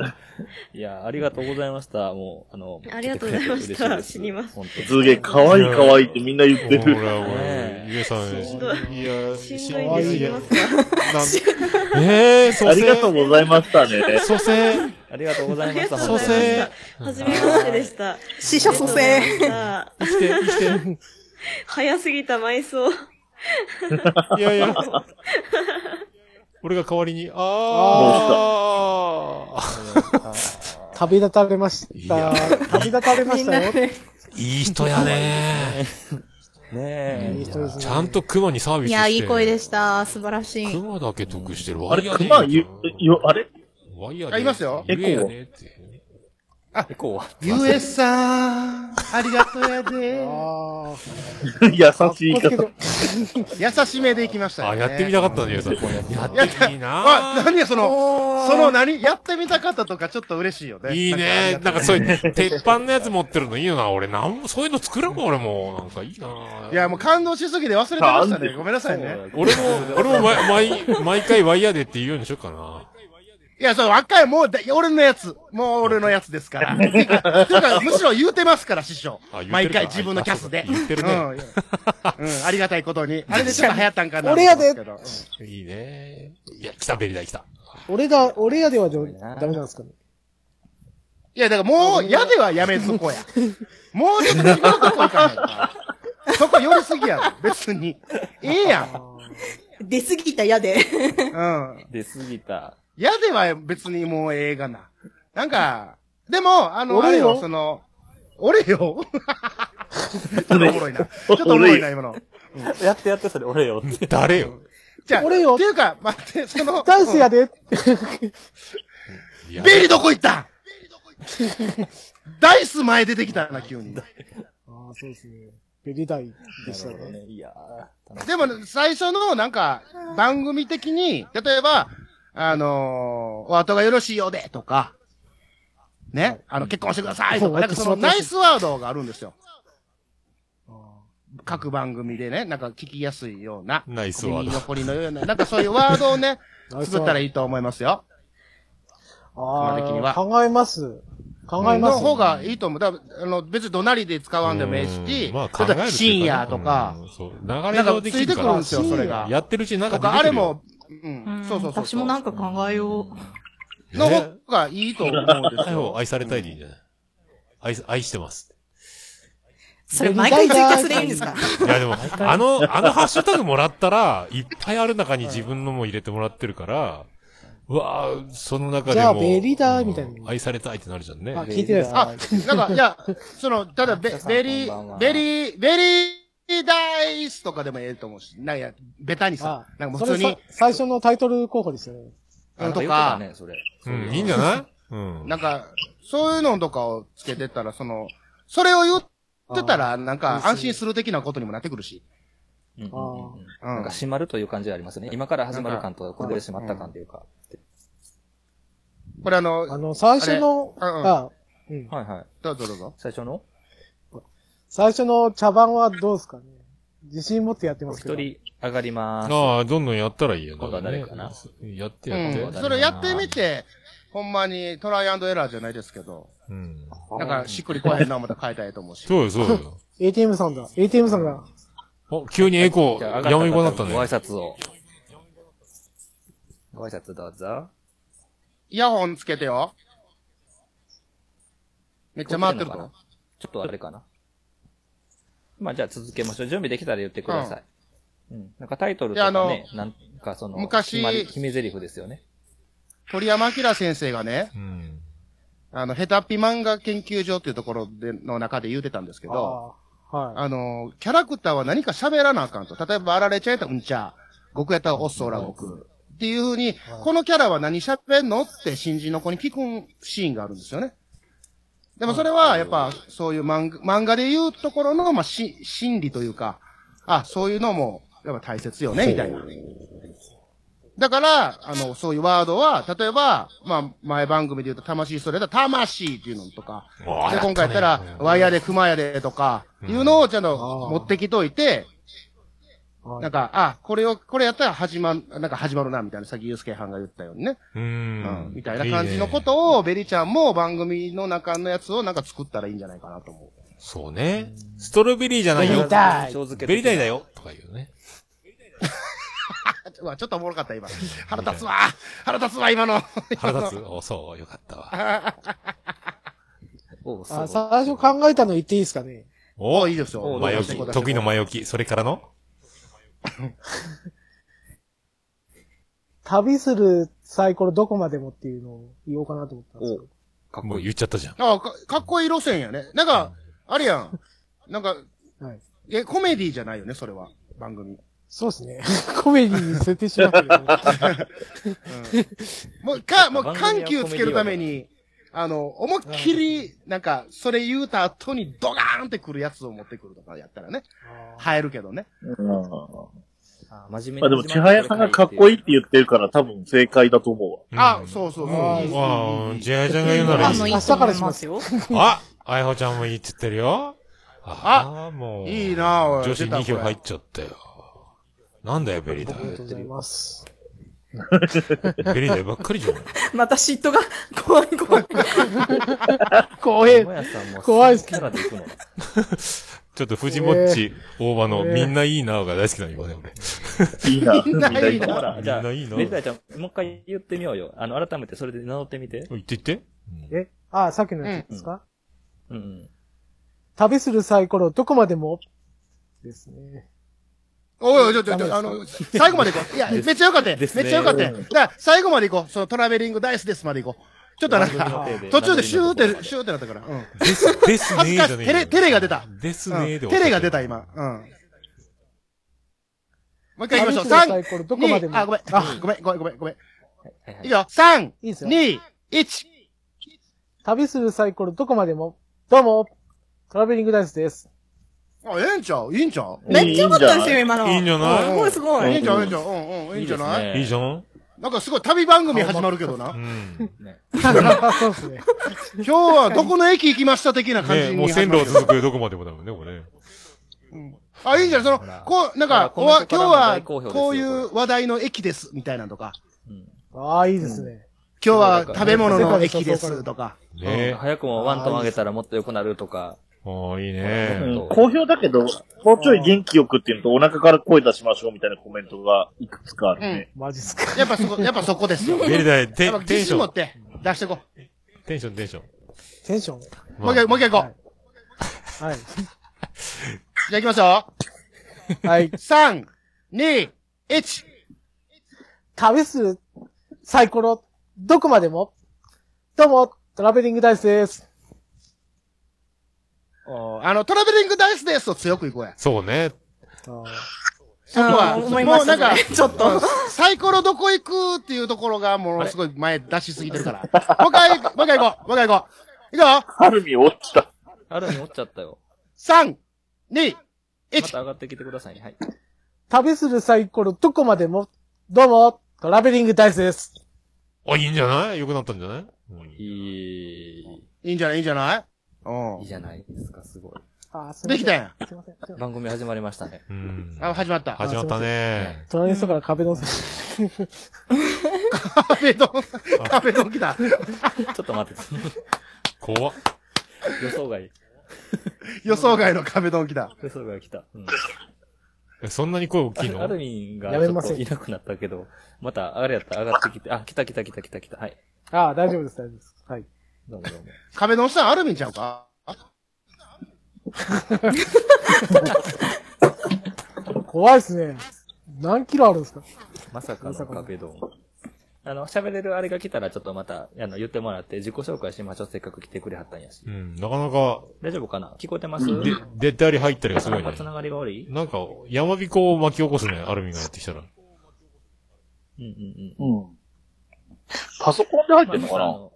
[SPEAKER 3] いや、ありがとうございました。もう、あの、
[SPEAKER 10] ありがとうございました
[SPEAKER 3] 来てくれて嬉い
[SPEAKER 10] 死にます
[SPEAKER 3] 本当に
[SPEAKER 1] すげえ、かわいいかわいいってみんな言って
[SPEAKER 4] ほ
[SPEAKER 1] る。
[SPEAKER 4] ら、ほら、ゆえさん、いや、しんどい
[SPEAKER 10] ですますか
[SPEAKER 1] ええありがとうございましたね。
[SPEAKER 4] 蘇生。
[SPEAKER 3] ありがとうございました。
[SPEAKER 10] 蘇生。はじめましてでした。
[SPEAKER 5] 死者蘇生
[SPEAKER 10] ありがとうございました早すぎた埋葬。
[SPEAKER 4] いやいや。俺が代わりに、あー。
[SPEAKER 2] 旅立たれました。旅立たれましたよ。
[SPEAKER 4] いい人やね
[SPEAKER 3] ねえ。
[SPEAKER 4] ちゃんと熊にサービ
[SPEAKER 9] い
[SPEAKER 4] スして。
[SPEAKER 9] や、いい声でした。素晴らしい。
[SPEAKER 4] 熊だけ得してる。
[SPEAKER 1] あれ、熊、ゆ、よ、あれ
[SPEAKER 4] ワイヤー
[SPEAKER 6] ありますよ
[SPEAKER 4] エコ
[SPEAKER 1] エコー
[SPEAKER 4] ー。
[SPEAKER 6] あ、
[SPEAKER 3] エコーは
[SPEAKER 6] US さん、ありがとうや で。
[SPEAKER 1] 優しい言い方。
[SPEAKER 6] 優しめでいきましたよ
[SPEAKER 4] あ、
[SPEAKER 6] ね。
[SPEAKER 4] やってみたかったね、ゆうさん。や
[SPEAKER 6] やっ
[SPEAKER 4] ってて
[SPEAKER 6] み
[SPEAKER 4] み
[SPEAKER 6] な。あ、
[SPEAKER 4] な
[SPEAKER 6] 何やその、その何やってみたかったとかちょっと嬉しいよね。
[SPEAKER 4] いいね。なんか
[SPEAKER 6] そ
[SPEAKER 4] そうういう、鉄板のやつ持ってるのいいよな。俺、なんも、そういうの作ろうか、俺も。なんかいいな。
[SPEAKER 6] いや、もう感動しすぎて忘れてましたね。ごめんなさいね。
[SPEAKER 4] 俺も、俺も毎、毎、毎回ワイヤーでって言うようにしようかな。
[SPEAKER 6] いや、そう、若い、もうだ、俺のやつ。もう俺のやつです から。てかてかむしろ言うてますから、師匠
[SPEAKER 4] あ言うてる。か
[SPEAKER 6] 毎回自分のキャスで。
[SPEAKER 4] あ言ってるね
[SPEAKER 6] うんいやうん、ありがたいことに。あれでちょっと流行ったんかな。
[SPEAKER 2] 俺やで
[SPEAKER 6] と思うんす
[SPEAKER 4] いいね。いや、来た、ベリダイ来た。
[SPEAKER 2] 俺だ、俺やではでもダメなんですか
[SPEAKER 6] けど
[SPEAKER 2] ね。
[SPEAKER 6] いや、だからもう、やではやめとこうや。もうちょっと違うとこ行かないとそこ寄りすぎやろ、別に。ええやん。
[SPEAKER 5] 出過ぎたやで。
[SPEAKER 6] うん。
[SPEAKER 3] 出過ぎた。
[SPEAKER 6] やでは別にもう映画な。なんか、でも、あの、あ
[SPEAKER 2] 俺
[SPEAKER 6] れ
[SPEAKER 2] よ
[SPEAKER 6] よ、その、俺よ ちょっとおもろいな。ちょっとおもろいな、今の。
[SPEAKER 3] やってやって、それ俺よって。
[SPEAKER 4] 誰よ。
[SPEAKER 6] じゃあ、
[SPEAKER 2] 俺よ
[SPEAKER 6] っていうか、待って、その、
[SPEAKER 2] ダンスやで。
[SPEAKER 4] い
[SPEAKER 6] うん
[SPEAKER 4] や
[SPEAKER 6] ベリどこ行ったダイス前出てきたな、急に。
[SPEAKER 2] ああ、そうですね。ベリダイでしたね。
[SPEAKER 3] いやー
[SPEAKER 6] でも、最初の、なんか、番組的に、例えば、あのー、お後がよろしいようで、とか、ね、あの、結婚してください、と
[SPEAKER 2] も
[SPEAKER 6] か、
[SPEAKER 2] う
[SPEAKER 6] なんかその、
[SPEAKER 2] 終わっ
[SPEAKER 6] ナ
[SPEAKER 2] て
[SPEAKER 6] イ
[SPEAKER 2] し
[SPEAKER 6] スワードがあるんですよ。各番組でね、なんか聞きやすいような。
[SPEAKER 4] ナイスワード
[SPEAKER 6] 耳残りのような、なんかそういうワードをね、
[SPEAKER 2] ナイスワード
[SPEAKER 6] 作ったらいいと思いますよ。
[SPEAKER 2] あ
[SPEAKER 6] 今の時には
[SPEAKER 2] あ、考えます。考えま
[SPEAKER 6] の
[SPEAKER 2] す。
[SPEAKER 6] 方がいいと思う。だからあの、別に怒鳴りで使わんでもいいし、
[SPEAKER 4] うんまあ、
[SPEAKER 6] ちょ
[SPEAKER 4] 考
[SPEAKER 6] っ
[SPEAKER 4] えるってい
[SPEAKER 6] と
[SPEAKER 4] うかね
[SPEAKER 6] 深夜とか、。
[SPEAKER 4] うんそう。流れ上できるから。
[SPEAKER 6] なんかついてくるんですよそれが
[SPEAKER 4] やってるうちになんか
[SPEAKER 6] と
[SPEAKER 4] 出てく
[SPEAKER 6] か、あ
[SPEAKER 4] る
[SPEAKER 6] れ
[SPEAKER 4] よ
[SPEAKER 6] も、うん
[SPEAKER 9] う、ん
[SPEAKER 6] そうそうそう。
[SPEAKER 9] 私もなんか考えよう。
[SPEAKER 6] の
[SPEAKER 4] ね
[SPEAKER 6] 方がいいと思うん です
[SPEAKER 4] 愛
[SPEAKER 6] よ
[SPEAKER 4] を。愛されたいでいいんじゃない愛す、愛してます。
[SPEAKER 9] それ毎回ツイキャスでいいんですか
[SPEAKER 4] いやでも、あの、あのハッシュタグもらったら、いっぱいある中に自分のも入れてもらってるから、うわあその中
[SPEAKER 2] じ
[SPEAKER 4] でも。
[SPEAKER 2] ゃあベリーダーみたいな
[SPEAKER 4] うん愛されたいってなるじゃんね。
[SPEAKER 2] あ、聞いてないです
[SPEAKER 6] あ
[SPEAKER 2] か、
[SPEAKER 6] なんか、いや、その、ただ、ベベリ
[SPEAKER 3] こんばんは
[SPEAKER 6] ー、ベリー、ベリーダイスとかでもええと思うし、なんや、ベタにさ
[SPEAKER 2] あ、
[SPEAKER 6] なんかも
[SPEAKER 2] そう
[SPEAKER 6] 普通
[SPEAKER 2] れ
[SPEAKER 6] に
[SPEAKER 2] さ、最初のタイトル候補ですよね。
[SPEAKER 6] うん
[SPEAKER 3] 言
[SPEAKER 6] と
[SPEAKER 3] ってた
[SPEAKER 6] か、
[SPEAKER 3] ね、それ。
[SPEAKER 4] うん、いいんじゃないうん。
[SPEAKER 6] なんか、そういうのとかをつけてったら、その、それを言ってたら、なんか、安心する的なことにもなってくるし。
[SPEAKER 3] うんうんうんうん
[SPEAKER 6] う
[SPEAKER 3] なん
[SPEAKER 6] ん
[SPEAKER 3] か。閉まるという感じがありますね。今から始まる感と、ここで閉まった感というか。
[SPEAKER 6] これあの、
[SPEAKER 2] あの、最初の、
[SPEAKER 6] あれうんうん
[SPEAKER 2] あ、うん。
[SPEAKER 3] はいはい。
[SPEAKER 6] どうぞどうぞ。
[SPEAKER 3] 最初の
[SPEAKER 2] 最初の茶番はどうですかね。自信持ってやってますけど。
[SPEAKER 3] 一人上がりまー
[SPEAKER 4] ああ、どんどんやったらいいよ。
[SPEAKER 3] 今度は誰かな
[SPEAKER 4] やってやって。
[SPEAKER 6] う。
[SPEAKER 4] うんん。
[SPEAKER 6] それやってみて、ほんまにトライアンドエラーじゃないですけど、なんかしっくりこえへんな思ったら変えたいと思うし。
[SPEAKER 4] そうよ、そうよ。
[SPEAKER 2] ATM さんだ。ATM さんが。
[SPEAKER 4] お、急にエコ
[SPEAKER 3] じゃあ
[SPEAKER 4] ー、
[SPEAKER 3] 上が
[SPEAKER 4] やめ
[SPEAKER 3] り
[SPEAKER 4] になった
[SPEAKER 3] ご
[SPEAKER 4] ね。
[SPEAKER 3] 挨拶を。ご挨拶どうぞ。
[SPEAKER 6] イヤホンつけてよ。めっちゃ回ってると。
[SPEAKER 3] ちょっとあれかな。まあじゃあ続けましょう。準備できたら言ってください。うん。なんかタイトルとかね、なんかその、
[SPEAKER 6] 昔
[SPEAKER 3] 決まり決め台詞ですよね。
[SPEAKER 6] 鳥山明先生がね、
[SPEAKER 4] うん。
[SPEAKER 6] あの、ヘタピ漫画研究所っていうところで、の中で言うてたんですけど、
[SPEAKER 2] あーはい。
[SPEAKER 6] あの、キャラクターは何か喋らなあかんと。例えば、あられちゃんやったらうんちゃ、僕やったらおっそらごく。っていうふうに、このキャラは何喋んのって新人の子に聞くシーンがあるんですよね。でもそれは、やっぱ、そういう漫画漫画で言うところの、まあ、し、心理というか、あ、そういうのも、やっぱ大切よね、みたいな。だから、あの、そういうワードは、例えば、まあ、前番組で言うと、魂それだ、魂っていうのとか、
[SPEAKER 4] うわ
[SPEAKER 6] で、今回やった
[SPEAKER 4] やった
[SPEAKER 6] ら
[SPEAKER 4] ね、
[SPEAKER 6] ワイヤーで、熊やでとか、いうのをちゃんと持ってきといて、
[SPEAKER 2] はい
[SPEAKER 6] なんか、あ、これを、これやったら始まん、なんか始まるな、みたいな、さっきユースケはんが言ったようにね。
[SPEAKER 4] う
[SPEAKER 6] うん
[SPEAKER 4] ん。
[SPEAKER 6] みたいな感じのこ
[SPEAKER 4] いいね。
[SPEAKER 6] とを、ベリちゃんも番組の中のやつをなんか作ったらいいんじゃないかなと思う。
[SPEAKER 4] そうね。ストロベリーじゃないよ。
[SPEAKER 2] 痛い
[SPEAKER 3] 小漬け
[SPEAKER 4] ベリーダイだ
[SPEAKER 3] よ。
[SPEAKER 4] よとか言うね。
[SPEAKER 6] うわ、ちょっとおもろかった、今。腹立つわ腹立つわ、今の
[SPEAKER 4] 腹立つ お、そう、よかったわ。
[SPEAKER 3] お
[SPEAKER 2] あ、最初考えたの言っていいですかね。
[SPEAKER 4] お
[SPEAKER 6] いいですよ
[SPEAKER 4] 前置き。得意の前置き。それからの
[SPEAKER 2] 旅するサイコロどこまでもっていうのを言おうかなと思ったんですけど。
[SPEAKER 4] かっこいい。言っちゃったじゃん。
[SPEAKER 6] あかかっこいい路線やね。なんか、あれやん。なん か、え、コメディじゃないよね、それは。番組。
[SPEAKER 2] そうですね。 コメディに設定しなくて も。
[SPEAKER 6] もう、か、もう、緩急つけるために、あの、思いっきり、なんか、それ言うた後にドガーンってくるやつを持ってくるとかやったらね。映えるけどね。
[SPEAKER 3] 真面目
[SPEAKER 1] まあでも、千早さんがかっこいいって言ってるから多分正解だと思うわ。
[SPEAKER 6] あ、そうそうそう。
[SPEAKER 4] ああ、ジェイちゃんが言うならいい。
[SPEAKER 2] 明日からしますよ。
[SPEAKER 4] あ、あやほちゃんもいいって言ってるよ。ああ、もう。
[SPEAKER 6] いいなおい
[SPEAKER 4] 女子
[SPEAKER 6] 出た
[SPEAKER 4] 2票
[SPEAKER 6] これ
[SPEAKER 4] 入っちゃったよ。なんだよ、ベリーダイ。
[SPEAKER 2] ございます。
[SPEAKER 4] ベリーダイばっかりじゃん。
[SPEAKER 9] また嫉妬が 怖い怖い。
[SPEAKER 2] 怖い
[SPEAKER 3] もやさんも
[SPEAKER 2] 怖いっす
[SPEAKER 3] キャラで行くの。
[SPEAKER 4] ちょっと藤もっち、大場の、みんないいなおが大好きなの、今ね、俺。
[SPEAKER 1] い いなみん
[SPEAKER 3] ないいな
[SPEAKER 4] ほ
[SPEAKER 3] ほ
[SPEAKER 4] ら
[SPEAKER 3] ら、
[SPEAKER 4] じ
[SPEAKER 3] じ
[SPEAKER 4] ゃ
[SPEAKER 3] ゃ
[SPEAKER 4] あ、
[SPEAKER 3] あ、
[SPEAKER 4] みんない
[SPEAKER 3] メ
[SPEAKER 4] いな
[SPEAKER 3] リダイちゃん、もう一回言ってみようよ。あの、改めてそれで名乗ってみて。
[SPEAKER 4] 言って言って。
[SPEAKER 2] えあ、さっきのやつですか、
[SPEAKER 3] うんうん。
[SPEAKER 2] 旅するサイコロどこまでもですね。
[SPEAKER 6] おいおい、ちょ、ちょ、ち
[SPEAKER 2] ダメです
[SPEAKER 6] ょ、
[SPEAKER 2] か
[SPEAKER 6] あの、最後まで行こう。いや、め
[SPEAKER 2] で
[SPEAKER 6] っ
[SPEAKER 2] す
[SPEAKER 6] ちゃよかったよ。め
[SPEAKER 2] で
[SPEAKER 6] っ
[SPEAKER 2] すね
[SPEAKER 6] ちゃよかったよ。
[SPEAKER 2] うん
[SPEAKER 6] だから、最後まで行こう。そのトラベリングダイスですまで行こう。ちょっとなん
[SPEAKER 4] 番
[SPEAKER 6] か
[SPEAKER 4] 組の手で、
[SPEAKER 6] 途中でシューっ
[SPEAKER 4] 番組の
[SPEAKER 6] て、シューってなったから。うん。
[SPEAKER 4] です、です
[SPEAKER 6] 恥ず
[SPEAKER 4] ねー
[SPEAKER 6] か
[SPEAKER 4] じ
[SPEAKER 6] し
[SPEAKER 4] ゃね
[SPEAKER 6] い。
[SPEAKER 4] え
[SPEAKER 6] テレ、テレが出た。
[SPEAKER 4] ですねーで
[SPEAKER 6] うん
[SPEAKER 4] 終わっちゃった
[SPEAKER 6] テレが出た、今。うん。もう一回行きましょう。
[SPEAKER 2] 旅するサ
[SPEAKER 6] 三
[SPEAKER 2] イコロどこまでも
[SPEAKER 6] 二あ、ごめん。あ、ごめん、ごめん、ごめん、ごめん。
[SPEAKER 3] はい
[SPEAKER 6] いくよ。三、
[SPEAKER 2] いいですよ
[SPEAKER 6] 二、一。
[SPEAKER 2] 旅するサイコロどこまでも。どうも、トラベリングダイスです。
[SPEAKER 6] あ、ええんちゃういいんちゃう
[SPEAKER 2] めっちゃ良かったですよ今の
[SPEAKER 4] いいんじゃない
[SPEAKER 6] うんうん
[SPEAKER 4] すごいすごい
[SPEAKER 6] いいんちゃういいんちゃううんうん、いいんじゃない
[SPEAKER 4] いいじゃん
[SPEAKER 6] なんかすごい旅番組始まるけどな。
[SPEAKER 4] うん。
[SPEAKER 2] そうですね。
[SPEAKER 6] 今日はどこの駅行きました的な感じ
[SPEAKER 4] ね
[SPEAKER 6] に。
[SPEAKER 4] もう線路続くどこまでもだもんね、これ。
[SPEAKER 6] あ、いいじゃん、その、こう、なんか、
[SPEAKER 4] ほ
[SPEAKER 6] お
[SPEAKER 4] ら
[SPEAKER 6] わ
[SPEAKER 4] コメント
[SPEAKER 6] 今日
[SPEAKER 4] からも
[SPEAKER 6] は、
[SPEAKER 4] 大好評ですよ
[SPEAKER 6] こういう話題の駅です、みたいなのとか。
[SPEAKER 2] ああ、いいですね。
[SPEAKER 6] 今日は食べ物の駅です、とか。
[SPEAKER 3] うん早くもワントン上げたらもっと良くなるとか。
[SPEAKER 4] おー、いいね
[SPEAKER 1] うん好評だけど、もうちょい元気よくっていうのと、お腹から声出しましょうみたいなコメントがいくつかあるね。
[SPEAKER 2] マジっすか。
[SPEAKER 6] やっぱそこ、やっぱそこですよ。
[SPEAKER 4] ベリダイテ
[SPEAKER 6] や
[SPEAKER 4] ン
[SPEAKER 6] っぱ自信持って、出してこ
[SPEAKER 4] テンション、テンション。
[SPEAKER 2] う。テンション
[SPEAKER 6] う。もう一回、もう一回行こう。
[SPEAKER 2] はい。
[SPEAKER 6] じゃあ行きましょ
[SPEAKER 2] う。はい。
[SPEAKER 6] 三、二、一。
[SPEAKER 2] 旅するサイコロどこまでも。どうも、トラベリングダイスです。
[SPEAKER 6] おーあの、トラベリングダイスですと強く行こうや。
[SPEAKER 4] そうね。
[SPEAKER 6] そこは、
[SPEAKER 9] うん思いま
[SPEAKER 6] もう
[SPEAKER 9] し
[SPEAKER 6] な
[SPEAKER 9] た
[SPEAKER 6] んか、
[SPEAKER 9] それちょっと
[SPEAKER 6] うんサイコロどこ行くっていうところがものすごい前出しすぎてるから。もう一回、もう一回行こう。もう一回行こう。行くよ。
[SPEAKER 1] ハルミ落ちた。
[SPEAKER 3] あるに落ちちゃったよ。
[SPEAKER 6] 三、二、
[SPEAKER 3] また上がってきてくださいね。はい。
[SPEAKER 2] 旅するサイコロどこまでも。どうも、トラベリングダイスです。
[SPEAKER 4] あ、いいんじゃない良くなったんじゃない
[SPEAKER 3] いい。
[SPEAKER 6] いいんじゃないいいんじゃないうん
[SPEAKER 3] いいじゃないですか、すごい。
[SPEAKER 2] あ、すいませ
[SPEAKER 6] できたやん。
[SPEAKER 2] すいません。
[SPEAKER 3] 番組始まりましたね。
[SPEAKER 4] うん。
[SPEAKER 6] あ、始まった。
[SPEAKER 4] 始まったね
[SPEAKER 2] 隣の人から壁ドンされて
[SPEAKER 6] 壁ドン、壁ドン来た。
[SPEAKER 3] ちょっと待って。
[SPEAKER 4] 怖っ。
[SPEAKER 3] 予想外。
[SPEAKER 6] 予想外の壁ドン来た。
[SPEAKER 3] 予想外来た。うん。
[SPEAKER 4] えそんなに声大きいの
[SPEAKER 3] アルミンが
[SPEAKER 2] や
[SPEAKER 3] ち
[SPEAKER 2] め
[SPEAKER 3] ょ
[SPEAKER 2] ま
[SPEAKER 3] っ
[SPEAKER 2] せ
[SPEAKER 3] と
[SPEAKER 2] ん
[SPEAKER 3] いなくなったけど、また、あれやった、上がってきて、あ、来た来た来た来た来た。はい。
[SPEAKER 2] ああ、大丈夫です、大丈夫です。はい。
[SPEAKER 3] どうもどうも。
[SPEAKER 6] 壁ドンしたんアルミンちゃうか
[SPEAKER 2] 怖いですね。何キロあるんですか
[SPEAKER 3] まさかの壁ドン。あの、喋れるあれが来たら、ちょっとまた、あの、言ってもらって、自己紹介しましょう。せっかく来てくれはったんやし。
[SPEAKER 4] うん、なかなか、
[SPEAKER 3] 大丈夫かな聞こえてます
[SPEAKER 4] で、出たり入ったりがすごい
[SPEAKER 3] なん
[SPEAKER 4] ね
[SPEAKER 3] か。つながりが悪い
[SPEAKER 4] なんか、山彦を巻き起こすね、アルミがやってきたら。
[SPEAKER 3] うんうん
[SPEAKER 1] うん。うん。パソコンで入ってんのか
[SPEAKER 3] まあまああ
[SPEAKER 1] な
[SPEAKER 3] の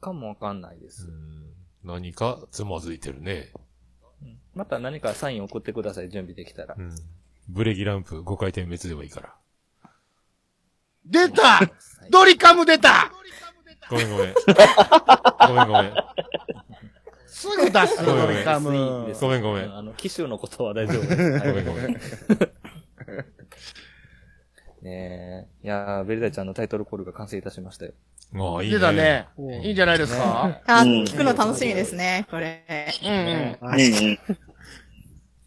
[SPEAKER 3] かもわかんないです。
[SPEAKER 4] 何かつまずいてるね。
[SPEAKER 3] また何かサイン送ってください。準備できたら。
[SPEAKER 4] うん。ブレーキランプ5回転滅でもいいから。
[SPEAKER 6] 出たドリカム出た
[SPEAKER 4] ごめんご めん。ごめんごめん。
[SPEAKER 6] すぐ出す、
[SPEAKER 4] ごめんご
[SPEAKER 6] ド
[SPEAKER 4] めん
[SPEAKER 6] リカム。
[SPEAKER 4] ごめんごめん
[SPEAKER 3] うあの、機種のことは大丈夫です。はい
[SPEAKER 4] ごめんご めん。
[SPEAKER 3] ねえ。いやー、ベルダイちゃんのタイトルコールが完成いたしましたよ。
[SPEAKER 4] ああ、いいね。
[SPEAKER 6] 出たね。
[SPEAKER 2] うん
[SPEAKER 6] いいんじゃないですか
[SPEAKER 9] あ、聞くの楽しみですね、これ。
[SPEAKER 6] うんうん。
[SPEAKER 1] うんうん。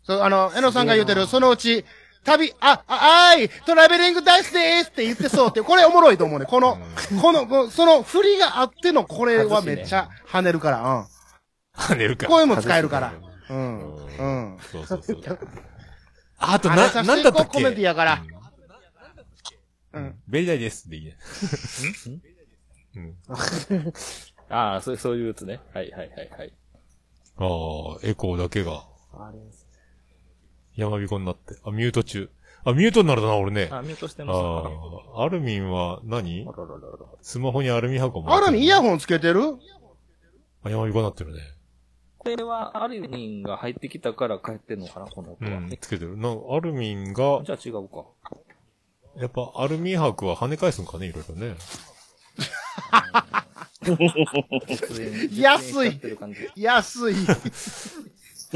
[SPEAKER 6] そう、あの、えのさんが言うてる、そのうち、旅、あ、あ、あーい、トラベリングダイスでーすって言ってそうっていう、これおもろいと思うね。この、この、このその振りがあってのこれはめっちゃ跳ねるから、うん。
[SPEAKER 4] 跳ねるから。
[SPEAKER 6] こういうのも使えるから。うん。うん。
[SPEAKER 4] そうそうそう。あと
[SPEAKER 6] あ
[SPEAKER 4] な、
[SPEAKER 6] れさ
[SPEAKER 4] なんだったっ
[SPEAKER 6] コメディ
[SPEAKER 4] け
[SPEAKER 6] やから。
[SPEAKER 4] ベリダイですでいいね。
[SPEAKER 3] ああ、そう、そういうやつね。はいはいはいはい。
[SPEAKER 4] ああ、エコーだけが。
[SPEAKER 2] あれ
[SPEAKER 4] 山彦になって。あ、ミュート中。あ、ミュートになるな、俺ね。
[SPEAKER 3] あミュートしてます
[SPEAKER 4] ああ、アルミンは何、スマホにアルミ箱も。
[SPEAKER 6] あらにイヤホンつけてる
[SPEAKER 4] あ山彦になってるね。
[SPEAKER 3] これは、アルミンが入ってきたから帰ってんのかな、この音
[SPEAKER 4] う
[SPEAKER 3] は。
[SPEAKER 4] ん、つけてる。な、アルミンが、
[SPEAKER 3] じゃあ違うか。
[SPEAKER 4] やっぱアルミ箔は跳ね返すんかね、いろいろ ね。
[SPEAKER 6] 安 い。安 い。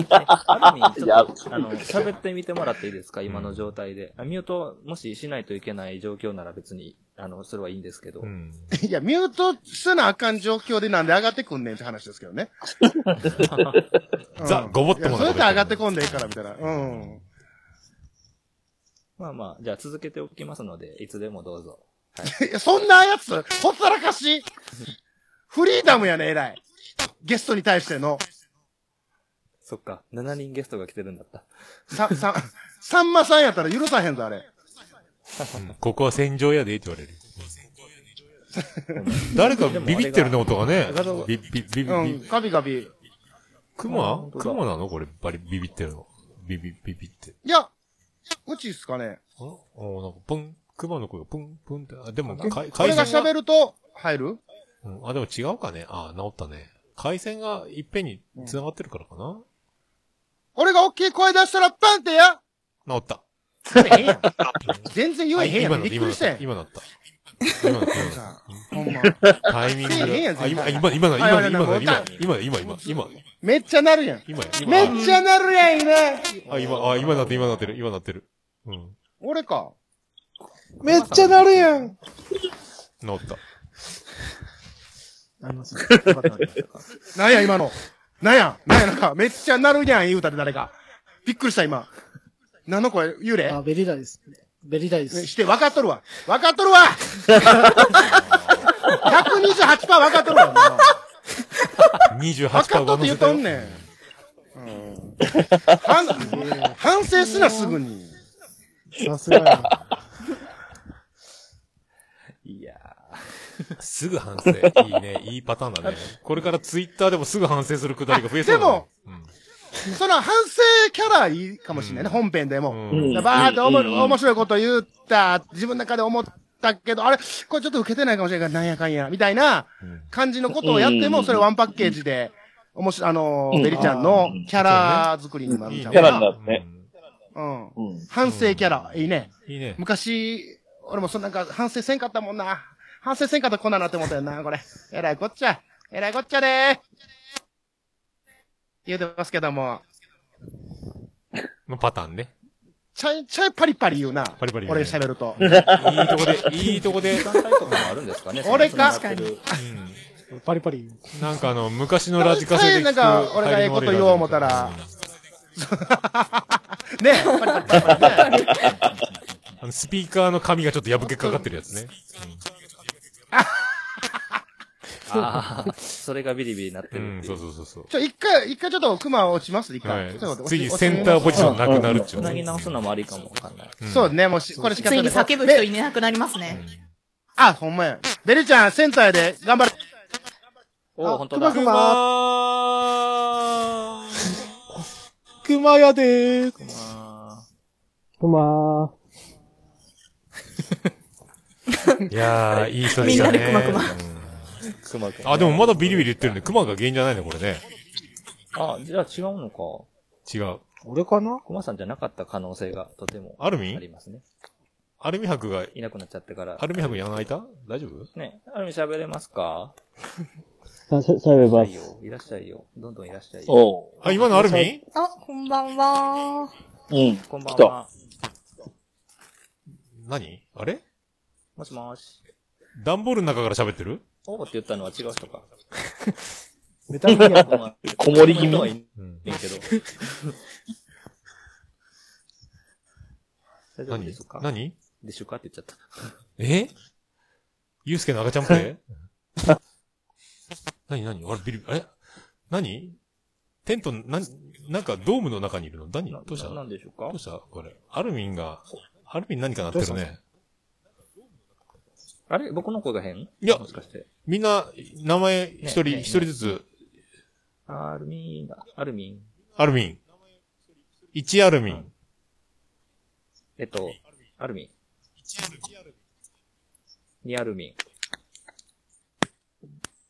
[SPEAKER 3] アルミン、ちょっ と、あの、喋ってみてもらっていいですか今の状態で。あミュート、もししないといけない状況なら別に、あの、それはいいんですけど。
[SPEAKER 6] いや、ミュートせなあかん状況でなんで上がってくんねんって話ですけどね。
[SPEAKER 4] ザごもっと
[SPEAKER 6] な。
[SPEAKER 4] もな
[SPEAKER 6] それと上がってこんでいいから、みたいな。うん。
[SPEAKER 3] まあまあ、じゃあ続けておきますので、いつでもどうぞ。
[SPEAKER 6] いやそんなやつ、ほったらかし。 フリーダムやね、偉い。ゲストに対しての。
[SPEAKER 3] そっか、7人ゲストが来てるんだった。
[SPEAKER 6] さ、さ、さんまさんやったら許さへんぞ、あれ。
[SPEAKER 4] ここは戦場やで、って言われる。誰かビビってるの音がね。ビビビビ
[SPEAKER 6] う
[SPEAKER 4] ビ
[SPEAKER 6] ん、。ガビガビ。
[SPEAKER 4] ク
[SPEAKER 6] あ
[SPEAKER 4] マ
[SPEAKER 6] 本当だ
[SPEAKER 4] クマなのこれ、バリビビってるの。ビビビビって。
[SPEAKER 6] いや、うちっすかね。
[SPEAKER 4] おなんか、プン、クマの声がプン、プンって。あ、でも、かい
[SPEAKER 6] これが
[SPEAKER 4] 回線
[SPEAKER 6] 喋ると、入る
[SPEAKER 4] うんあ、でも違うかね。あ、治ったね。回線がいっぺんに繋がってるからかな。
[SPEAKER 6] 俺が大きい声出したら、パンってや
[SPEAKER 4] 治った。
[SPEAKER 6] 全然言えへんや
[SPEAKER 4] 今
[SPEAKER 6] ん。
[SPEAKER 4] の
[SPEAKER 6] びっくりしてん。
[SPEAKER 4] 今なった。今なった。今なっ
[SPEAKER 6] ほんま。
[SPEAKER 4] た タイミング
[SPEAKER 6] せえへんやん
[SPEAKER 4] が。あ、今、
[SPEAKER 6] 絶
[SPEAKER 4] 今、
[SPEAKER 6] 対
[SPEAKER 4] 今だ、
[SPEAKER 6] あいやいや
[SPEAKER 4] 今だ、
[SPEAKER 6] なんか
[SPEAKER 4] 今だ、今だ、今だ、今だ、今だ、
[SPEAKER 6] めっちゃなるやん。
[SPEAKER 4] 今や、今
[SPEAKER 6] めっちゃなるやん、今。
[SPEAKER 4] あ、今、あ、今なって、今なってる、今なってる。うん。
[SPEAKER 6] 俺か。
[SPEAKER 2] めっちゃなるやん。
[SPEAKER 4] 治った。
[SPEAKER 2] なります
[SPEAKER 6] なんや、今の。なんや、なんや、なんか、めっちゃなるやん、言うたで誰か。びっくりした、今。何の声幽霊
[SPEAKER 2] あ、ベリダイです。ベリダイで
[SPEAKER 6] ね
[SPEAKER 2] す。
[SPEAKER 6] して、分かっとるわ。分かっとるわ !128% 分かっとるわ、今
[SPEAKER 4] 28%
[SPEAKER 6] 分かっとって言っとんねん。反反省すな、すぐに。
[SPEAKER 2] さすがや
[SPEAKER 3] いや
[SPEAKER 4] すぐ反省。いいね。いいパターンだね。これからツイッターでもすぐ反省するくだりが増えそう
[SPEAKER 6] で
[SPEAKER 4] だね
[SPEAKER 6] も、その反省キャラいいかもしれないね、本編でも。
[SPEAKER 4] ん
[SPEAKER 6] だからバーっておも、
[SPEAKER 1] うんうん
[SPEAKER 6] 面白いこと言った、自分の中で思ったけど、あれこれちょっと受けてないかもしれないから、なんやかんや、みたいな感じのことをやって
[SPEAKER 1] う
[SPEAKER 6] も、
[SPEAKER 1] ん
[SPEAKER 6] それワンパッケージで、おもし、あの
[SPEAKER 1] う
[SPEAKER 6] ー、
[SPEAKER 1] ん
[SPEAKER 6] ベリちゃんのキャラ作りになるん
[SPEAKER 4] いい
[SPEAKER 6] じ
[SPEAKER 4] ね
[SPEAKER 6] ゃん。
[SPEAKER 1] キャラになるね。
[SPEAKER 6] うん。
[SPEAKER 1] うん。
[SPEAKER 6] 反省キャラ、いいね。
[SPEAKER 4] いいね。
[SPEAKER 6] 昔、俺もそんなんか反省せんかったもんな。反省せんかったらこんなんなって思ったよな、これ。えらいこっちゃ。えらいこっちゃでー。言うてますけども。
[SPEAKER 4] のパターンね。
[SPEAKER 6] ちゃい、ちゃいパリパリ言うな。
[SPEAKER 4] パリパリ言う
[SPEAKER 6] 俺
[SPEAKER 4] ね
[SPEAKER 6] 喋ると。
[SPEAKER 4] いいとこで、いいとこで
[SPEAKER 3] 時、間帯とかもあるんですかね
[SPEAKER 6] 俺か
[SPEAKER 3] その繋がってる
[SPEAKER 2] ん。パリパリ。
[SPEAKER 4] なんかあの、昔のラジカセで聞く。
[SPEAKER 6] なんか、俺がええこと言おう思ったら。ねえ、パリパリパリパリね。
[SPEAKER 4] あの、スピーカーの紙がちょっと破けかかってるやつ ね。
[SPEAKER 3] ああ、それがビリビリになって
[SPEAKER 4] う
[SPEAKER 3] る
[SPEAKER 4] ん
[SPEAKER 3] っ、てい。
[SPEAKER 4] そううそうそうそう。
[SPEAKER 6] ちょ、一回、一回ちょっと熊落ちます一
[SPEAKER 4] は
[SPEAKER 6] 回。ちょっと
[SPEAKER 4] い。
[SPEAKER 6] 待って
[SPEAKER 4] 次、センターポジションなくなるっちゅう
[SPEAKER 3] つなぎ
[SPEAKER 4] ね。
[SPEAKER 3] 直すのもありかもわかんない。
[SPEAKER 6] そうね、もうし、これしか
[SPEAKER 9] ついに叫ぶ人いなくなりますね。
[SPEAKER 6] あ、ほんまや。ベルちゃん、センターで頑張れ。
[SPEAKER 3] おお、本当
[SPEAKER 2] 熊
[SPEAKER 3] だ。
[SPEAKER 2] 熊
[SPEAKER 4] うわー
[SPEAKER 2] 熊やでーす。熊ー。
[SPEAKER 4] いやー、いい人でしたね。みんなでクマク
[SPEAKER 3] 熊くん。
[SPEAKER 4] マ。あ、でもまだビリビリ言ってるね。クマが原因じゃないね、これね。
[SPEAKER 3] あ、じゃあ違うのか。
[SPEAKER 4] 違う。
[SPEAKER 2] 俺かな
[SPEAKER 3] 熊さんじゃなかった可能性がとても
[SPEAKER 4] アル
[SPEAKER 3] あ
[SPEAKER 4] ミ
[SPEAKER 3] り
[SPEAKER 4] ン
[SPEAKER 3] ますね。
[SPEAKER 4] アルミ箔が、
[SPEAKER 3] いなくなっちゃってから
[SPEAKER 4] ア。ルミ箔やらないた大丈夫
[SPEAKER 3] ね、アルミ喋れますか
[SPEAKER 1] さ、さ、さべば
[SPEAKER 3] いい。よ、いらっしゃいよ。どんどんいらっしゃいよ。
[SPEAKER 1] おう。
[SPEAKER 4] あ、今のアルミン
[SPEAKER 5] あ、こんばんは。
[SPEAKER 1] うん。
[SPEAKER 3] こんばん
[SPEAKER 1] 来た。
[SPEAKER 3] は。
[SPEAKER 4] 何あれ
[SPEAKER 3] もしもし。
[SPEAKER 4] 段ボールの中から喋ってる
[SPEAKER 3] おーって言ったのは違う人 か。
[SPEAKER 2] メタルギア。
[SPEAKER 1] こもり気 味
[SPEAKER 3] 人はいねえけど。大丈夫ですか
[SPEAKER 4] 何
[SPEAKER 3] でしょうかって言っちゃった。
[SPEAKER 4] えゆうすけの赤ちゃんプレ イ何何あれ、ビリビリ、え何テント、な、なんかドームの中にいるの何どうした
[SPEAKER 3] ななんでしょうか
[SPEAKER 4] どうしたこれ。アルミンが、アルミン何かなってる
[SPEAKER 3] どうし
[SPEAKER 4] ね。
[SPEAKER 3] あれ僕の声が 変
[SPEAKER 4] いや
[SPEAKER 3] もしかして。
[SPEAKER 4] みんな、名前一人、
[SPEAKER 3] ねね
[SPEAKER 4] 一人ずつ、
[SPEAKER 3] アルミンだ。アルミン。
[SPEAKER 4] アルミン。一アルミン。
[SPEAKER 3] えっと、アルミン。二アルミン。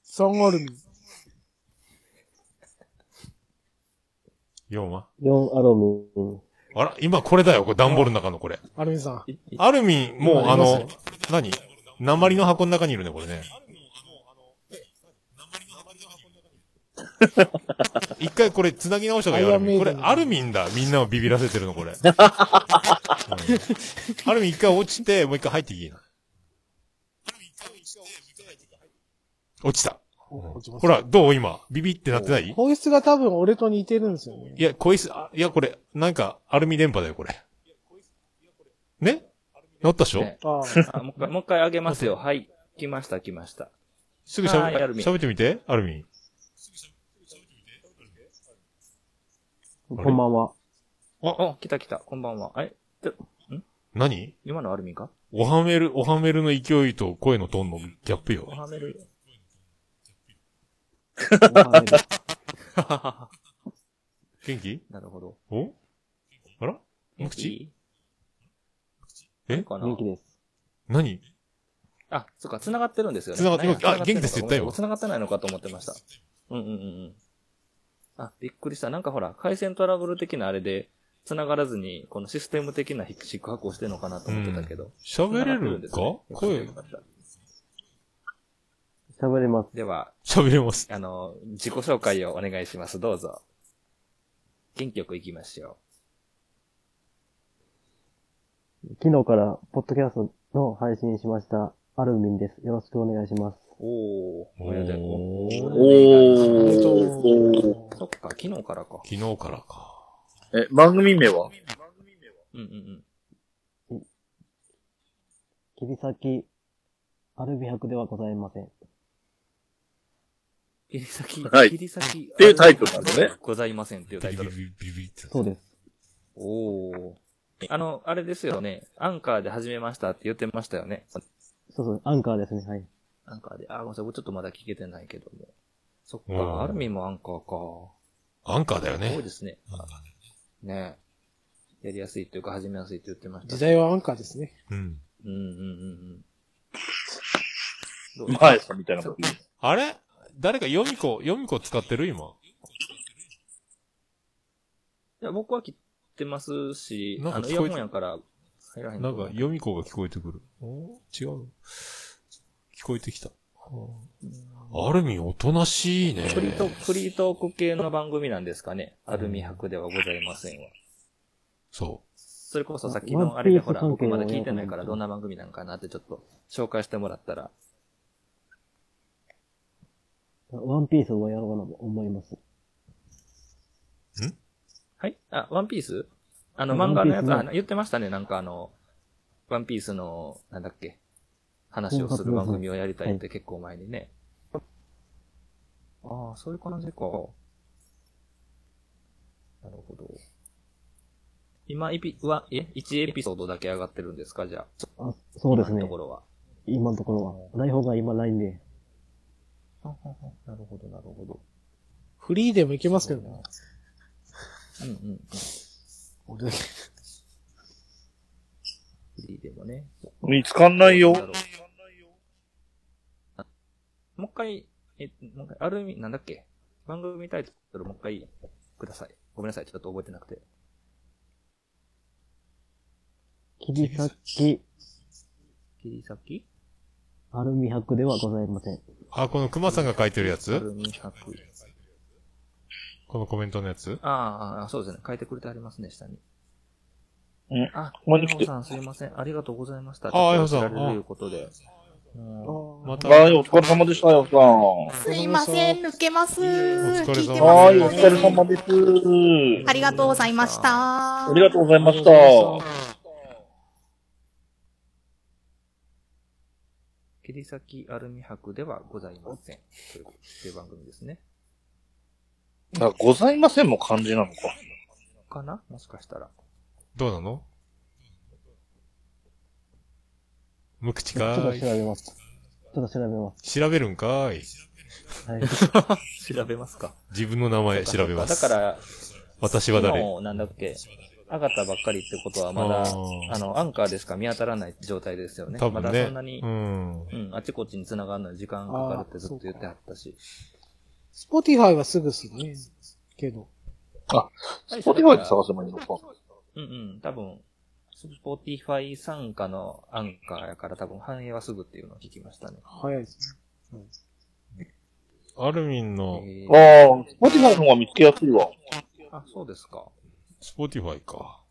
[SPEAKER 2] 三アルミ。
[SPEAKER 4] 4は
[SPEAKER 11] 4アロミン。
[SPEAKER 4] あら、今これだよ、これ段ボールの中のこれ。
[SPEAKER 2] アルミンさん。
[SPEAKER 4] アルミン、もう
[SPEAKER 2] 今
[SPEAKER 4] あ
[SPEAKER 2] います
[SPEAKER 4] の
[SPEAKER 2] よ、
[SPEAKER 4] 何鉛の箱の中にいるね、これ ね。一回これ繋ぎ直した方がいいよアルミン。これアルミンだ。みんなをビビらせてるの、こ れ。うんアルミン一回落ちて、もう一回入っていいな。落ちた。
[SPEAKER 2] ほ
[SPEAKER 4] ほら、どう今。ビビってなってない
[SPEAKER 2] こいつが多分俺と似てるんですよね。
[SPEAKER 4] いや、こいつ、あいや、これ、なんか、アルミ電波だよ、これ。ねなったでしょ
[SPEAKER 3] ねあもう一回、もう一回あげますよ。はい。来ました、来ました。
[SPEAKER 4] すぐしゃ
[SPEAKER 3] はいアルミン
[SPEAKER 4] 喋ってみて、アルミン。
[SPEAKER 11] こんばんは。
[SPEAKER 3] お、お、来た来た。こんばんは。え、ちょ、ん
[SPEAKER 4] 何
[SPEAKER 3] 今のアルミンか
[SPEAKER 4] おはめる、おはめるの勢いと声のトーンのギャップよ。
[SPEAKER 3] はめる。
[SPEAKER 4] 元気
[SPEAKER 3] なるほど。
[SPEAKER 4] おあら無口え
[SPEAKER 3] 元
[SPEAKER 11] 気です。
[SPEAKER 4] 何
[SPEAKER 3] あ、そっか、繋がってるんですよね。
[SPEAKER 4] 繋がって
[SPEAKER 3] なんや
[SPEAKER 4] あ元気ですって言ったよ
[SPEAKER 3] 繋がってないのかと思ってました。うんうんうんうん。あ、びっくりした。なんかほら、回線トラブル的なあれで、繋がらずに、このシステム的なヒックシック発行してるのかなと思ってたけど。
[SPEAKER 4] 喋れるか
[SPEAKER 3] 繋がってるんですねよ
[SPEAKER 4] 声
[SPEAKER 3] かったよかっ
[SPEAKER 11] 喋れます。
[SPEAKER 3] たでは、
[SPEAKER 4] 喋れます。
[SPEAKER 3] あの、自己紹介をお願いします。どうぞ。元気よく行きましょ
[SPEAKER 11] 昨日から、ポッドキャストの配信しました、アルミンです。よろしくお願いします。
[SPEAKER 3] う。おー、おめでとう。お
[SPEAKER 1] おー
[SPEAKER 3] おそっか、昨日からか。
[SPEAKER 4] 昨日からか。
[SPEAKER 1] え、番組名は
[SPEAKER 3] うんうんうん。
[SPEAKER 11] 切り裂き、アルビ博ではございません。
[SPEAKER 3] 切り裂き、
[SPEAKER 1] はい
[SPEAKER 3] 切り裂き。
[SPEAKER 1] っていうタイトルなのね
[SPEAKER 3] ございませんっていうタイトル。
[SPEAKER 11] そうです。
[SPEAKER 3] おー。あの、あれですよね。アンカーで始めましたって言ってましたよね。
[SPEAKER 11] そうそう、アンカーですね、はい。
[SPEAKER 3] アンカーで。あ、ごめんなさい。ちょっとまだ聞けてないけども。そっ
[SPEAKER 4] う
[SPEAKER 3] か、
[SPEAKER 4] ん
[SPEAKER 3] アルミンもアンカー
[SPEAKER 4] アンカーだよ
[SPEAKER 3] か。すご
[SPEAKER 4] ね
[SPEAKER 3] いで。すね。ねやりやすいというか、始めやすいって言ってました。
[SPEAKER 2] 時代はアンカーですね。
[SPEAKER 4] うん。
[SPEAKER 3] うんうんうんうん。
[SPEAKER 1] 前さんみたいなこと言う。
[SPEAKER 4] あれ誰かヨミコ、ヨミコ使ってる今。
[SPEAKER 3] いや、僕は切ってますし、
[SPEAKER 4] なんか
[SPEAKER 3] あの、イ
[SPEAKER 4] 聞
[SPEAKER 3] ヤ
[SPEAKER 4] こえ
[SPEAKER 3] ホンやから入らへん
[SPEAKER 4] な
[SPEAKER 3] と
[SPEAKER 4] ん
[SPEAKER 3] 思う
[SPEAKER 4] か、ヨミコが聞こえてくる。お違うの聞こえてきた。アルミンおとなしいね。
[SPEAKER 3] フリートーク、フリートーク系の番組なんですかね。アルミ博ではございませんわ。
[SPEAKER 4] そ
[SPEAKER 3] それこそさっき
[SPEAKER 11] ま
[SPEAKER 3] の
[SPEAKER 11] あ
[SPEAKER 3] あれでほら、
[SPEAKER 11] ワンピ
[SPEAKER 3] 僕
[SPEAKER 11] ース関係の
[SPEAKER 3] まだ聞いてないからどんな番組なんかなってちょっと紹介してもらったら。
[SPEAKER 11] ワンピースをやろうかなと思います。
[SPEAKER 3] はいあ、ワンピースあの
[SPEAKER 11] うん
[SPEAKER 3] 漫画のやつ、
[SPEAKER 11] ワンピース
[SPEAKER 3] あ
[SPEAKER 11] の
[SPEAKER 3] 言ってましたね。なんかあの、ワンピースの、なんだっけ、話をする番組をやりたいって結構前にね。ああ、そういう感じか。なるほど。今、エピ、うわ、え、1エピソードだけ上がってるんですかじゃあ。
[SPEAKER 11] あ、そうです
[SPEAKER 3] 今
[SPEAKER 11] ね
[SPEAKER 3] のと。ころは。
[SPEAKER 11] 今のところは。台本が今ないんで。
[SPEAKER 3] なるほど、なるほど。
[SPEAKER 2] フリーでもいけますけどね。
[SPEAKER 3] うんうんうん。
[SPEAKER 2] 俺だけ。
[SPEAKER 3] フリーでもね。
[SPEAKER 1] 見つかんないよ
[SPEAKER 3] どう。んだろうもう一回、え、もう一回、アルミ、なんだっけ番組タイトルもう一回ください。ごめんなさい、ちょっと覚えてなくて。
[SPEAKER 11] 切り裂き、
[SPEAKER 3] 切り裂き
[SPEAKER 11] アルミ博ではございません。
[SPEAKER 4] う。あ、この熊さんが書いてるや
[SPEAKER 3] ア
[SPEAKER 4] つ
[SPEAKER 3] ルミ博。
[SPEAKER 4] このコメントのやつ
[SPEAKER 3] あーあー、そうですね。書いてくれてありますね、下に。
[SPEAKER 1] うん
[SPEAKER 3] あ、
[SPEAKER 1] ここに
[SPEAKER 3] ヤ
[SPEAKER 1] 来
[SPEAKER 3] ホ
[SPEAKER 1] て
[SPEAKER 3] さんすいません。ありがとうございました。
[SPEAKER 4] あー
[SPEAKER 3] ちょっと知られ
[SPEAKER 4] ヤホさん
[SPEAKER 3] るということで。うん
[SPEAKER 4] また、
[SPEAKER 1] はい、お疲れ様でしたよ、さん。
[SPEAKER 9] すいません、抜けます。
[SPEAKER 4] 疲れ様
[SPEAKER 9] 聞いてま
[SPEAKER 1] は
[SPEAKER 9] す
[SPEAKER 1] い、お
[SPEAKER 9] の
[SPEAKER 1] 疲れ
[SPEAKER 9] で。
[SPEAKER 1] 様です。
[SPEAKER 9] ありがとうございました。
[SPEAKER 1] ありがとうございました。
[SPEAKER 3] り先アルミ箔ではございません。というという番組ですね。
[SPEAKER 1] なんかございませんも漢字なのか。
[SPEAKER 3] かなもしかしたら。
[SPEAKER 4] どうなの無口
[SPEAKER 11] ちょ
[SPEAKER 4] か
[SPEAKER 11] っと調
[SPEAKER 4] い
[SPEAKER 11] べます。ちょっと調べます。
[SPEAKER 4] 調べるんかい
[SPEAKER 3] はい。 調べますか。
[SPEAKER 4] 自分の名前調べます。
[SPEAKER 3] だから、
[SPEAKER 4] 私は誰
[SPEAKER 3] 昨日なんだっけ。上がったばっかりってことはまだ、
[SPEAKER 4] あ
[SPEAKER 3] あの、アンカーでしか見当たらない状態ですよね。
[SPEAKER 4] 多分ね
[SPEAKER 3] まだそんなに、
[SPEAKER 4] うん
[SPEAKER 3] うん、あちこちに繋がるのに時間かかるってずっと言ってはったし。
[SPEAKER 2] スポティファイはすぐっすね。けど。
[SPEAKER 1] あ、
[SPEAKER 3] ス
[SPEAKER 1] Spotify で探せばいいのか。
[SPEAKER 3] うんうん、多分、スポティファイ参加のアンカーやから多分反映はすぐっていうのを聞きましたね。
[SPEAKER 2] 早いですね。
[SPEAKER 4] アルミンの、
[SPEAKER 1] ああ、Spotify の方が見つけやすいわ。
[SPEAKER 3] あ、そうですか。
[SPEAKER 4] スポティファイか。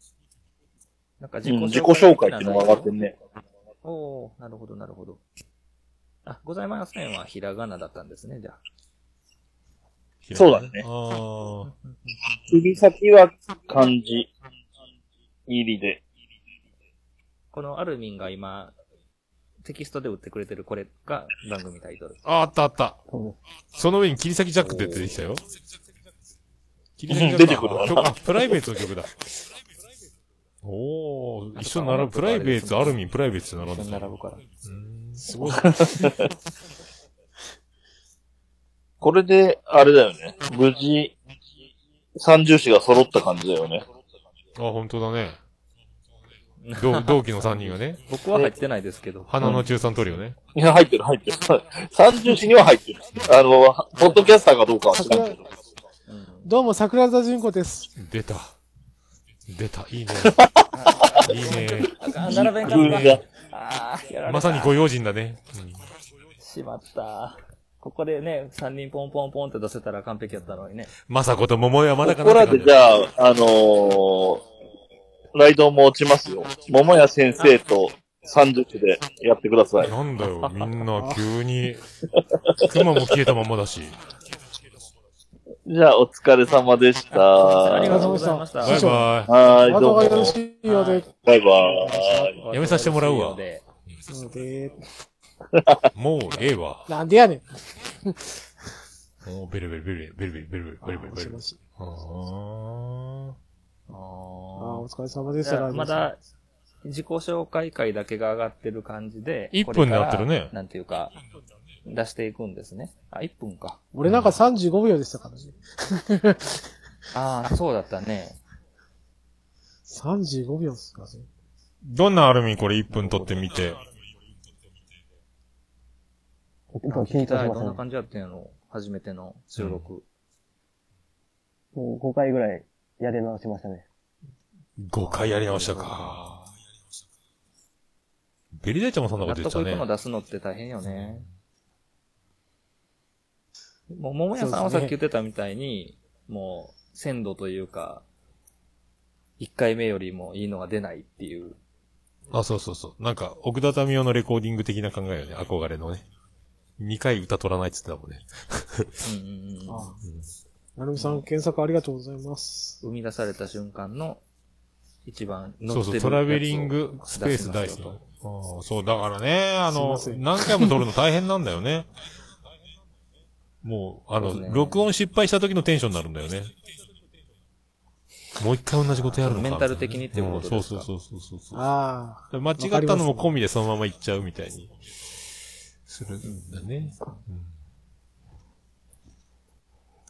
[SPEAKER 3] なんか
[SPEAKER 1] うん自己紹介っていうのが上がってんね。
[SPEAKER 3] おおーなるほど、なるほど。あ、ございませんはひらがなだったんですね、じゃあ。
[SPEAKER 1] そうだね。
[SPEAKER 4] あ
[SPEAKER 1] 指先は漢字。入りで。
[SPEAKER 3] このアルミンが今、テキストで打ってくれてるこれが番組タイトル。
[SPEAKER 4] あ、あったあった。その上に切り裂きジャックって出てきたよ。切り裂きジャック。
[SPEAKER 1] 出てくるわ
[SPEAKER 4] あ曲あ、プライベートの曲だ。おー、一緒に並ぶ、プライベート、アルミン、プライベートって並んでた。並
[SPEAKER 3] ぶから。
[SPEAKER 4] す ごい。
[SPEAKER 1] これで、あれだよね。無事、三重詞が揃った感じだよね。
[SPEAKER 4] あ、本当だね。 同同期の3人がね。
[SPEAKER 3] 僕は入ってないですけど。
[SPEAKER 4] 花の中3トリオね。
[SPEAKER 1] いや、入ってる、入ってる。三重詞には入ってる。あの、ポッドキャスターかどうかは知らんけど。
[SPEAKER 2] どうも、桜田純子です。
[SPEAKER 4] 出た。出た。 いいね。いいね。
[SPEAKER 3] あ並べんかった
[SPEAKER 4] いいね
[SPEAKER 3] あーやられた
[SPEAKER 4] まさにご用心だね。うん
[SPEAKER 3] しまった。ここでね、3人ポンポンポンって出せたら完璧やったのにね。
[SPEAKER 4] まさこと桃山だか
[SPEAKER 1] こ
[SPEAKER 4] な
[SPEAKER 1] こ
[SPEAKER 4] って感じ
[SPEAKER 1] らでじゃあ、あのー、ライドも落ちますよ。桃屋先生と三重詞でやってください。
[SPEAKER 4] なんだよ、みんな急に。熊も消えたまんまだ し。
[SPEAKER 1] じゃあ、お疲れ様でした。
[SPEAKER 4] ありがとうございましたバイバイ
[SPEAKER 1] はい、ど
[SPEAKER 4] あ
[SPEAKER 1] うも。
[SPEAKER 4] とはよろし
[SPEAKER 2] いようで
[SPEAKER 1] バイバイ。
[SPEAKER 4] やめさせてもらうわ。
[SPEAKER 2] そうで
[SPEAKER 4] もうええわ。
[SPEAKER 2] なんでやねん。
[SPEAKER 4] もうベルベルベルベルベルベルベルベルベルベル。あー
[SPEAKER 2] ああ、お疲れ様でし
[SPEAKER 3] じ
[SPEAKER 2] た。
[SPEAKER 3] ゃあ
[SPEAKER 2] ライド
[SPEAKER 3] ま
[SPEAKER 2] さん
[SPEAKER 3] だ、自己紹介会だけが上がってる感じで、
[SPEAKER 4] 1分
[SPEAKER 3] これから
[SPEAKER 4] になってるね
[SPEAKER 3] なんていうか、出していくんですね。あ、1分か。
[SPEAKER 2] 俺なんか35秒でしたからね。
[SPEAKER 3] ああ、そうだったね。
[SPEAKER 2] 35秒っすかね。
[SPEAKER 4] どんなアルミンこれ1分撮ってみて。
[SPEAKER 11] 緊張しま
[SPEAKER 3] はい
[SPEAKER 11] せ。
[SPEAKER 3] どんなん感じだったんやろ初めての収録。
[SPEAKER 11] もう5回ぐらいやり直しましたね。
[SPEAKER 4] 5回やり直したか。ベリダイちゃんもそんなこ
[SPEAKER 3] 納
[SPEAKER 4] と言ってた
[SPEAKER 3] 得いくの
[SPEAKER 4] ね。
[SPEAKER 3] 出すのって大変よね。もう、桃屋さんはさっき言ってたみたいに、もう、鮮度というか、1回目よりもいいのが出ないっていう。
[SPEAKER 4] あ、そうそうそう。なんか、奥田民生のレコーディング的な考えよね。憧れのね。2回歌取らないって言ってたもんね。
[SPEAKER 2] あなるみさん、検索ありがとうございます。
[SPEAKER 3] 生み出された瞬間の、一番乗って
[SPEAKER 4] そ
[SPEAKER 3] る
[SPEAKER 4] うそう、トラベリングスペースダイスの。あーそう、だからね、あの、何回も撮るの大変なんだよね。もう、あの、
[SPEAKER 3] そうですね
[SPEAKER 4] 録音失敗した時のテンションになるんだよね。もう一回同じことやるのか
[SPEAKER 3] メンタル的にっていうことですか
[SPEAKER 4] うんそうそうそうそうそう。
[SPEAKER 2] あ
[SPEAKER 4] 間違ったのも込みでそのまま行っちゃうみたいに。するんだね。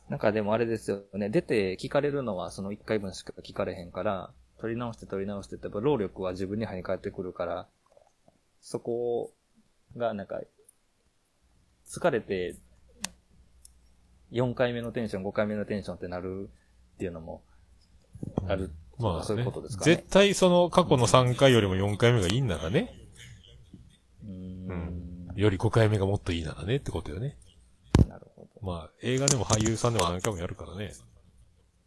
[SPEAKER 3] なんかでもあれですよね、出て聞かれるのはその1回分しか聞かれへんから、取り直して取り直してって、やっぱ労力は自分に跳ね返ってくるから、そこがなんか、疲れて、4回目のテンション、5回目のテンションってなるっていうのも、ある、
[SPEAKER 4] まあ、
[SPEAKER 3] そういうことですかね
[SPEAKER 4] 絶。対その過去の3回よりも4回目がいいんならね。
[SPEAKER 3] うん。
[SPEAKER 4] より5回目がもっといいならねってことよね。
[SPEAKER 3] なる
[SPEAKER 4] ど。
[SPEAKER 3] ほ
[SPEAKER 4] まあ、映画でも俳優さんでも何回もやるからね。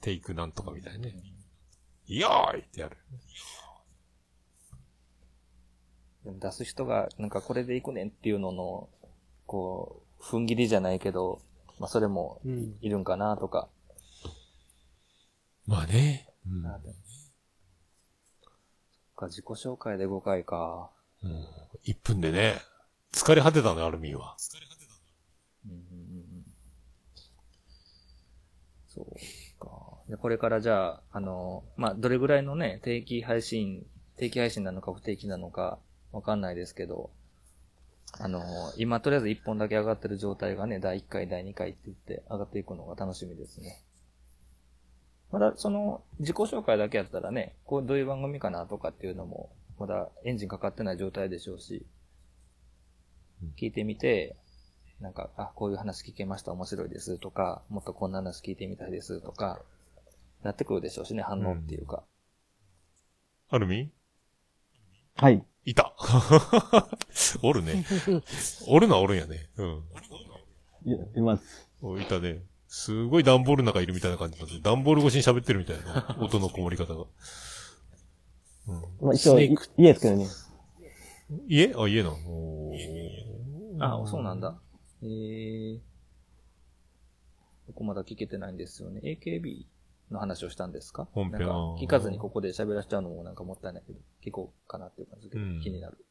[SPEAKER 4] テイクなんとかみたいなね。よーいってやる。
[SPEAKER 3] でも出す人が、なんかこれでいくねんっていうのの、こう、踏ん切りじゃないけど、まあそれも
[SPEAKER 2] うん
[SPEAKER 3] いるんかなとか、
[SPEAKER 4] まあね。うん
[SPEAKER 3] なるほどそっか、自己紹介で5回か。
[SPEAKER 4] 1分でね、疲れ果てたのよ、アルミンは。
[SPEAKER 3] そうか。でこれからじゃあ、あの、まあ、どれぐらいのね、定期配信、定期配信なのか不定期なのか、わかんないですけど、あの、今とりあえず1本だけ上がってる状態がね、第1回、第2回って言って上がっていくのが楽しみですね。まだその、自己紹介だけやったらね、こう、どういう番組かなとかっていうのも、まだエンジンかかってない状態でしょうし、聞いてみて、なんか、あ、こういう話聞けました、面白いですとか、もっとこんな話聞いてみたいですとか、なってくるでしょうしね、反応っていうか。
[SPEAKER 4] アルミン
[SPEAKER 11] はい。
[SPEAKER 4] いた。 おるね。おるのはおるんやね。うん。
[SPEAKER 11] いや、います。
[SPEAKER 4] おいたね。すごい段ボールの中いるみたいな感じだね。段ボール越しに喋ってるみたいな。音のこもり方が。
[SPEAKER 11] まあ、一応、
[SPEAKER 4] スネ
[SPEAKER 11] い家ですけどね。
[SPEAKER 4] 家あ、家なの。おー
[SPEAKER 3] あ、そうなんだ。えー、ここまだ聞けてないんですよね。AKB の話をしたんですか
[SPEAKER 4] 本編
[SPEAKER 3] なんか
[SPEAKER 4] あー
[SPEAKER 3] 聞かずにここで喋らしちゃうのもなんかもったいないけど、聞こうかなっていう感じで
[SPEAKER 4] うん
[SPEAKER 3] 気になる。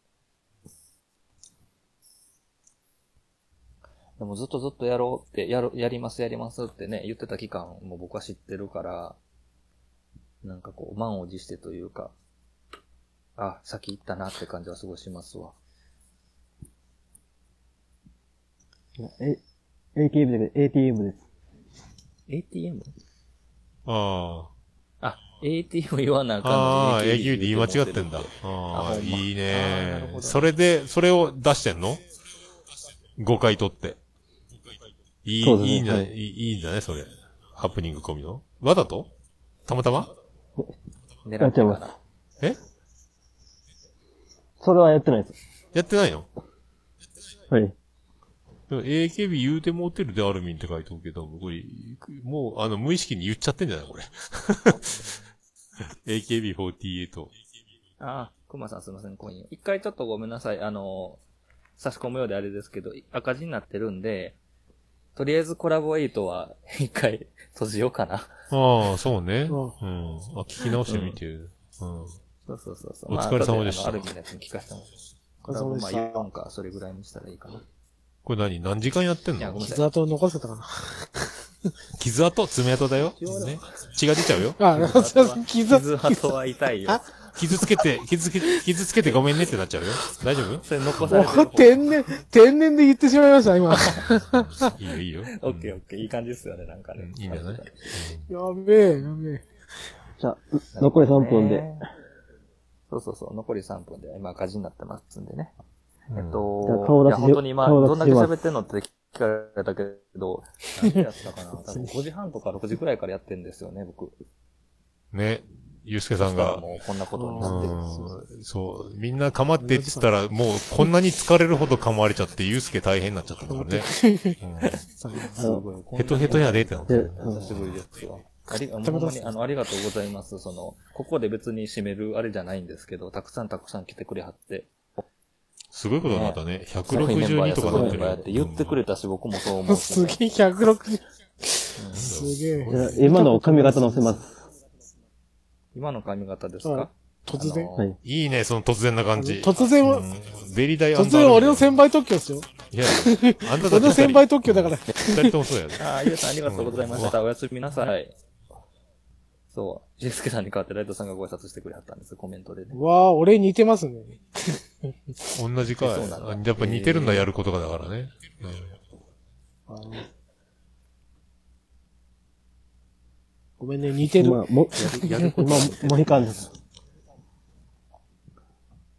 [SPEAKER 3] でもずっとずっとやろうって、やろ、やりますやりますってね、言ってた期間も僕は知ってるから、なんかこう、満を持してというか、あ、先行ったなって感じはすごいしますわ。
[SPEAKER 11] え、AKB だけど ATM です。
[SPEAKER 3] ATM?
[SPEAKER 4] あ
[SPEAKER 3] あ、ATM 言わなあ
[SPEAKER 4] あ。
[SPEAKER 3] かん
[SPEAKER 4] ああ、
[SPEAKER 3] のに
[SPEAKER 4] AKB で言い間違ってんだ。ああ、いいね。それで、それを出してんの ?5 回取って。いい、
[SPEAKER 11] そうですね
[SPEAKER 4] いいんだ、
[SPEAKER 11] はい
[SPEAKER 4] いい、いいんだね、それ。ハプニング込みの。わざとたまたま
[SPEAKER 11] 狙ってたかな
[SPEAKER 4] え
[SPEAKER 11] それはやってないです。
[SPEAKER 4] やってないの
[SPEAKER 11] はい。
[SPEAKER 4] でも AKB 言うてもうてるでアルミンって書いておくけど、これ、もう、あの、無意識に言っちゃってんじゃないこ れ。AKB48。
[SPEAKER 3] ああ、熊さんすいません、今夜。一回ちょっとごめんなさい、あの、差し込むようであれですけど、い赤字になってるんで、とりあえずコラボエイトは一回閉じようかな。
[SPEAKER 4] ああ、そうね。うん。あ、聞き直してみて。うん。
[SPEAKER 3] そうそうそうそう。
[SPEAKER 4] お疲れ様でした
[SPEAKER 3] まあ後あのアルミのやつに聞かせてもらう
[SPEAKER 2] お疲れ様で
[SPEAKER 3] まあ
[SPEAKER 2] した
[SPEAKER 3] 4か、それぐらいにしたらいいかな。
[SPEAKER 4] これ何何時間やってん
[SPEAKER 3] いやご
[SPEAKER 4] の
[SPEAKER 3] めんな
[SPEAKER 2] 傷跡を残せたか な。
[SPEAKER 4] 傷跡爪痕だよ。ね。血が出ちゃうよ。
[SPEAKER 2] あ、すいません傷跡。
[SPEAKER 3] 傷跡は痛いよ。
[SPEAKER 4] 傷つけて、傷つけ、傷つけてごめんねってなっちゃうよ。大丈夫
[SPEAKER 3] それ残されて
[SPEAKER 2] お
[SPEAKER 3] る
[SPEAKER 2] 天然、天然で言ってしまいました、 今。
[SPEAKER 4] いいよ、いいよ。
[SPEAKER 3] オッケーオッケー、いい感じですよね、なんかね。いいんじゃない
[SPEAKER 2] やべえ、やべえ。
[SPEAKER 11] じゃあ、う残り3分で。
[SPEAKER 3] そうそうそう、残り3分で、今赤字になってますんでね。えっ
[SPEAKER 11] じゃあ顔
[SPEAKER 3] と、い
[SPEAKER 11] 出
[SPEAKER 3] や、
[SPEAKER 11] し
[SPEAKER 3] 本当に今、
[SPEAKER 11] 顔出し
[SPEAKER 3] どんだけ
[SPEAKER 11] します
[SPEAKER 3] 喋ってんのって聞かれたけど、何時やった かな多分5時半とか6時くらいからやってんですよね、僕。
[SPEAKER 4] ね。ゆうすけさんが。
[SPEAKER 3] もうこんなことになってる
[SPEAKER 4] うんそう。みんな構ってって言ったら、もうこんなに疲れるほど構われちゃって、ゆうすけ大変になっちゃったからね。うんヘトヘトやでってなった。
[SPEAKER 3] 久しぶりですよ。ありほんまにあのありがとうございます。その、ここで別に締めるあれじゃないんですけど、たくさんたくさん来てくれはって。
[SPEAKER 4] すごいことになったね。
[SPEAKER 3] すごいメンバ
[SPEAKER 4] 162
[SPEAKER 3] ーや
[SPEAKER 4] とか
[SPEAKER 3] すごい
[SPEAKER 4] なっ
[SPEAKER 3] メ
[SPEAKER 4] て
[SPEAKER 3] ンバーやって
[SPEAKER 4] る。
[SPEAKER 3] 言ってくれたし、僕もそう思うし。
[SPEAKER 2] すげえ、160。すげ
[SPEAKER 11] じゃあ
[SPEAKER 2] え。
[SPEAKER 11] 今のお髪型載せます。
[SPEAKER 3] 今の髪型です
[SPEAKER 2] はい
[SPEAKER 3] か
[SPEAKER 2] 突然。
[SPEAKER 11] はい。
[SPEAKER 4] いいね、その突然な感じ。
[SPEAKER 2] 突然は
[SPEAKER 4] うんベリダイアン
[SPEAKER 2] 突然俺の先輩特許ですよ。
[SPEAKER 4] いや、あんたたち
[SPEAKER 2] 俺の先輩特許だから。
[SPEAKER 4] 二人ともそうやね。
[SPEAKER 3] ああ、ゆうさんありがとうございました。おやすみなさい。そう。ジェスケさんに代わってライトさんがご挨拶してくれはったんです、コメントでね。
[SPEAKER 2] わあ、俺似てますね。
[SPEAKER 4] 同じかい。
[SPEAKER 3] そうなんだ
[SPEAKER 4] あやっぱ似てるんだ、
[SPEAKER 3] へー
[SPEAKER 4] やることがだからね。
[SPEAKER 2] ごめんね、似てる。
[SPEAKER 11] まあ、も、
[SPEAKER 4] やる
[SPEAKER 11] 今、モヒカンです。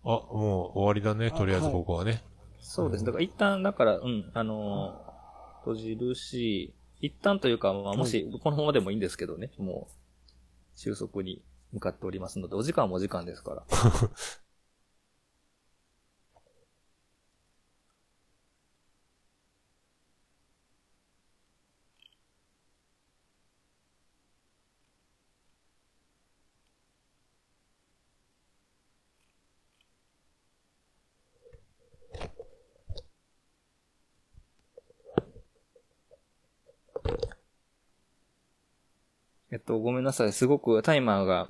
[SPEAKER 4] あ、もう終わりだね、とりあえずここはね。
[SPEAKER 3] そうです。だから一旦、だから、うん、あのー閉じるし、一旦というか、まあ、もし、このままでもいいんですけどね、もう、収束に向かっておりますので、お時間もお時間で すから。えっと、ごめんなさい。すごくタイマーが